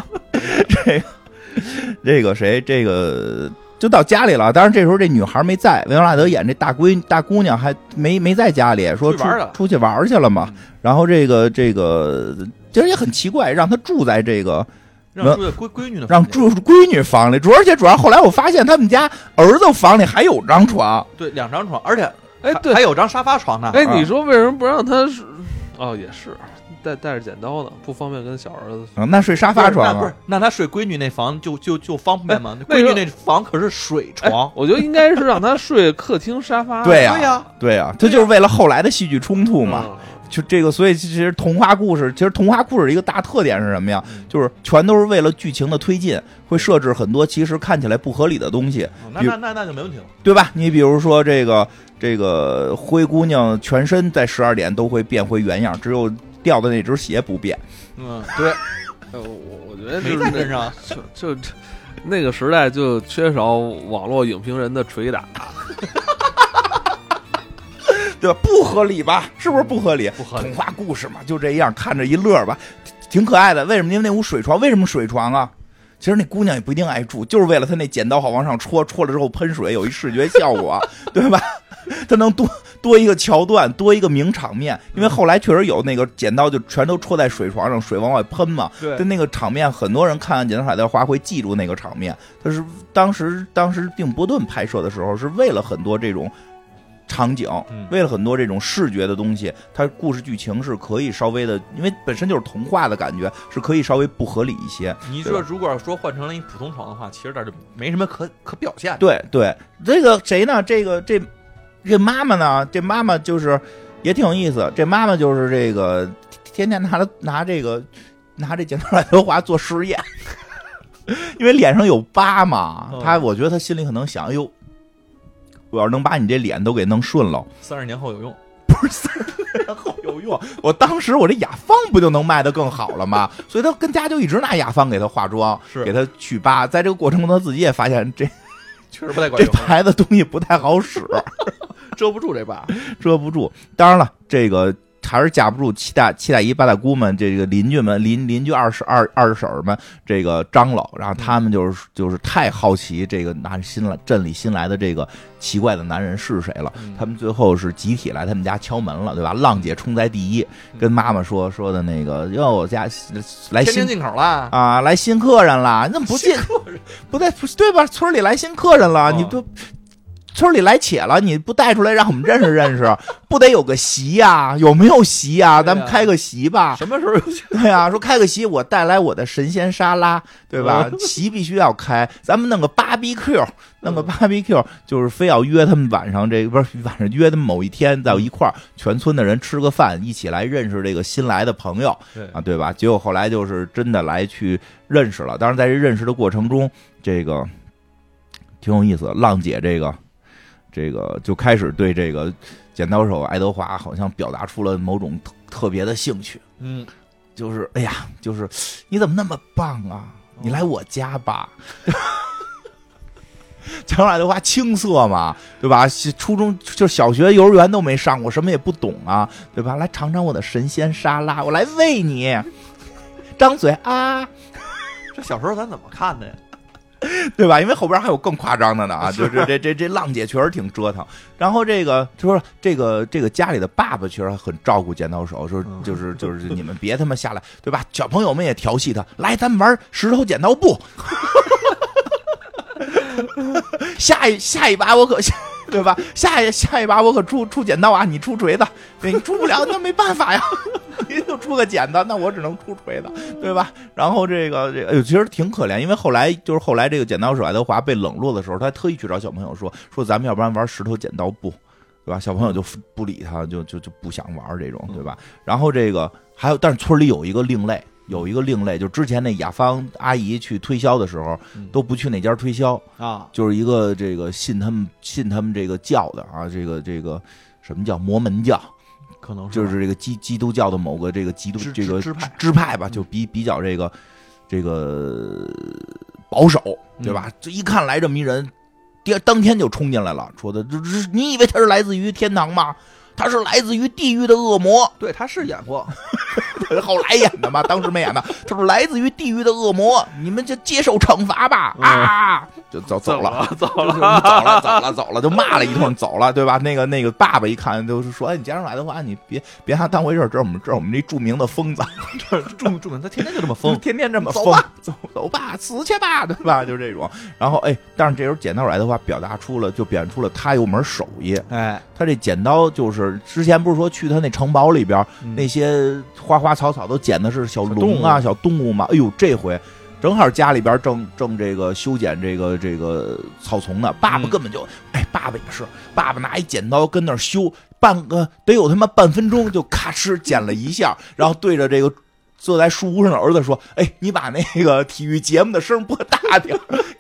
这个谁，这个就到家里了。当然这时候这女孩没在，维罗纳德演这大闺大姑娘还没没在家里，说出出去玩了出去玩儿去了嘛嗯。然后这个这个其实也很奇怪，让她住在这个让那出去闺闺女的让房间住闺女房里，主要而且主要后来我发现他们家儿子房里还有张床，对两张床，而且哎还对还，有张沙发床呢。哎啊你说为什么不让他是？哦也是带带着剪刀呢，不方便跟小儿子。嗯，那睡沙不发是那床不啊是。，那他睡闺女那房就就就方便吗？那闺女个那房可是水哎床，，我觉得应该是让他睡客厅沙发。对呀、对呀对呀、这就是为了后来的戏剧冲突嘛。嗯，就这个，所以其实童话故事，其实童话故事一个大特点是什么呀嗯？就是全都是为了剧情的推进，会设置很多其实看起来不合理的东西，哦那比那那那就没问题了。对吧？你比如说这个这个灰姑娘全身在十二点都会变回原样，只有掉的那只鞋不变。嗯，对，呃我我觉得就没是在那身上，就就那个时代就缺少网络影评人的捶打。对吧？不合理吧？是不是不合理？不合理童话故事嘛，就这样，看着一乐吧，挺可爱的。为什么？因为那屋水床，为什么水床啊？其实那姑娘也不一定爱住，就是为了她那剪刀好往上戳，戳了之后喷水有一视觉效果， *laughs* 对吧？她能多多一个桥段，多一个名场面，因为嗯后来确实有那个剪刀就全都戳在水床上，水往外喷嘛。对但那个场面，很多人看完《剪刀海的花》会记住那个场面。他是当时当时并伯顿拍摄的时候，是为了很多这种场景，嗯为了很多这种视觉的东西，它故事剧情是可以稍微的，因为本身就是童话的感觉，是可以稍微不合理一些。你对说吧如果说换成了一普通床的话，其实这儿就没什么可可表现的。对对，这个谁呢？这个这这妈妈呢？这妈妈就是也挺有意思。这妈妈就是这个天天拿着拿这个拿这剪刀爱德华做实验， *laughs* 因为脸上有疤嘛嗯。她我觉得她心里可能想，哎呦，我要是能把你这脸都给弄顺了，三十年后有用，不是三十年后有用。哎我当时我这雅芳不就能卖得更好了吗？所以她跟家就一直拿雅芳给她化妆，是哎给她去疤。在这个过程中，她自己也发现这确实不太管这用，啊牌子东西不太好使。 *laughs* 遮不住这把。遮不住。当然了，这个还是架不住七大七大姨八大姑们，这个邻居们邻邻居二婶二二婶儿们这个张罗，然后他们就是就是太好奇这个男新来镇里新来的这个奇怪的男人是谁了。嗯他们最后是集体来他们家敲门了，对吧？浪姐冲在第一，跟妈妈说说的那个，哟，我家来嗯天新津进口啦，啊，来新客人了，你怎么不进？不在不对吧？村里来新客人了，啊你都村里来且了，你不带出来让我们认识认识， *laughs* 不得有个席呀、有没有席呀、咱啊们开个席吧。什么时候有钱？ *laughs* 对呀、说开个席，我带来我的神仙沙拉，对 *laughs* 吧？席必须要开，咱们弄个 BBQ，弄个 BBQ，就是非要约他们晚上这不是晚上约他们某一天到一块儿，全村的人吃个饭，一起来认识这个新来的朋友对啊，对吧？结果后来就是真的来去认识了，当然在这认识的过程中，这个挺有意思。浪姐这个这个就开始对这个剪刀手爱德华好像表达出了某种特特别的兴趣。嗯，就是哎呀，就是你怎么那么棒啊？你哦来我家吧。 *laughs* 讲爱德华青涩嘛，对吧？小初中就小学、幼儿园都没上过，什么也不懂啊，对吧？来尝尝我的神仙沙拉，我来喂你。 *laughs* 张嘴啊，这小时候咱怎么看的呀？对吧？因为后边还有更夸张的呢啊，就是这这这浪姐确实挺折腾。然后这个就说这个这个家里的爸爸确实很照顾剪刀手，说嗯就是就是你们别他妈下来，对吧？小朋友们也调戏他，来咱们玩石头剪刀布，下一下一把我可。对吧？下一下一把我可出出剪刀啊，你出锤子，对你出不了，那没办法呀， *laughs* 您就出个剪子，那我只能出锤子，对吧？然后这个这，哎呦，其实挺可怜，因为后来就是后来这个剪刀手爱德华被冷落的时候，他还特意去找小朋友说说咱们要不然玩石头剪刀布，对吧？小朋友就不理他，就就就不想玩这嗯种，对吧？然后这个还有，但是村里有一个另类。有一个另类，就之前那雅芳阿姨去推销的时候嗯，都不去那家推销，啊，就是一个这个信他们信他们这个教的啊，这个这个什么叫摩门教，可能就是是这个基基督教的某个这个基督支这个支支派支派吧，就比比较这个这个保守，对吧？这一看来这么一人，第二当天就冲进来了，说的这这你以为他是来自于天堂吗？他是来自于地狱的恶魔，对，他是演过， *laughs* 后来演的嘛，当时没演的，他说来自于地狱的恶魔，你们就接受惩罚吧啊！就走走了。走就是走了，走了，走了，就骂了一通，走了，对吧？那个那个爸爸一看，就是说，哎，你家长来的话，你别别拿当回事儿，这是我们这是我们这著名的疯子，，这著著名，他天天就这么疯 *laughs* 天天这么疯，走吧走走吧，死去吧，对吧？ *laughs* 就这种。然后哎，但是这时候剪刀来的话，表达出了就表现出了他有门手艺，哎，他这剪刀就是之前不是说去他那城堡里边，那些花花草草都捡的是小龙啊、嗯小动物嘛。哎呦，这回正好家里边正正这个修剪这个这个草丛呢，爸爸嗯根本就，哎，爸爸也是，爸爸拿一剪刀跟那儿修，半个得有他妈半分钟就咔哧剪了一下，然后对着这个。坐在树屋上的儿子说：“哎，你把那个体育节目的声儿播大点儿。” *laughs*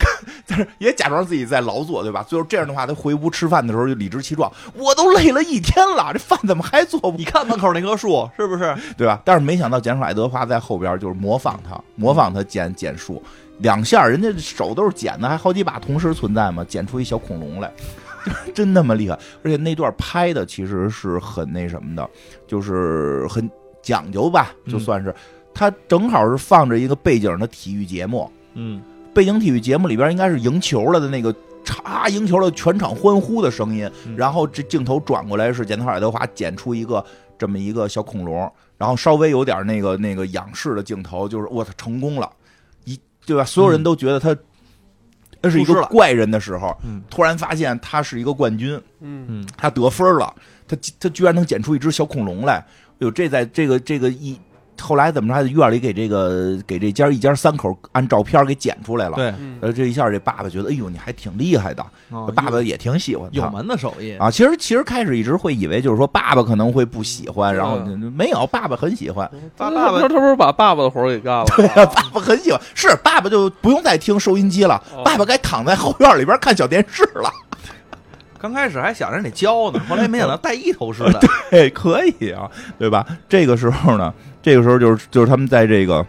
但是也假装自己在劳作，对吧？最后这样的话，他回屋吃饭的时候就理直气壮：“我都累了一天了，这饭怎么还做不你看门口那棵树是不是？对吧？但是没想到简·爱德华在后边就是模仿他，模仿他剪剪树，两下人家手都是剪的，还好几把同时存在嘛，剪出一小恐龙来， *laughs* 真他妈厉害！而且那段拍的其实是很那什么的，就是很讲究吧，就算是、他正好是放着一个背景的体育节目，嗯，背景体育节目里边应该是赢球了的那个。嚓！赢球了，全场欢呼的声音。嗯然后这镜头转过来是检讨爱德华剪出一个这么一个小恐龙，然后稍微有点那个那个仰视的镜头，就是我操成功了，一对吧？所有人都觉得他他是一出师个嗯了怪人的时候，嗯突然发现他是一个冠军，嗯，嗯，他得分了，他他居然能剪出一只小恐龙来，哟，这在这个这个一后来怎么着还在院里给这个给这家一家三口按照片给剪出来了。对，嗯呃，这一下这爸爸觉得，哎呦，你还挺厉害的，哦爸爸也挺喜欢有他有门的手艺，啊。其实其实开始一直会以为就是说爸爸可能会不喜欢，然后嗯没有，爸爸很喜欢，爸爸他他不是把爸爸的活儿给干了？ *laughs* 爸爸很喜欢，是爸爸就不用再听收音机了，哦爸爸该躺在后院里边看小电视了。 *laughs* 刚开始还想着得教呢，后来没想到带一头似 *laughs* 的，哎，可以啊，对吧？这个时候呢，这个时候就是就是他们在这个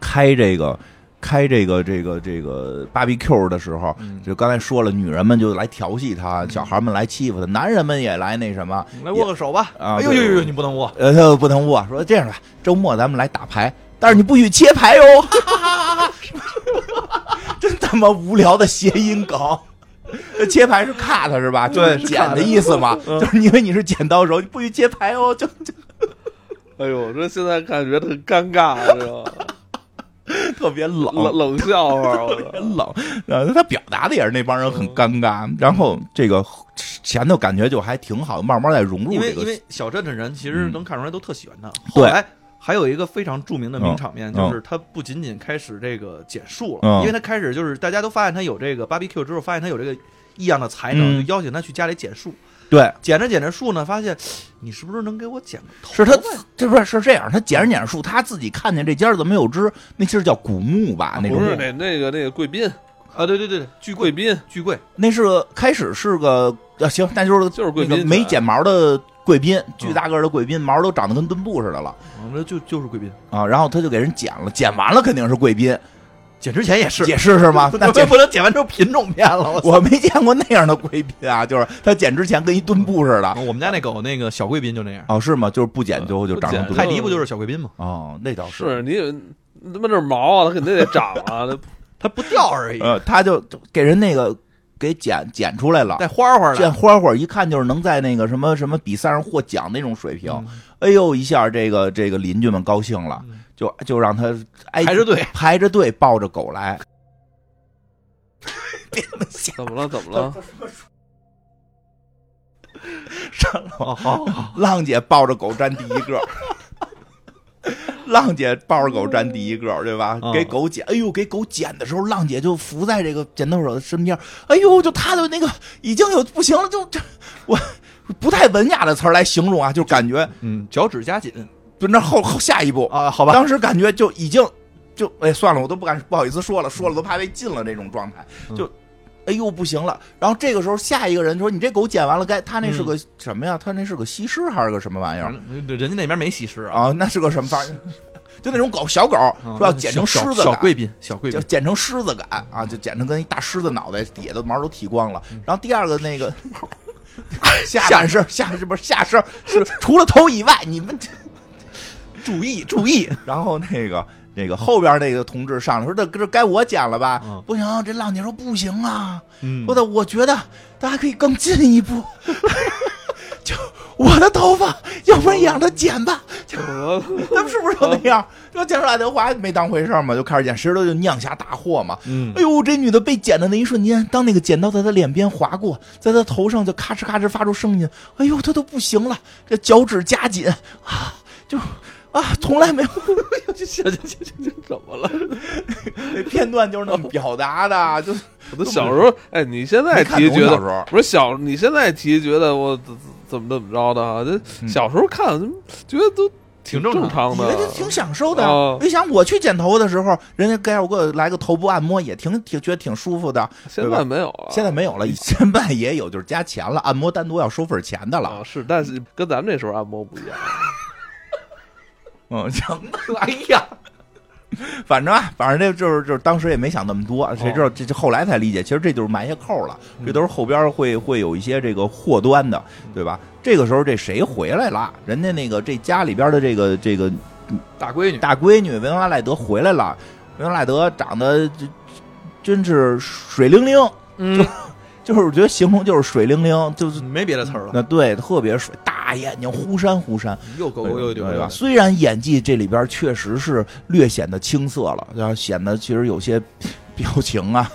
开这个开这个这个这个 BBQ 的时候，嗯就刚才说了，女人们就来调戏他，小孩们来欺负他，男人们也来那什么。来握个手吧，啊哎呦对呦呦呦，你不能握，呃，他不能握，说这样吧，周末咱们来打牌，但是你不许切牌哟， *laughs* 哈哈哈哈哈哈！真他妈无聊的谐音梗。呃切牌是 cut 是吧？就是对是剪 cut 的意思嘛，嗯就是因为你是剪刀手，你不许切牌哦，就哎呦，我这现在感觉很尴尬，知道吧？ *laughs* 特别冷，冷冷笑话，我操很冷，呃，他表达的也是那帮人很尴尬，然后这个前头感觉就还挺好，慢慢在融入因为这因个为小镇的人其实嗯能看出来都特喜欢他。对后来还有一个非常著名的名场面，嗯就是他不仅仅开始这个简述了，嗯因为他开始就是大家都发现他有这个 BBQ 之后，发现他有这个异样的才能，嗯就邀请他去家里剪树。对，剪着剪着树呢，发现你是不是能给我剪个头发？是他这不是是这样，他剪着剪着树，他自己看见这尖儿怎么有枝，那是叫古木吧？那种啊不是那那个那个贵宾，啊，对对对，对巨贵贵宾巨贵，那是个开始是个呃、行，那就是就是贵那个宾嗯没剪毛的贵宾，巨大个儿的贵宾，毛都长得跟墩布似的了啊那就就是贵宾。啊。然后他就给人剪了，剪完了肯定是贵宾，剪之前也是，？也是 *laughs* 是吗那这剪不能剪完之后品种 *laughs* 变了。我操我没见过那样的贵宾啊，就是他剪之前跟一墩布似的。我们家那狗那个小贵宾就那样，哦，是吗？就是不剪就就呃不长成剪墩泰布迪不就是小贵宾吗？哦，那倒是你有他妈这毛啊，它肯定得长 *laughs* 啊，那它不掉而已，呃，他就就给人那个给剪剪出来了，带花花见的。花花一看就是能在那个什么什么比赛上获奖那种水平。哎呦，一下这个这个邻居们高兴了， *laughs* 嗯就就让他挨排着队排着队抱着狗来。怎么了？怎么了？哦，好好好，浪姐抱着狗占第一 *laughs* 个。浪姐抱着狗占第一个，对吧嗯？给狗捡，哎呦，给狗捡的时候，浪姐就伏在这个剪刀手的身边，哎呦，就她的那个已经有不行了，就这我不太文雅的词儿来形容啊，就感觉嗯，脚趾夹紧就那后后下一步，啊，好吧，当时感觉就已经就哎算了，我都不敢不好意思说了，说了都怕被禁了这种状态，就。哎呦，不行了！然后这个时候，下一个人说：“你这狗捡完了该……他那是个什么呀？他那是个西施还是个什么玩意儿？人人家那边没西施啊，啊，那是个什么玩意儿？就那种狗，小狗啊是吧？剪成狮子小感，小小贵宾，小贵就宾，剪成狮子感啊，就剪成跟一大狮子脑袋，底下的毛都剃光了。然后第二个那 *laughs* 个嗯下半身，下是不是下身 *laughs* 是除了头以外，你们这 *laughs* 注意注意。然后那个那个后边那个同志上来说，这这该我剪了吧嗯？不行，这浪姐说不行啊，嗯我的我觉得他还可以更进一步， *laughs* 就我的头发，要不然也让他剪吧。 *laughs* 就 *laughs* 他们是不是就那样？说剪出来的话没当回事儿嘛，就开始剪，谁知道就酿下大祸嘛。嗯 *laughs* 哎，呦，这女的被剪的那一瞬间，当那个剪刀在她脸边划过，在她头上就咔哧咔哧发出声音，哎呦，她都不行了，这脚趾夹紧 *sighs* 啊，就啊，从来没有这这这这这怎么了？那片段就是那么表达的，就是我都小时候，哎，你现在没看提懂觉小时候得，不是小，你现在提觉得我怎怎么怎么着的啊？这嗯小时候看觉得都挺正常正常以的啊为这，挺享受的哦。你想我去剪头的时候，人家给我给我来个头部按摩，也挺挺觉得挺舒服的。现对吧在没有啊了，现在没有了，现在也有，就是加钱了，按摩单独要收份钱的了。啊是，但是跟咱们那时候按摩不一样。嗯，行吧，哎呀。反正啊，反正这就是就是当时也没想那么多，谁知道这这后来才理解，其实这就是埋下扣了，嗯这都是后边会会有一些这个祸端的，对吧？这个时候这谁回来了？人家那个这家里边的这个这个大闺女，大闺女维罗纳赖德回来了，维罗纳赖德长得就真是水灵灵，嗯，就是我觉得形容就是水灵灵，就是没别的词儿了，嗯那对特别水，大眼睛忽闪忽闪，又狗狗又丢对吧？了，虽然演技这里边确实是略显得青涩了，然后显得其实有些 *laughs* 表情啊，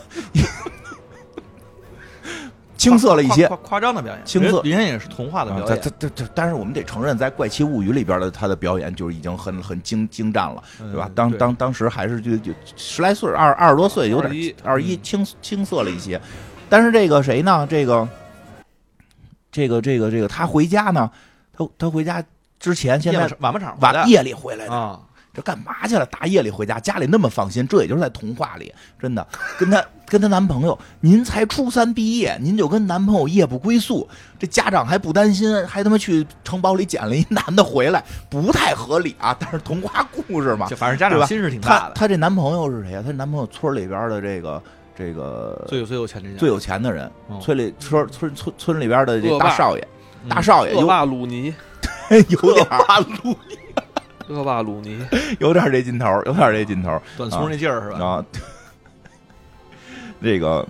青涩了一些。夸夸夸张的表演，青涩人人家也是童话的啊表他演他，他他，但是我们得承认，在《怪奇物语》里边的他的表演就已经很很精精湛了，嗯对吧？当当当时还是就就十来岁，二二十多岁，有点21二嗯一青青涩了一些。但是这个谁呢？这个这个这个这个，他回家呢，他他回家之前，现夜在晚晚不场晚夜里回来的，啊，这干嘛去了？大夜里回家，家里那么放心，这也就是在童话里，真的。跟她跟她男朋友，您才初三毕业，您就跟男朋友夜不归宿，这家长还不担心，还他妈去城堡里捡了一男的回来，不太合理啊。但是童话故事嘛就，反正家对长吧心是挺大她的，她这男朋友是谁啊呀、她男朋友村里边的这个这个最有最有钱之家，最有钱的人，哦村里村村村村里边的这恶大霸少爷，嗯大少爷恶有霸鲁尼，有点儿恶霸鲁尼，有点儿这劲头儿，有点儿这劲头儿。短粗那劲儿是吧？啊， *laughs* 这个。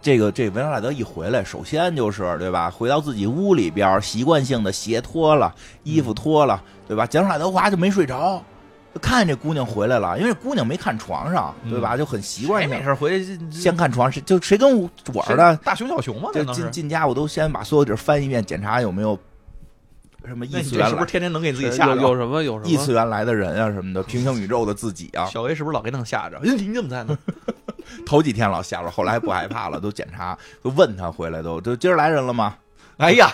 这个这维拉莱德一回来，首先就是对吧？回到自己屋里嗯边儿，习惯性的鞋脱了，衣服脱了，对吧？杰拉莱德华就没睡着，看见这姑娘回来了，因为姑娘没看床上，对吧？就很习惯嗯谁没性事儿回去先看床，谁就谁跟我我似的，大熊小熊嘛，就难道是进进家我都先把所有地儿翻一遍，检查有没有什么异那你次这元是不啊来是天天能给自己吓有有着？什么有什异么次元来的人啊什么的，平行宇宙的自己啊，小 A 是不是老给弄吓着？哎你怎 *laughs* 么在呢？头几天老吓着，后来不害怕了，都检查，都问他回来都，就今儿来人了吗？哎呀，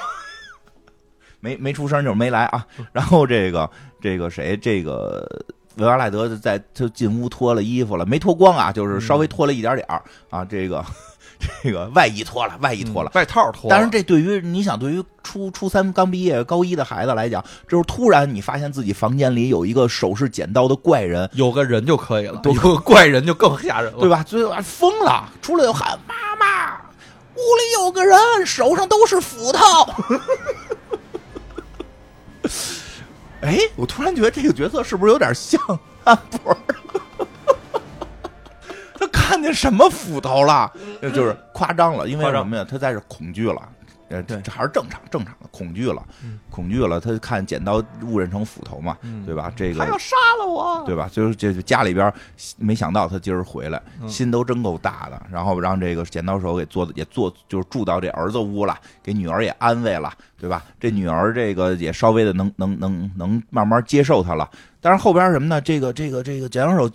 没没出声就是没来啊。嗯然后这个这个谁这个维瓦赖德就在就进屋脱了衣服了，没脱光啊，就是稍微脱了一点点儿嗯啊，这个 *laughs* 这个外衣脱了，外衣脱了。外套嗯脱了。但是这对于你想，对于初初三刚毕业、高一的孩子来讲，就是突然你发现自己房间里有一个手持剪刀的怪人，有个人就可以了，有个怪人就更吓人了，对吧？最后啊疯了，出来就喊妈妈，屋里有个人，手上都是斧头。 *laughs* 哎，我突然觉得这个角色是不是有点像安博尔？他看见什么斧头了？就是夸张了，因为嗯夸张什么呀？他在这恐惧了。呃，这对嗯这还是正常，正常的恐惧了，恐惧了。他看剪刀误认成斧头嘛，对吧？这个他要杀了我。对吧？就是这家里边儿没想到他今儿回来，嗯心都真够大的。然后让这个剪刀手给做的也做，就是住到这儿子屋了，给女儿也安慰了，对吧？这女儿这个也稍微的能能能能慢慢接受他了。但是后边儿什么呢？这个这个这个剪刀手，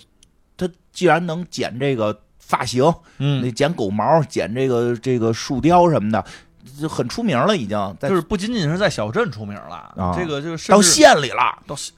他既然能剪这个发型，嗯，那剪狗毛、剪这个这个树雕什么的，就很出名了，已经在就是不仅仅是在小镇出名了，啊这个这个甚到至县里了，到县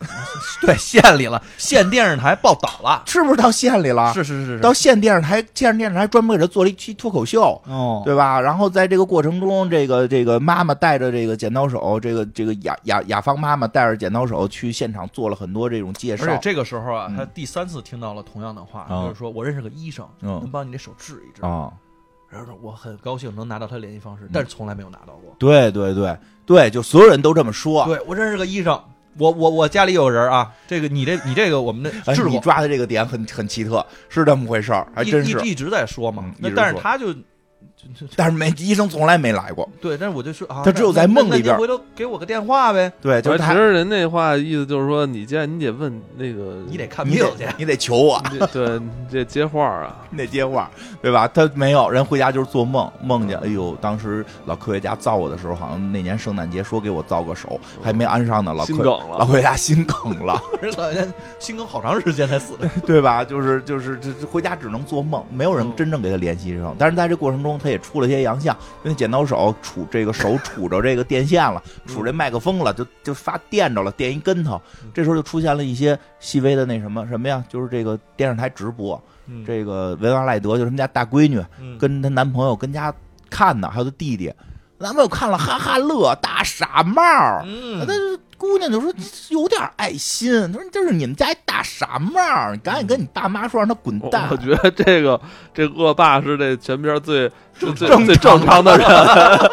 对县里了，县电视台报道了，是不是到县里了？是是是是啊到县电视台，县电视台专门给他做了一期脱口秀，哦，对吧？然后在这个过程中，这个这个妈妈带着这个剪刀手，这个这个雅雅雅芳妈妈带着剪刀手去现场做了很多这种介而且绍。这个时候啊，嗯他第三次听到了同样的话，嗯就是说我认识个医生，嗯能帮你这手治一治。啊、嗯然后说我很高兴能拿到他联系方式，但是从来没有拿到过。对对对对，就所有人都这么说。对我认识个医生，我我我家里有人啊，这个你这你这个我们的哎治，你过，抓的这个点很很奇特，是这么回事儿，还一真一是。一直在说嘛嗯。一那直但是说他就但是没医生从来没来过，对，但是我就说啊，他只有那在那梦那里边您回头给我个电话呗，对，就是其他，实人那话意思就是说，你既然你得问那个，你得看你病得去。 *laughs* 你得求我，你得对，你得接话啊。那接话，对吧？他没有人回家就是做梦，梦见哎呦，当时老科学家造我的时候，好像那年圣诞节说给我造个手，还没安上呢，老心科梗了老科学家心梗了，老人家心梗好长时间才死的， *laughs* 对吧？就是就是这这回家只能做梦，没有嗯人真正给他联系上。但是在这过程中，他也出了些洋相，因为剪刀手杵这个手杵着这个电线 *laughs* 了，杵嗯这麦克风了，就就发电着了，电一跟头。这时候就出现了一些细微的那什么什么呀，就是这个电视台直播，嗯这个维瓦赖德就是他们家大闺女。嗯跟她男朋友跟家看呢，还有她弟弟，男朋友看了哈哈乐，大傻帽儿。那嗯这啊姑娘就说有点爱心，她说就是你们家一大傻帽儿，你赶紧嗯跟你爸妈说让她滚我蛋我。觉得这个这恶霸是这全片最最最正常最正常的人， *laughs*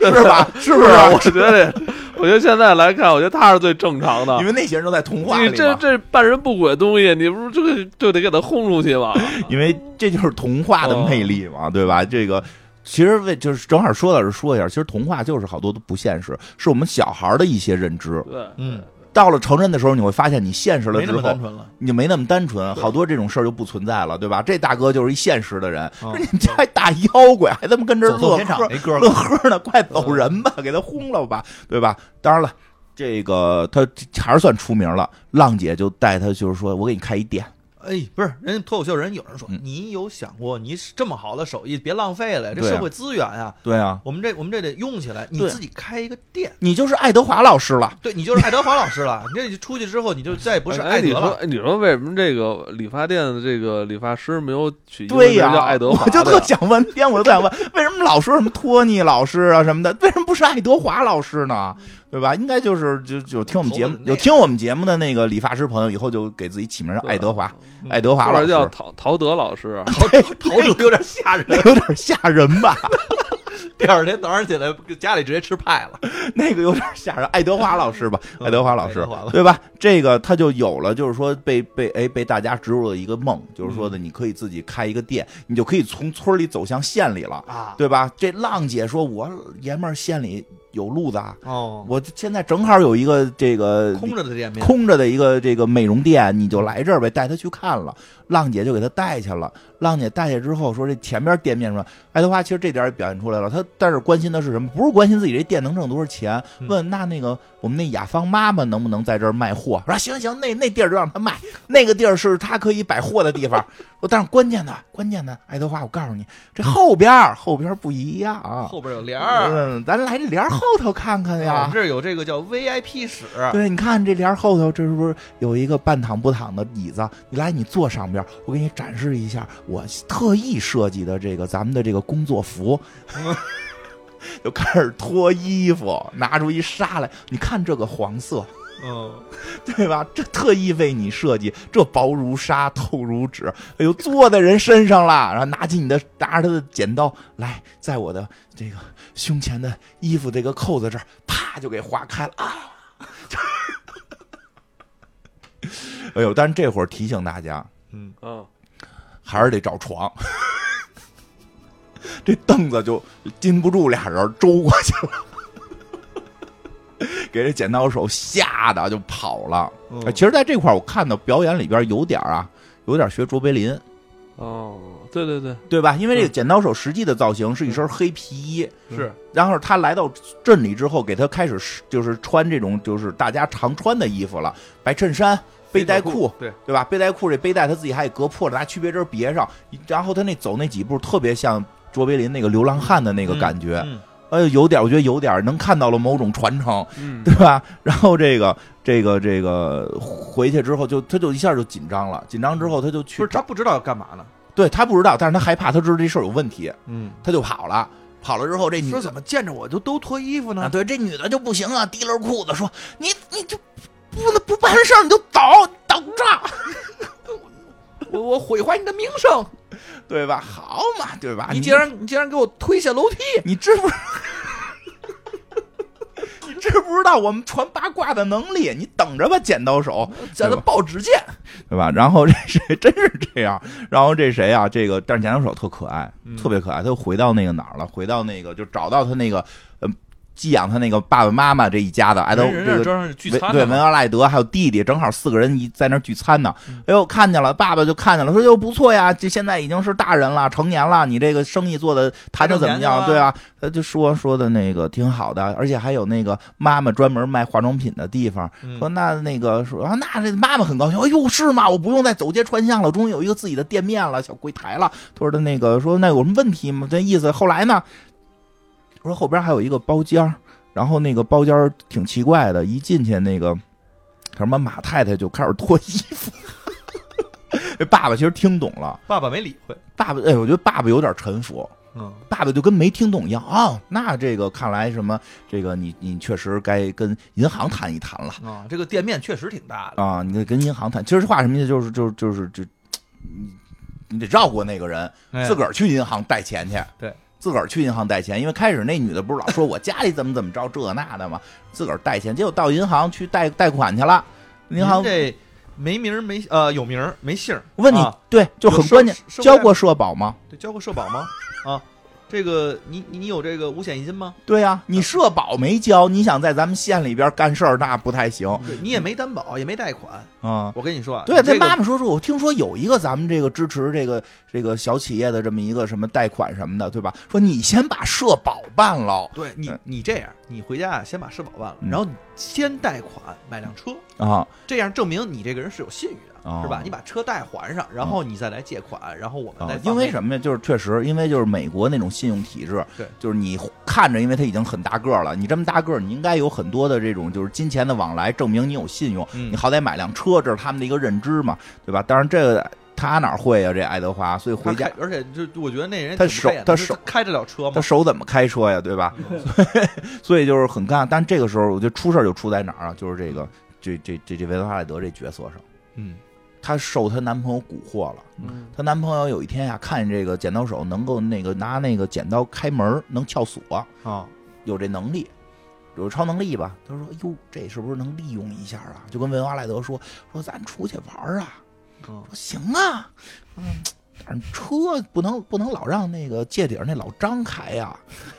是 *laughs* 吧？是不是？我觉得这，我觉得现在来看，我觉得他是最正常的 *laughs* 因。为那些人都在童话里你嘛这这半人不轨的东西，你不是这个就得给他轰出去 *laughs* 吗？因为这就是童话哦的魅力嘛，对吧？这个其实为就是正好说到这儿说一下，其实童话就是好多都不现实，是我们小孩儿的一些认知。对，嗯，到了成人的时候，你会发现你现实了没之那后么，单纯了。你就没那么单纯，好多这种事儿就不存在了，对吧？这大哥就是一现实的人，嗯说你们家一大妖怪还他妈跟这儿走错乐片场呵那歌乐呵呢，快走人吧，给他轰了吧，对吧？当然了，这个他还是算出名了，浪姐就带他，就是说我给你开一店，哎，不是，人家脱口秀人有人说，嗯你有想过，你这么好的手艺，别浪费了，这对啊社会资源啊，对啊，我们这我们这得用起来。你对啊自己开一个店，你就是爱德华老师了，对你就是爱德华老师了。你这出去之后，你就再也不是哎，爱你德说了。哎你说为什么这个理发店的这个理发师没有取一个对名呀、叫爱德华我的呀？就特想问，天，我就特想问，为什么老说什么托尼老师啊什么的，为什么不是爱德华老师呢？对吧？应该就是就就听我们节目头发那样有听我们节目的那个理发师朋友，以后就给自己起名叫对爱德华，嗯爱德华或老者师，叫陶陶德老师， *laughs* 逃逃走有点吓人。那 *laughs* 有点吓人吧？第二天早上起来，家里直接吃派了。 *laughs* 那个有点吓人，爱德华老师吧，嗯爱德华老爱师德华，了对吧？这个他就有了，就是说被被哎被大家植入了一个梦，就是嗯说的你可以自己开一个店，你就可以从村里走向县里了。啊，对吧？这浪姐说，我爷们儿县里有路子啊。哦，我现在正好有一个这个空着的店面，空着的一个这个美容店，你就来这儿呗，带他去看了。浪姐就给他带去了，浪姐带去之后说这前边店面上，爱德华其实这点也表现出来了，他但是关心的是什么？不是关心自己这店能挣多少钱，嗯问那那个我们那雅芳妈妈能不能在这儿卖货？说行行，那那地儿就让他卖，那个地儿是他可以摆货的地方。 *laughs* 我但是关键的关键的，爱德华，我告诉你，这后边儿后边儿不一样啊。后边有帘儿。嗯，咱来这帘儿后头看看我呀们。这儿有这个叫 VIP 室，对，你看这帘儿后头，这是不是有一个半躺不躺的椅子？你来，你坐上边儿，我给你展示一下我特意设计的这个咱们的这个工作服。 *laughs* 就开始脱衣服，拿出一纱来，你看这个黄色，嗯，对吧？这特意为你设计，这薄如纱，透如纸。哎呦，坐在人身上啦，然后拿起你的，拿着他的剪刀来，在我的这个胸前的衣服这个扣子这儿，啪就给划开了 *laughs* 啊！哎呦，但是这会儿提醒大家，啊，还是得找床。 *laughs* 这凳子就禁不住俩人周过去了， *laughs* 给这剪刀手吓得就跑了。嗯哎其实，在这块儿我看到表演里边有点儿啊，有点儿学卓别林，哦，对对对，对吧？因嗯为这个剪刀手实际的造型是一身黑皮衣，是然后他来到镇里之后，给他开始试就是穿这种就是大家常穿的衣服了，白衬衫、背带裤，对，对吧？背带裤这背带他自己还给割破了，拿区别针别上，然后他那走那几步特别像卓别林那个流浪汉的那这个感觉，嗯呃，有点我觉得有点能看到了某种传承，嗯对吧？然后这个这个这个回去之后就他就一下就紧张了，紧张之后他就去不是他找，不知道要干嘛呢，对他不知道，但是他害怕，他知道这事儿有问题，嗯，他就跑了。跑了之后，这女说的怎么见着我就都脱衣服啊，呢？对，这女的就不行啊，提溜裤子说：“你你就不能不办事儿，你就倒倒账，我我毁坏你的名声， *laughs* 对吧？好嘛，对吧？啊你你竟然你竟然给我推下楼梯，你知不知？ *laughs* 你知不知道我们传八卦的能力？你等着吧，剪刀手，咱们报纸见。对吧？然后这谁真是这样？然后这谁啊？这个但是剪刀手特可爱，嗯特别可爱。他又回到那个哪儿了？回到那个就找到他那个嗯。寄养他那个爸爸妈妈这一家的，哎，都人这人个这儿聚维餐对呢维嘛，奥赖德还有弟弟，正好四个人一在那儿聚餐呢嗯。哎呦，看见了，爸爸就看见了，说哟不错呀，这现在已经是大人了，成年了，你这个生意做的谈的怎么样？还挣钱呢对啊，他就说说的那个挺好的，而且还有那个妈妈专门卖化妆品的地方。嗯说那那个说啊，那这妈妈很高兴，哎呦是吗？我不用再走街串巷了，终于有一个自己的店面了，小柜台了。他说的那个说那有什么问题吗？这意思后来呢？我说后边还有一个包间儿然后那个包间儿挺奇怪的，一进去那个什么马太太就开始脱衣服。这 *laughs* 爸爸其实听懂了，爸爸没理会，爸爸哎，我觉得爸爸有点臣服，嗯，爸爸就跟没听懂一样啊、哦那这个看来什么这个你你确实该跟银行谈一谈了。啊，这个店面确实挺大的，啊，你得跟银行谈。其实话什么意思？就是就是就是就，你你得绕过那个人，哎自个儿去银行贷钱去。对。自个儿去银行贷钱，因为开始那女的不是老说我家里怎么怎么着这那的嘛，自个儿贷钱，结果到银行去贷贷款去了。银行您这没名儿没呃有名儿没姓儿，问你、啊对，就有很社关键，社会交贷过社保吗？对交过社保吗？啊，这个你你你有这个五险一金吗？对呀、你社保没交，你想在咱们县里边干事儿那不太行对你也没担保，也没贷款。啊。我跟你说啊，对，这那个妈妈说说，我听说有一个咱们这个支持这个这个小企业的这么一个什么贷款什么的，对吧？说你先把社保办了对你嗯你这样，你回家啊先把社保办了，嗯然后你先贷款买辆车，啊，这样证明你这个人是有信誉哦的，是吧？你把车贷还上，然后你再来借款，然后我们啊再因为么？什么呀？就是确实，因为就是美国那种信用体制，对，就是你看着，因为他已经很大个儿了，你这么大个儿，你应该有很多的这种就是金钱的往来，证明你有信用，嗯你好歹买辆车，这是他们的一个认知嘛，对吧？当然这个他哪会呀、这爱德华，所以他回家开，而且就我觉得那人他挺手不配的他就是手开得了车他吗？嗯手怎么开车呀，对吧？ *laughs* 所以就是很尴尬。但这个时候，我觉得出事儿就出在哪儿啊？就是这个这这这这维多哈莱德这角色上，嗯她受她男朋友蛊惑了。嗯她男朋友有一天呀、看见这个剪刀手能够那个拿那个剪刀开门，能撬锁，啊，有这能力。有超能力吧？他说：“哟，这是不是能利用一下啊？”就跟维多哈莱德说：“说咱出去玩儿啊，嗯说行啊，嗯，但是车不能不能老让那个界顶那老张开呀，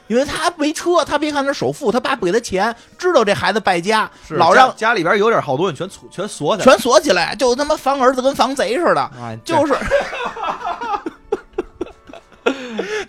因为他没车，他别看他首付，他爸不给他钱，知道这孩子败家，是老家让家里边有点好多，你全锁全锁起来，全锁起来，就他妈防儿子跟防贼似的，哎就是， *laughs*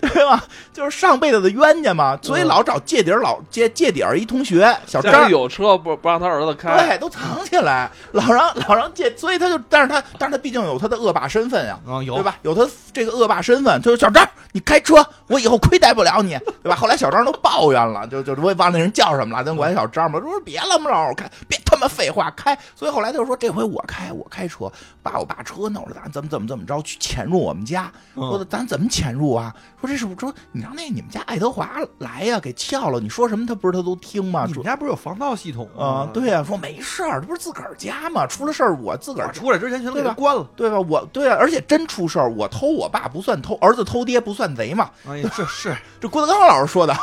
对吧？就是上辈子的冤家嘛，所以老找界底儿老界界底儿一同学小嗯家张里，有车不不让他儿子开，对，都藏起来，老让老让界，所以他就，但是他但是他毕竟有他的恶霸身份呀、啊有对？吧？有他这个恶霸身份，就是小张，你开车，我以后亏待不了你，对吧？后来小张都抱怨了，就就我也忘了那人叫什么了，咱管小张吧，说别了嘛，老开，别他妈废话开。所以后来就说这回我开，我开车，把我爸车弄了，咱怎么怎么怎么着去潜入我们家？嗯说咱怎么潜入啊？说这是不是说你让那你们家爱德华来呀、给撬了？你说什么他不是他都听吗？你们说家嗯不是有防盗系统啊、对呀、说没事儿，这不是自个儿家吗？出了事儿我自个儿我出来之前全都给对吧它关了。对吧？我对啊，而且真出事儿，我偷我爸不算偷，儿子偷爹不算贼嘛。哎呀，这是这郭德纲老师说的，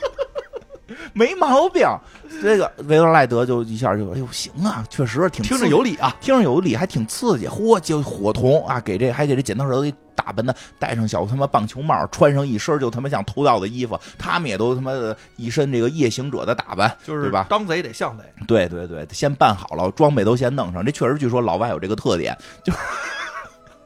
*laughs* 没毛病。这个维罗赖德就一下就哎呦行啊，确实挺听刺着激有理啊。 *laughs* 听着有理，还挺刺激。嚯，就伙同啊，给这还给这剪刀石头给打扮的，戴上小他妈棒球帽，穿上一身就他妈像偷盗的衣服，他们也都他妈的一身这个夜行者的打扮， *laughs* 就是对吧？当贼得像贼，对对对，先办好了，装备都先弄上。这确实，据说老外有这个特点，就是 *laughs*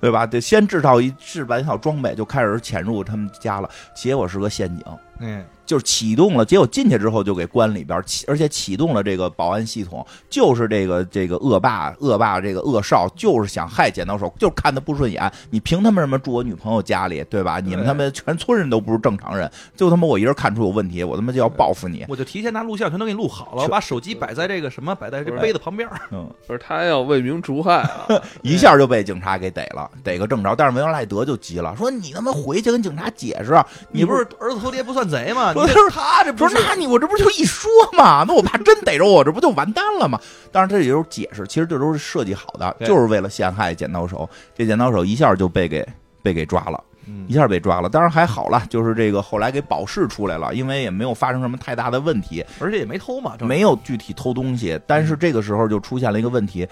对吧？得先制造一制完一套装备，就开始潜入他们家了。结果是个陷阱，嗯，就是启动了。结果进去之后就给关里边，启而且启动了这个保安系统，就是这个这个恶霸恶霸这个恶少，就是想害剪刀手，就是看他不顺眼。你凭他们什么住我女朋友家里，对吧？你们对他妈全村人都不是正常人，就他妈我一人看出有问题，我他妈就要报复你。我就提前拿录像全都给你录好了，我把手机摆在这个什么，摆在这不是杯子旁边儿。嗯。不是他要为民除害 *laughs* 啊，一下就被警察给逮了，逮个正着。但是维罗赖德就急了，说：“你他妈回去跟警察解释， *laughs* 你你不不是是儿子偷爹不算 *laughs* 贼吗？你不这是他这不不是？那你我这不就一说嘛？那我爸真逮着我，这不就完蛋了吗？”当然，这也就是解释，其实这都是设计好的，对就是为了陷害剪刀手。这剪刀手一下就被给被给抓了。嗯一下被抓了，当然还好了，就是这个后来给保释出来了，因为也没有发生什么太大的问题，而且也没偷嘛，这没有具体偷东西。但嗯是这个时候就出现了一个问题，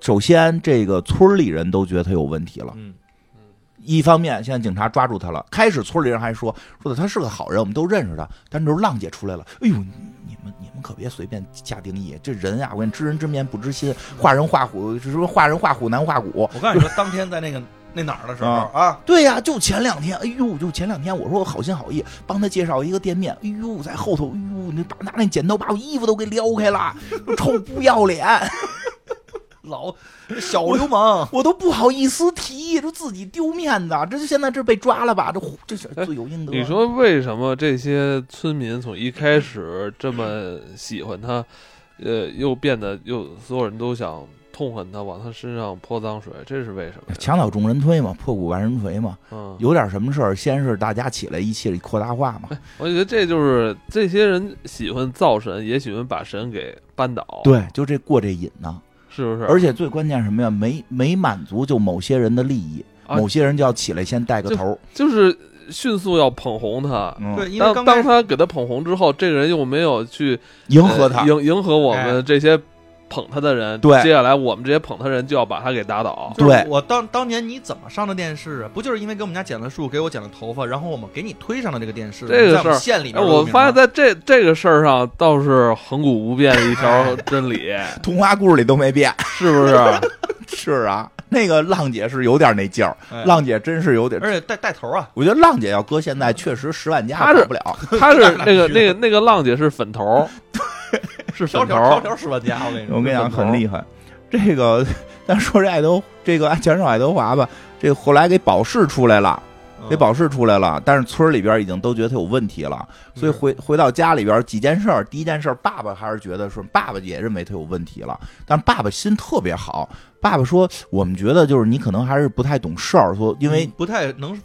首先这个村里人都觉得他有问题了，嗯，一方面，现在警察抓住他了。开始村里人还说说的他是个好人，我们都认识他。但是浪姐出来了，哎呦，你你们你们可别随便下定义，这人啊，我跟你知人知面不知心，画人画虎，是说画人画虎难画骨。我告诉你说，当天在那个那哪儿的时候啊，对呀、就前两天，哎呦，就前两天，我说我好心好意帮他介绍一个店面，哎呦，在后头，哎呦，你把拿那剪刀把我衣服都给撩开了， *laughs* 臭不要 *laughs* 脸，老小流氓，我都不好意思提，就自己丢面子。这就现在这被抓了吧，这这是罪有应得。你说为什么这些村民从一开始这么喜欢他，呃，又变得又所有人都想痛恨他，往他身上泼脏水，这是为什么呀？墙倒众人推嘛，破鼓万人锤嘛，嗯，有点什么事儿，先是大家起来一气扩大化嘛。我觉得这就是这些人喜欢造神，也喜欢把神给扳倒，，对，就这过这瘾呢。是不是？而且最关键是什么呀？没没满足就某些人的利益，啊某些人就要起来先带个头。就是迅速要捧红他。嗯，对，因为当刚当开始他给他捧红之后，这个人又没有去迎合他呃。迎迎合我哎们这些捧他的人，对接下来我们这些捧他人就要把他给打倒。就是对我当当年你怎么上的电视啊？不就是因为给我们家剪了树，给我剪了头发，然后我们给你推上的这个电视，这个你在我们事儿县里哎，边有名吗，我发现在这这个事儿上倒是恒古不变的一条真理，童话故事里都没变。 *laughs* 是不是？是啊，那个浪姐是有点那劲儿，哎浪姐真是有点。而且带带头啊，我觉得浪姐要搁现在，确实十万加她是跑不了。 *laughs* 他 *laughs* 是那个那个那个浪姐是粉头，是条粉条条头，条十万加，我跟我你说跟，你讲，粉头很厉害。这个， *laughs* 咱说这爱德，这个前手爱德华吧，这后来给保释出来了。嗯这保释出来了，但是村儿里边已经都觉得他有问题了，嗯所以回回到家里边几件事儿，第一件事儿，爸爸还是觉得说，爸爸也认为他有问题了，但爸爸心特别好，爸爸说，我们觉得就是你可能还是不太懂事儿，说因为嗯不太能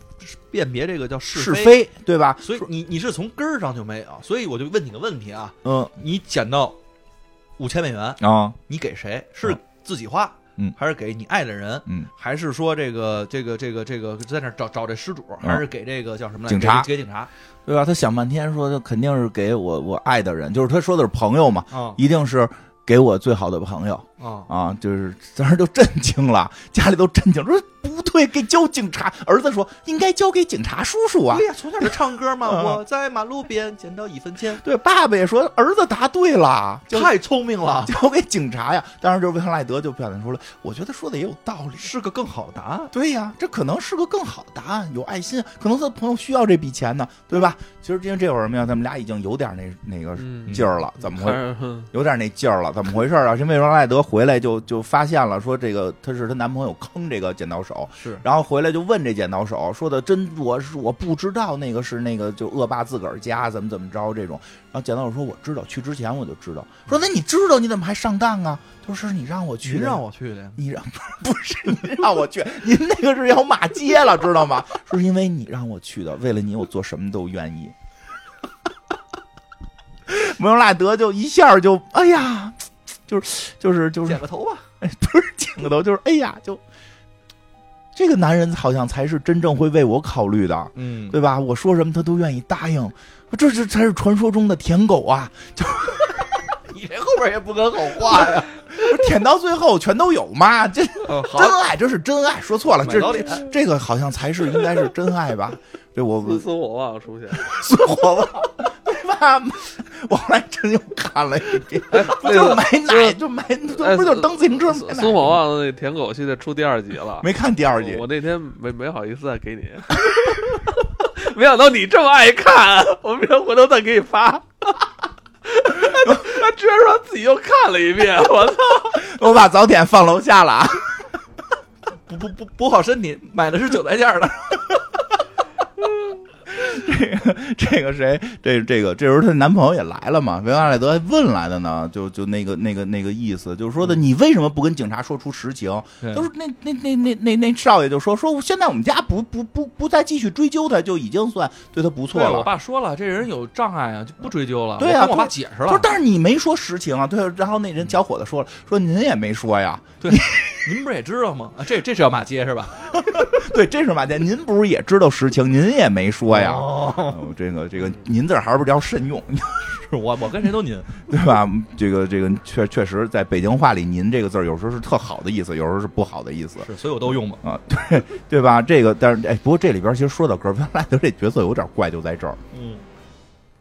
辨别这个叫是非。非，对吧？所以你你是从根儿上就没有，所以我就问你个问题啊，嗯你捡到五千美元，啊，你给谁？是嗯自己花，嗯还是给你爱的人，嗯，还是说这个这个这个这个在那儿找找这失主，嗯还是给这个叫什么来警察给给警察对吧？他想半天说，肯定是给我我爱的人，就是他说的是朋友嘛，啊？一定是给我最好的朋友，啊，啊，就是当时就震惊了，家里都震惊，说不对，给交警察。儿子说应该交给警察叔叔啊。对呀，从小就唱歌嘛。啊我在马路边捡到一分 *laughs* 钱，对，爸爸也说儿子答对了，交太聪明了， *laughs* 交给警察呀。当时就是维克赖德就表现出了，我觉得说的也有道理。是个更好的答案。对呀，这可能是个更好的答案，有爱心，可能他的朋友需要这笔钱呢，对吧？其实今天这会儿没有，咱们俩已经有点那那个嗯劲儿了，怎么回还是哼有点那劲儿了，怎么回事啊？是因为罗赖德回来就就发现了，说这个她是她男朋友坑这个剪刀手，是然后回来就问这剪刀手，说的真我是我不知道那个是那个就恶霸自个儿家怎么怎么着这种，然后剪刀手说我知道，去之前我就知道，说那你知道你怎么还上当啊？他说是你让我去您的，让我去的呀，你让 *laughs* 不是您让我去，您那个是要骂街了，知道吗？ *laughs* 说是因为你让我去的，为了你我做什么都愿意。 *laughs* 梅隆赖德就一下就哎呀，就是就是就是剪个头吧。不是剪个头，就是哎呀，就这个男人好像才是真正会为我考虑的。嗯对吧？我说什么他都愿意答应，这这才是传说中的舔狗啊！就你这后边也不跟好话呀，舔到最后全都有嘛，这嗯，好，真爱，这是真爱，说错了，买这早这这个好像才是应该是真爱吧？对我你死我吧，出现。死火吧，对吧？我后来真又看了一遍，哎那不就是个买奶就买，哎不就是蹬自行车买奶苏某旺的那舔狗系列出第二集了，没看第二集我，那天没没好意思再给你， *laughs* 没想到你这么爱看，我明天回头再给你发。他居然说自己又看了一遍，我操！我把早点放楼下了啊。补补补补好身体，买的是九台件的。 *laughs* 这个谁，这这个这时候她男朋友也来了嘛，维瓦莱德还问来的呢，就就那个那个那个意思，就是说嗯的你为什么不跟警察说出实情？对都是那那那那那那少爷就说说现在我们家不不不不再继续追究他，就已经算对他不错对，我了。爸说了，这人有障碍啊，就不追究了。对呀，啊我跟我爸对解释他说了：“，但是你没说实情啊。”对，然后那人小伙子说了：“说您也没说呀。您不是也知道吗？啊，这这是要骂街是吧？ *laughs* 对，这是马健，您不是也知道实情，您也没说呀。哦，哦这个这个“您”字儿还是比较慎用， *laughs* 是我我跟谁都您，对吧？这个这个确确实，在北京话里，“您”这个字儿有时候是特好的意思，有时候是不好的意思。是所以我都用嘛。啊，对对吧？这个，但是哎，不过这里边其实说到格温莱德这角色有点怪，就在这儿。嗯，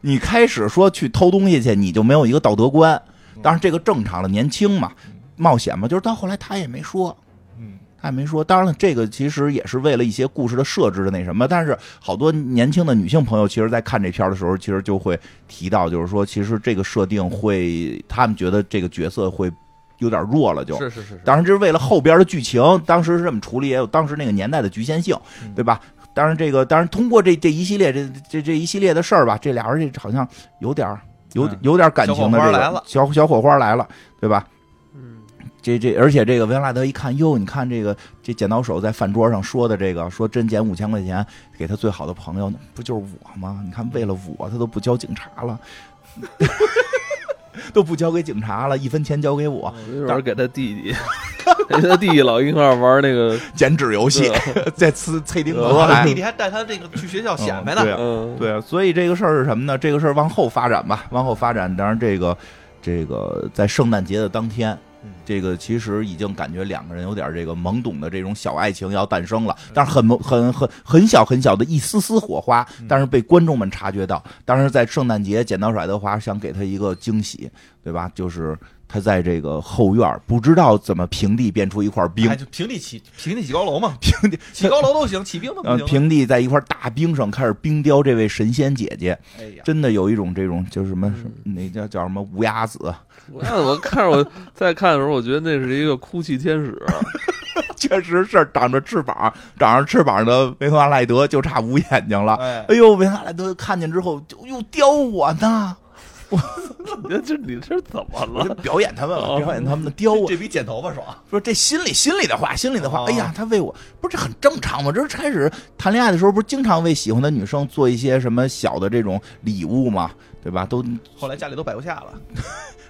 你开始说去偷东西去，你就没有一个道德观，当然这个正常了，年轻嘛，冒险嘛，就是到后来他也没说。嗯，他也没说，当然了，这个其实也是为了一些故事的设置的那什么。但是好多年轻的女性朋友，其实在看这片儿的时候，其实就会提到，就是说，其实这个设定会，他们觉得这个角色会有点弱了就，是是是是，当然，这是为了后边的剧情，当时是这么处理，也有当时那个年代的局限性嗯，对吧？当然，这个当然通过这这一系列这这这一系列的事儿吧，这俩人这好像有点儿有嗯有点感情的小火花这来了个小小火花来了，对吧？嗯，这这，而且这个维拉德一看，哟，你看这个这剪刀手在饭桌上说的这个，说真捡五千块钱给他最好的朋友，不就是我吗？你看为了我，他都不交警察了， *laughs* 都不交给警察了，一分钱交给我，嗯一会儿给他弟弟， *laughs* 给他弟弟老一块儿玩那 *laughs* 个，剪纸游戏， *laughs* 在呲脆丁格我还弟弟还带他这个去学校显摆呢嗯哎对。啊嗯，对啊，所以这个事儿是什么呢？这个事儿往后发展吧，往后发展。当然，这个这个在圣诞节的当天嗯，这个其实已经感觉两个人有点这个懵懂的这种小爱情要诞生了，嗯但是很懵很很很小很小的一丝丝火花，嗯但是被观众们察觉到。当时在圣诞节，剪刀甩德华想给他一个惊喜，对吧？就是他在这个后院儿不知道怎么平地变出一块冰哎，，就平地起平地起高楼嘛， *laughs* 平地起高楼都行，起冰都呃不行。平地在一块大冰上开始冰雕这位神仙姐姐。哎呀，真的有一种这种就是什嗯么什么那叫叫什么无崖子， *laughs* 我看我看着我在看的时候，我觉得那是一个哭泣天使， *laughs* 确实是长着翅膀，长着翅膀的维克拉赖德就差无眼睛了。哎哎，呦，维克拉赖德看见之后就又叼我 *laughs* 呢，你这这你这怎么我就了？表演他们了，哦表演他们的叼我。这比剪头发爽。说这心里心里的话，心里的话，哦哎呀，他为我不是这很正常吗？这是开始谈恋爱的时候，不是经常为喜欢的女生做一些什么小的这种礼物吗？对吧？都后来家里都摆不下了，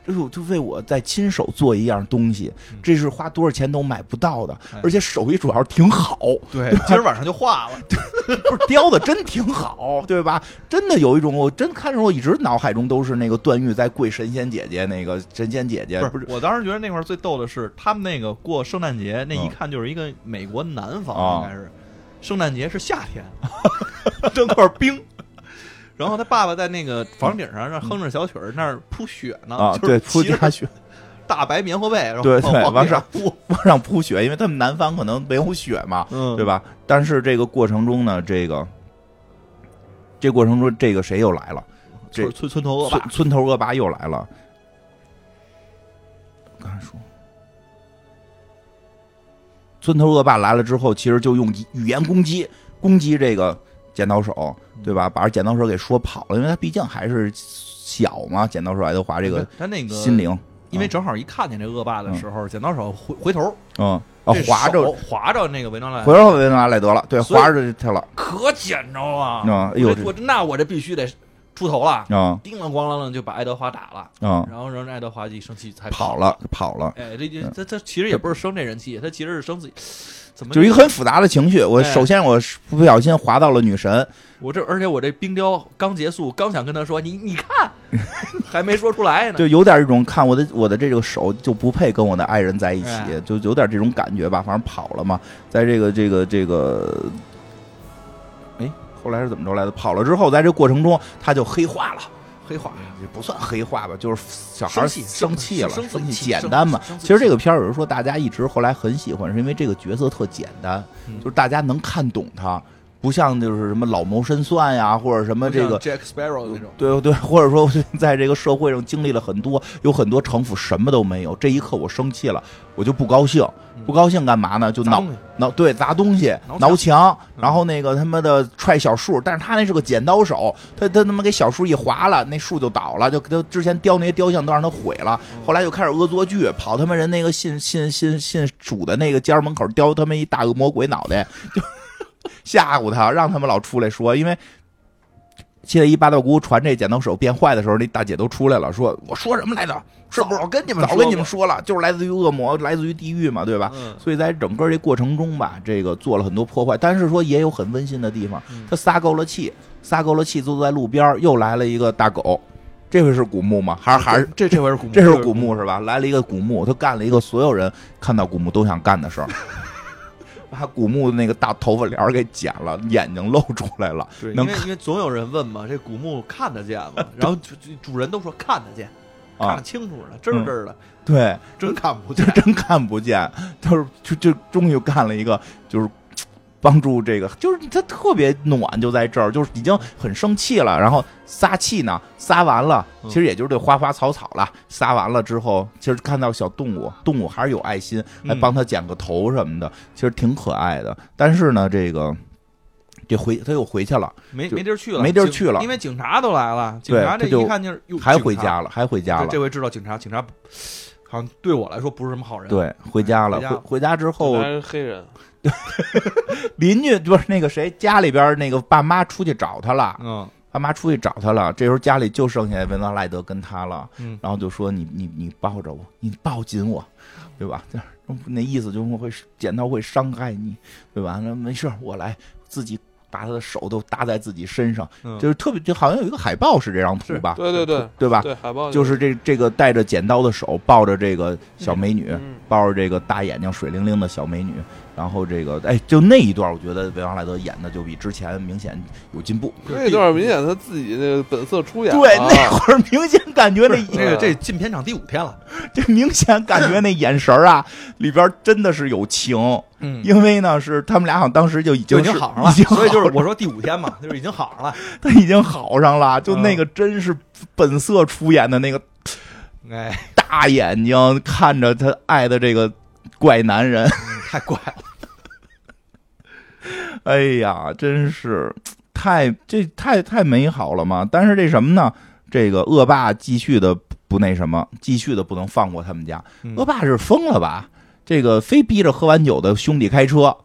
这是我哎就为我在亲手做一样东西，嗯这是花多少钱都买不到的，哎而且手艺主要是挺好，对，今儿晚上就化了。不是雕的真挺好，对吧？真的有一种，我真看着我一直脑海中都是那个段誉在跪神仙姐姐那个神仙姐姐，不是，我当时觉得那块儿最逗的是，他们那个过圣诞节，那嗯一看就是一个美国南啊方，应该是圣诞节是夏 *laughs* 天，扔块冰。然后他爸爸在那个房顶上，那儿哼着小曲儿，那儿铺雪呢，啊，就是对，铺骑着家雪，大白棉花被，然后对往对往往上上铺， *laughs* 往上铺雪，因为他们南方可能没有雪嘛，嗯对吧？但是这个过程中呢，这个这过程中，这个谁又来了？这村村村头恶霸村，村头恶霸又来了。我刚才说，村头恶霸来了之后，其实就用语语言攻击攻击这个剪刀手，嗯对吧？把剪刀手给说跑了，因为他毕竟还是小嘛。剪刀手爱德华这个他那个心，灵，因为正好一看见这恶霸的时候，剪刀手回回头，嗯啊这，划着手划着那个维纳莱，回头维纳莱德了，对，所以划着他了，可捡着了。啊，哎呦我这这我这那我这必须得出头了，啊叮了咣啷的就把爱德华打了，啊然后让爱德华一生气才跑。了嗯跑了。哎，这这这这其实也不是生这人气，他其实是生自 *laughs* 己怎么就一个很复杂的情绪，我哎首先我是不小心滑到了女神，我这而且我这冰雕刚结束，刚想跟他说你你 *laughs* 看，还没说出来呢。就有点一种看我的我的这个手就不配跟我的爱人在一起哎，就有点这种感觉吧。反正跑了嘛，在这个这个这个，哎，后来是怎么着来的？跑了之后，在这过程中他就黑化了，黑化也不算黑化吧，就是小孩生儿气生气了，生生气气简单嘛。生气其实这个片儿有人说大家一直后来很喜欢，是因为这个角色特简单，嗯就是大家能看懂他，不像就是什么老谋深算呀，或者什么这个 Jack Sparrow 那种，对对，或者说在这个社会上经历了很多，有很多城府什么都没有。这一刻我生气了，我就不高兴，不高兴干嘛呢？就砸挠东西挠对砸东西、挠墙挠墙，嗯然后那个他妈的踹小树，但是他那是个剪刀手，他他他妈给小树一划了，那树就倒了，就他之前雕那些雕像都让他毁了。后来就开始恶作剧，跑他妈人那个信信信信主的那个家门口雕他妈一大恶魔鬼脑袋，就吓唬他，让他们老出来说，因为现在一八道姑传这剪刀手变坏的时候，那大姐都出来了，说我说什么来着？是不是我跟你们早说跟你过们说了，就是来自于恶魔，来自于地狱嘛，对吧？嗯所以在整个这过程中吧，这个做了很多破坏，但是说也有很温馨的地方嗯。他撒够了气，撒够了气，坐在路边儿又来了一个大狗，这回是古墓吗？还是还是这这回是古墓，这嗯是古墓是吧？来了一个古墓，他干了一个所有人看到古墓都想干的 *laughs* 事儿，把古墓的那个大头发帘儿给剪了，眼睛露出来了，对，因能为因为总有人问嘛，这古墓看得见 *laughs* 吗？然后就就主人都说看得见，看啊嗯得，清楚呢，真儿真儿的，对，真看不就 *laughs* 见。真看不见，就是就就终于干了一个就是。帮助这个就是他特别暖，就在这儿，就是已经很生气了，然后撒气呢，撒完了，嗯其实也就是对花花草草了，撒完了之后，其实看到小动物，动物还是有爱心，还哎嗯帮他剪个头什么的，其实挺可爱的。但是呢，这个这回他又回去了，没就没地儿去了，没地儿警去了因为警察都来了，警对察这他就一看就是哟还回警察家了，还回家对，了。这回知道警察，警察好像对我来说不是什么好人。，对，回家了。回回家回家之后还，是黑人，邻居不是那个谁，家里边那个爸妈出去找他了，嗯，爸妈出去找他了。这时候家里就剩下文德赖德跟他了，嗯然后就说你你你抱着我，你抱紧我，对吧？ *laughs* 就是那意思就是会剪刀会伤害你，对吧？那没事儿，我来自己。把他的手都搭在自己身上，嗯就是特别，就好像有一个海报是这张图吧？对对对对吧？对海报就是这这个带着剪刀的手抱着这个小美女，嗯抱着这个大眼睛水灵灵的小美女，然后这个哎，就那一段，我觉得维昂莱德演的就比之前明显有进步。就是那段明显他自己那个本色出演了对，啊，那会儿明显感觉那这个这进片场第五天了，这明显感觉那眼神儿啊， *laughs* 里边真的是有情，嗯因为呢是他们俩好像当时就已经就已经是好上了，已经所以就好是我说第五天嘛，就是已经好上了。 *laughs* 他已经好上了，就嗯那个真是本色出演的那个哎，大眼睛看着他爱的这个怪男人，嗯太怪了，哎呀，真是太这太太美好了嘛！但是这什么呢？这个恶霸继续的不那什么，继续的不能放过他们家。嗯恶霸是疯了吧？这个非逼着喝完酒的兄弟开车，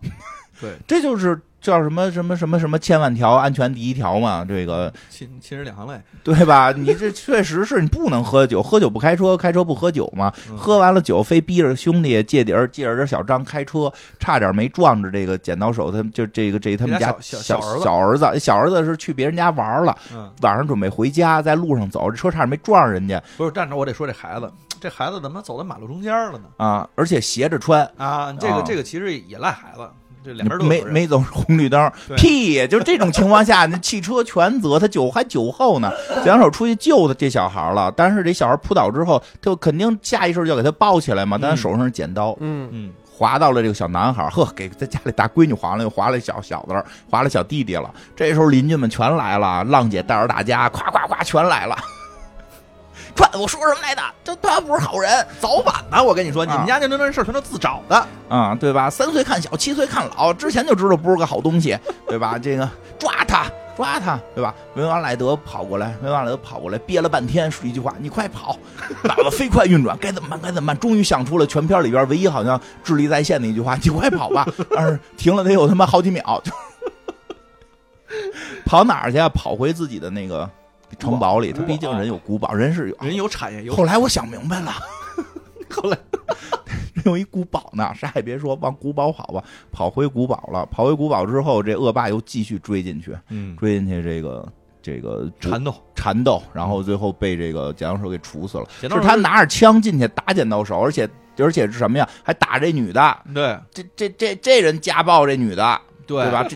对，这就是叫什么什么什么什么千万条安全第一条嘛，这个亲亲人两行泪，对吧？你这确实是你不能喝酒，喝酒不开车，开车不喝酒嘛。嗯喝完了酒，非逼着兄弟借点儿借着点儿小张开车，差点没撞着这个剪刀手他们，就这个这他们人家家小小小小儿子小儿子，小儿子是去别人家玩了，嗯，晚上准备回家，在路上走，这车差点没撞上人家不是，但是我得说这孩子，这孩子怎么走到马路中间了呢？啊，而且斜着穿。啊，这个啊这个其实也赖孩子，这两边都有没责任没走红绿灯，对屁！就这种情况下，那汽车全责，他酒还酒后 *laughs* 呢，两手出去救的这小孩了，但是这小孩扑倒之后，他就肯定下意识就要给他抱起来嘛，但他嗯手上是剪刀，嗯，嗯，划到了这个小男孩，呵，给在家里大闺女划了，又划了小小子了，划了小弟弟了。这时候邻居们全来了，浪姐带着大家，夸夸夸全来了。 *laughs* 快，我说什么来的？这他不是好人，早晚呢，我跟你说，啊你们家那那那事儿全都自找的，啊、对吧？三岁看小，七岁看老，之前就知道不是个好东西，对吧？这个抓他，抓他，对吧？维瓦莱德跑过来，维瓦莱德跑过来，憋了半天，说一句话：“你快跑！”脑子飞快运转，该怎么办？该怎么办？终于想出了全片里边唯一好像智力在线的一句话：“你快跑吧！”但是停了得有他妈好几秒，就跑哪儿去啊？跑回自己的那个城堡啊里，他毕竟人有古堡，人是有人有产业有，后来我想明白了， *laughs* *laughs* 后来有一古堡呢，啥也别说，往古堡跑吧，跑回古堡了。跑回古堡之后，这恶霸又继续追进去，嗯，追进去这个这个缠斗，缠斗，然后最后被这个剪刀手给处死了。剪刀是手他拿着枪进去打剪刀手，而且而且是什么呀？还打这女的，对这这这这人家暴这女的，对对吧？？这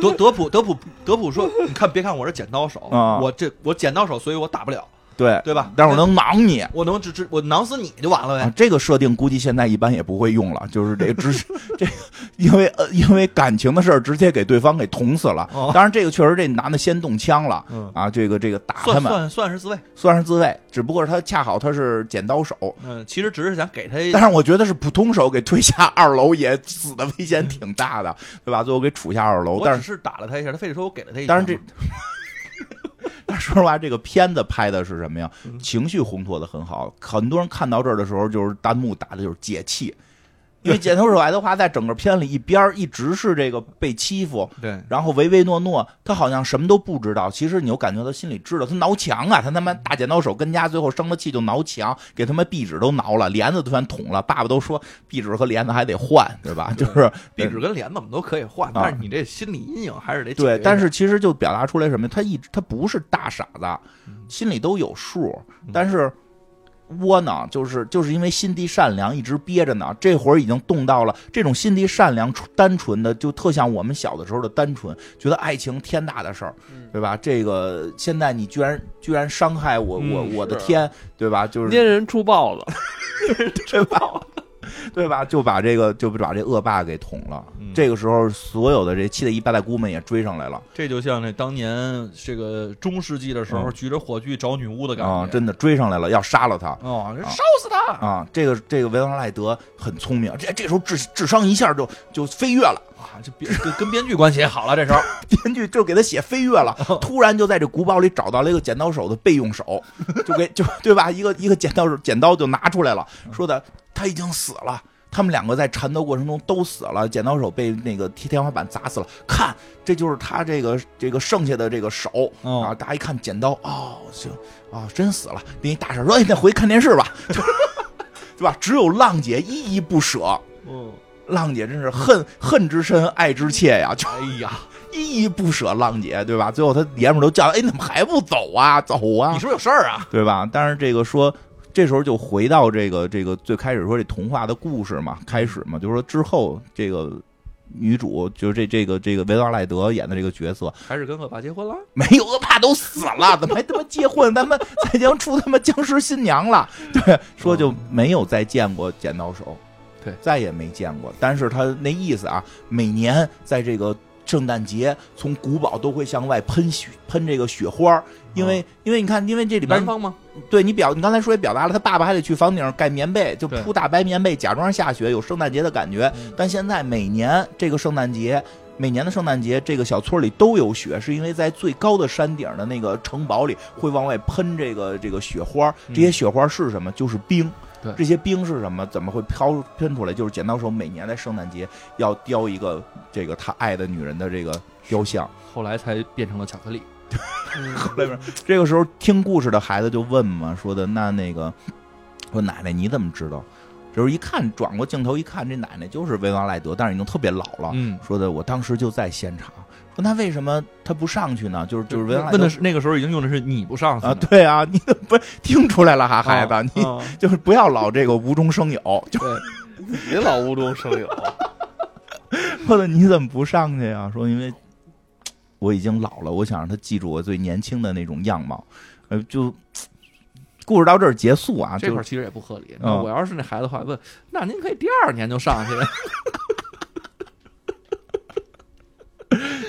德德普德普德普说，你看别看我是剪刀手，啊我这我剪刀手，所以我打不了，对， *laughs* 对吧？但是我能囊你。我能只只我囊死你就完了啊呗，，这个设定估计现在一般也不会用了，就是这个直这个，因为呃因为感情的事儿直接给对方给捅死了。哦当然，这个确实这男的先动枪了。嗯，啊，这个这个打他算们算算是自卫，算是自卫，只不过是他恰好他是剪刀手，嗯，其实只是想给他但是我觉得是普通手给推下二楼也死的危险挺大的，对吧？最后给杵下二楼，我但只是是打了他一下，他非得说我给了他一下。当然这， *laughs* 但说实话，这个片子拍的是什么呀？情绪烘托的很好，很多人看到这儿的时候，就是弹幕打的就是解气，因为剪头手爱德华在整个片里一边儿一直是这个被欺负。对，然后唯唯诺诺，他好像什么都不知道。其实你又感觉到心里知道，他挠墙啊，他他妈大剪刀手跟家最后生了气就挠墙，给他妈壁纸都挠了，帘子都全捅了。爸爸都说壁纸和帘子还得换，对吧？就是壁纸跟帘子我们都可以换，但是你这心理阴影还是得解决对，的但是其实就表达出来什么，他一直他不是大傻子嗯，心里都有数，但是。窝囊就是就是因为心地善良一直憋着呢，这会儿已经动到了这种心地善良、纯单纯的，就特像我们小的时候的单纯，觉得爱情天大的事儿，对吧？这个现在你居然居然伤害我我嗯我的是天，对吧？就是捏人出豹子，对吧？ *laughs* 对吧？就把这个就把这恶霸给捅了。嗯这个时候，所有的这七大姨八大姑们也追上来了这就像那当年这个中世纪的时候嗯举着火炬找女巫的感觉啊、真的追上来了，要杀了他。哦，人啊烧死他！啊，这个这个维瓦赖德很聪明，这这时候智智商一下就就飞跃了，啊，这编跟跟编剧关系也好了，这时候编剧就给他写飞跃了，突然就在这古堡里找到了一个剪刀手的备用手， *laughs* 就给就对吧？一个一个剪刀手剪刀就拿出来了，说的他已经死了。他们两个在缠斗过程中都死了，剪刀手被那个天天花板砸死了。看，这就是他这个这个剩下的这个手、哦啊！大家一看剪刀，哦，行，哦，真死了。另一大婶说：“哎，那回去看电视吧， *laughs* 对吧？”只有浪姐依依不舍，嗯，浪姐真是恨恨之深，爱之切呀，就哎呀，依依不舍浪姐，对吧？最后她爷们儿都叫，哎，你怎么还不走啊？走啊你，是不是有事儿啊？对吧？但是这个说，这时候就回到这个这个最开始说这童话的故事嘛，开始嘛，就是说之后这个女主就是这这个这个维瓦赖德演的这个角色，还是跟恶霸结婚了？没有恶霸都死了， *laughs* 怎么还他妈结婚？他们再将出他妈僵尸新娘了，嗯对，说就没有再见过剪刀手，对再也没见过。但是他那意思啊，每年在这个圣诞节，从古堡都会向外喷雪喷这个雪花儿，因为、因为你看，因为这里边嗯南方吗？对你表，你刚才说也表达了，他爸爸还得去房顶上盖棉被，就对铺大白棉被，假装下雪，有圣诞节的感觉。嗯但现在每年这个圣诞节，每年的圣诞节，这个小村里都有雪，是因为在最高的山顶的那个城堡里会往外喷这个这个雪花。这些雪花是什么？就是冰，对这些兵是什么？怎么会飘喷出来？就是剪刀手每年在圣诞节要雕一个这个他爱的女人的这个雕像。后来才变成了巧克力。后来边这个时候听故事的孩子就问嘛，说的那那个， *laughs* 说奶奶你怎么知道？就是一看转过镜头一看，这奶奶就是维瓦赖德，但是已经特别老了。嗯，说的我当时就在现场，说那为什么他不上去呢？就是就是维瓦赖问德的是那个时候已经用的是你不上去啊，呢对啊，你怎么不听出来了哈，孩子，啊你啊就是不要老这个无中生有， *laughs* 就别老无中 *laughs* 生有。说的你怎么不上去啊？说因为我已经老了，我想让他记住我最年轻的那种样貌，呃，就故事到这儿结束啊，这就块儿其实也不合理。那我要是那孩子的话，问那您可以第二年就 *laughs* 上去。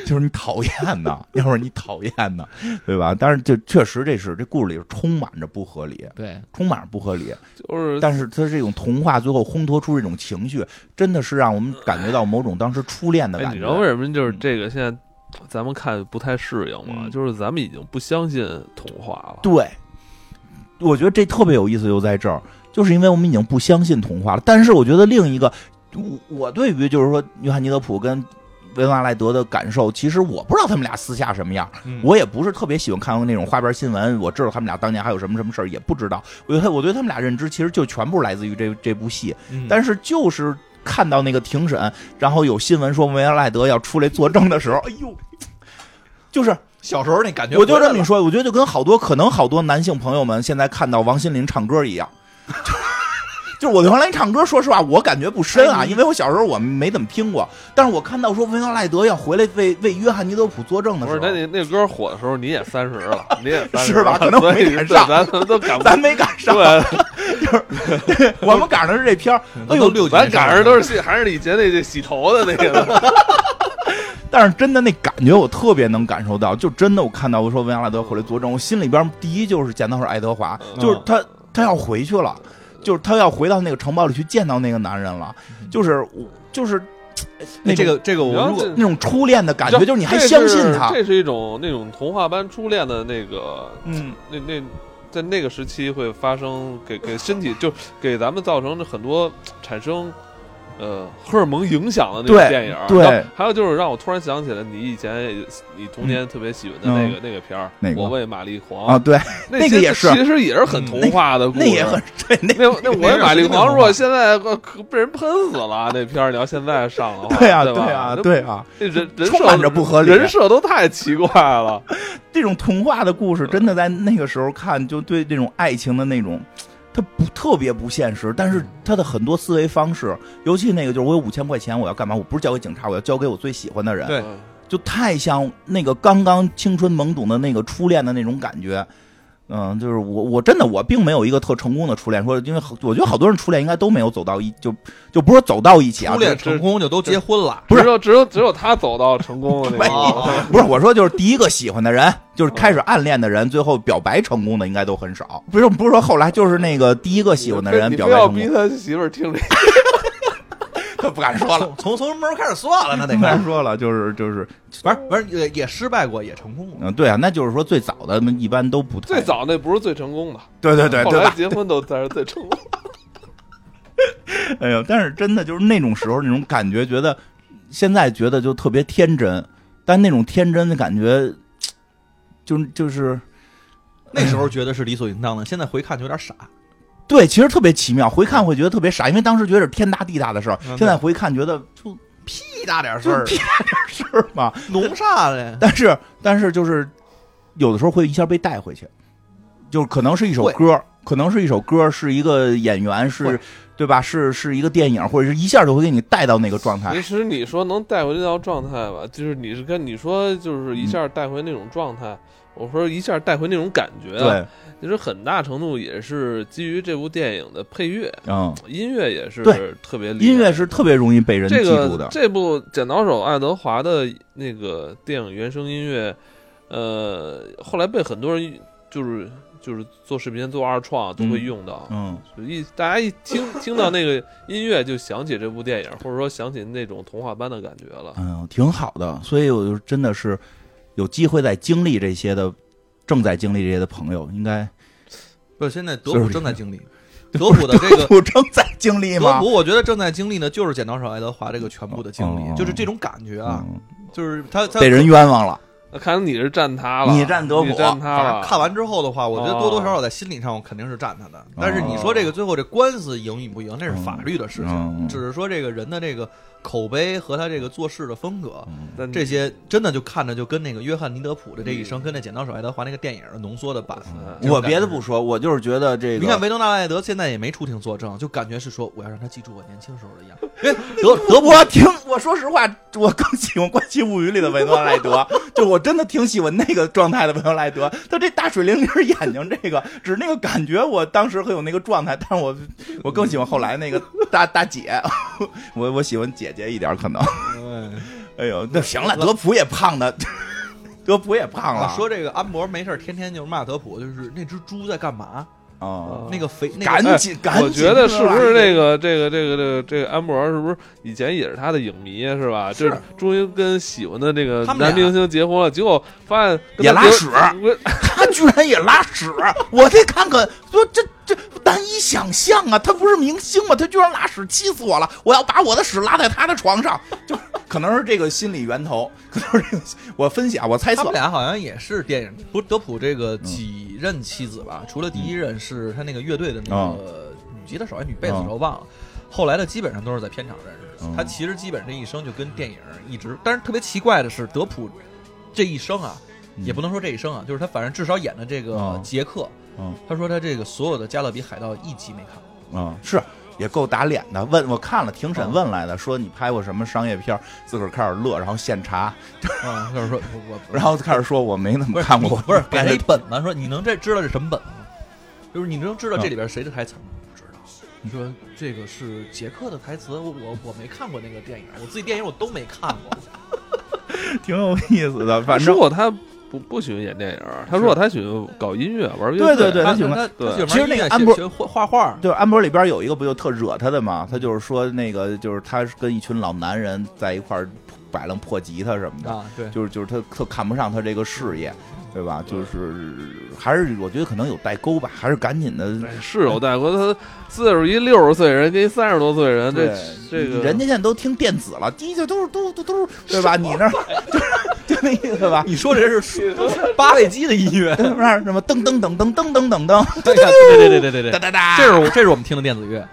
就是你讨厌呐， *laughs* 要不然你讨厌呐，对吧？但是这确实这是这故事里充满着不合理，对，充满着不合理，就是但是它这种童话最后烘托出这种情绪，真的是让我们感觉到某种当时初恋的哎，感你知觉。道为什么就是嗯这个现在咱们看不太适应吗？嗯就是咱们已经不相信童话了。对，我觉得这特别有意思，就在这儿，就是因为我们已经不相信童话了。但是我觉得另一个，我我对于就是说约翰尼德普跟维文阿莱德的感受，其实我不知道他们俩私下什么样，嗯嗯我也不是特别喜欢看那种花边新闻。我知道他们俩当年还有什么什么事儿，也不知道。我觉得我对他们俩认知其实就全部来自于这这部戏，嗯嗯但是就是。看到那个庭审，然后有新闻说维恩赖德要出来作证的时候，哎呦，就是小时候那感我就这么一说，我觉得就跟好多可能好多男性朋友们现在看到王心凌唱歌一样， *laughs* 就就是我对王心凌唱歌，说实话我感觉不深嗯啊，因为我小时候我没怎么听过，但是我看到说维恩赖德要回来为为约翰尼德普作证的不时是，候那，你那歌火的时候你也三十 *laughs* 了，你也30是吧了可能我所以没赶上咱咱都赶不咱没赶上，对，啊 *laughs* 我们赶上是这片儿，哎都呦，六咱赶上都是洗还是以前那这洗头的那个，但是真的那感觉我特别能感受到，就真的我看到我说维恩赖德回来作证，我心里边第一就是剪刀手爱德华， *laughs* 嗯嗯就是他他要回去了，就是他要回到那个城堡里去见到那个男人了，就是就是那嗯哎这种个这个然我后如果这那种初恋的感觉，就是你还相信他这是，这是一种那种童话般初恋的那个，嗯，那那在那个时期会发生给给身体就给咱们造成很多产生。呃，荷尔蒙影响的那对种电影儿，对然后还有就是让我突然想起了你以前也你童年特别喜欢的那个、那个片儿，嗯哪个我为玛丽皇啊，，对，哦那那个些也是嗯其实也是很童话的故事，那也很对，那那那我也那玛丽是皇，那如果现在呃可被人喷死了，那片儿你要现在上哦的话，对啊，对吧对啊，，对啊，那那人人充设满着不合理人设都太奇怪了。这种童话的故事，真的在那个时候看，就对这种爱情的那种。它不特别不现实，但嗯是它的很多思维方式，尤其那个就是我有五千块钱，我要干嘛？我不是交给警察，我要交给我最喜欢的人。嗯对就太像那个刚刚青春懵懂的那个初恋的那种感觉。嗯，就是我，我真的我并没有一个特成功的初恋，说因为好我觉得好多人初恋应该都没有走到一，就就不是走到一起啊，初恋成功就都结婚 *laughs* 了。不是只有只有只有他走到成功的那没个，哦 *laughs* 不是我说就是第一个喜欢的 *laughs* 人，就是开始暗恋的人，最后表白成功的应该都很少， *laughs* 不是不是说后来就是那个第一个喜欢的人你表非白要成逼功，哎他媳妇儿听这，他不敢说了，从从从什么时候开始算了？那得不敢看，说了， *laughs* 就是就是， *laughs* 不是不是也也失败过，也成功过。嗯，对啊，那就是说最早的一般都不太最，早那不是最成功的，对对对后对来吧？ *laughs* 结婚都才是最成功的。哎呦，但是真的就是那种时候那种感觉，觉得现在觉得就特别天真，但那种天真的感觉，就就是那时候觉得是理所应当的，现在回看就有点 *laughs* 傻。对，其实特别奇妙。回看会觉得特别傻，因为当时觉得是天大地大的事儿，嗯对现在回看觉得就屁大点就屁大点事 *laughs* 儿嘛。弄啥嘞？但是但是就是有的时候会一下被带回去，就是可能是一首会歌，可能是一首歌，是一个演员，是会对吧？是是一个电影，或者是一下就会给你带到那个状态其。实你说能带回这条状态吧，就是你是跟你说就是一下带回那种状态，我说一下带回那种感觉，啊对，，其实很大程度也是基于这部电影的配乐，嗯，音乐也是对特别厉害音乐是特别容易被人记这住的个。这部《剪刀手爱德华》的那个电影原声音乐，呃，后来被很多人就是就是做视频做二创都会用到，嗯，就一大家一听听到那个音乐就想起这部电影，或者说想起那种童话般的感觉了。嗯，挺好的。所以我就真的是有机会在经历这些的，正在经历这些的朋友，应该不是现在德普正在经历， *laughs* 德普的这个普正在经历德吗？普，我觉得正在经历呢，就是剪刀手爱德华这个全部的经历，哦就是这种感觉啊，嗯就是他他被人冤枉了，那看来你是站他了，你站德普你站他反啊正了，看完之后的话，我觉得多多哦少少在心理上我肯定是站他的。但是你说这个最后这官司赢与不赢，那是法律的事嗯情，嗯只是说这个人的这个口碑和他这个做事的风格。嗯但这些真的就看着就跟那个约翰尼德普的这一生，跟那《剪刀手爱德华》那个电影浓缩的版。嗯这种我感别的觉不说，我就是觉得这个，你看维罗纳·赖德现在也没出庭作证，就感觉是说我要让他记住我年轻时候的样子。因为德德德普普，听我说实话，我更喜欢《关系物语》里的维诺莱德，就我真的挺喜欢那个状态的维诺莱德。他这大水灵灵眼睛，这个只是那个感觉，我当时很有那个状态，但是我我更喜欢后来那个大大姐， *laughs* 我我喜欢姐姐一点可能。哎呦，那行了，德普也胖的， *laughs* 德普也胖了。啊哦说这个安博没事儿天天就是骂德普，就是那只猪在干嘛？哦，那个肥那个赶紧赶紧，我觉得是不是这这个这个这个这个这个安博尔是不是以前也是他的影迷啊是吧？就是终于跟喜欢的这个他们俩男明星结婚了，结果发现跟也他拉结屎 *laughs* 我他居然也拉屎，我得看看，说这这难以想象啊！他不是明星吗？他居然拉屎，气死我了！我要把我的屎拉在他的床上，就可能是这个心理源头，可能是这个我分析啊，我猜他测们。俩好像也是电影，不是德普这嗯个几任妻子吧？除了第一任是他那个乐队的那哦个女吉他手还是女贝斯手忘了，后来的基本上都是在片场认识的。嗯他其实基本这一生就跟电影一直，但是特别奇怪的是，德普这一生啊，也不能说这一生啊，就是他反正至少演的这个嗯杰克，嗯他说他这个所有的《加勒比海盗》一集没看。嗯，是也够打脸的。问我看了庭嗯审问来的，说你拍过什么商业片儿？自个儿开始乐，然后现查， *laughs* 啊，就是说我我哦然后开始说我没怎不么是看过，你不是拍给他的一本子，说你能这知道这什么本子吗？就是你能知道这里边谁的台词吗？不知道。你说这个是杰克的台词，我我我没看过那个电影，我自己电影我都没看过。挺有意思的。反如正果他不不喜欢演电影，他如果他喜欢搞音乐玩乐队，对对对他他喜欢他对他喜欢其实那个音乐安博学学画画画，就是安博里边有一个不就特惹他的嘛，他就是说那个就是他跟一群老男人在一块儿摆弄破吉他什么的，啊，对，就是就是他特看不上他这个事业，对吧？嗯就是还是我觉得可能有代沟吧，还是赶紧的。是有代沟。他四十一六十岁人跟三十多岁人，这这对个人家现在都听电子了，第一就都是都都都是对吧？你那儿 *laughs* 就是就那意思吧？你说 *laughs* 这是八位机的音乐，是不是什么噔噔噔噔噔噔噔噔对对对对对哒对对，哒哒？这是我这是我们听的电子乐，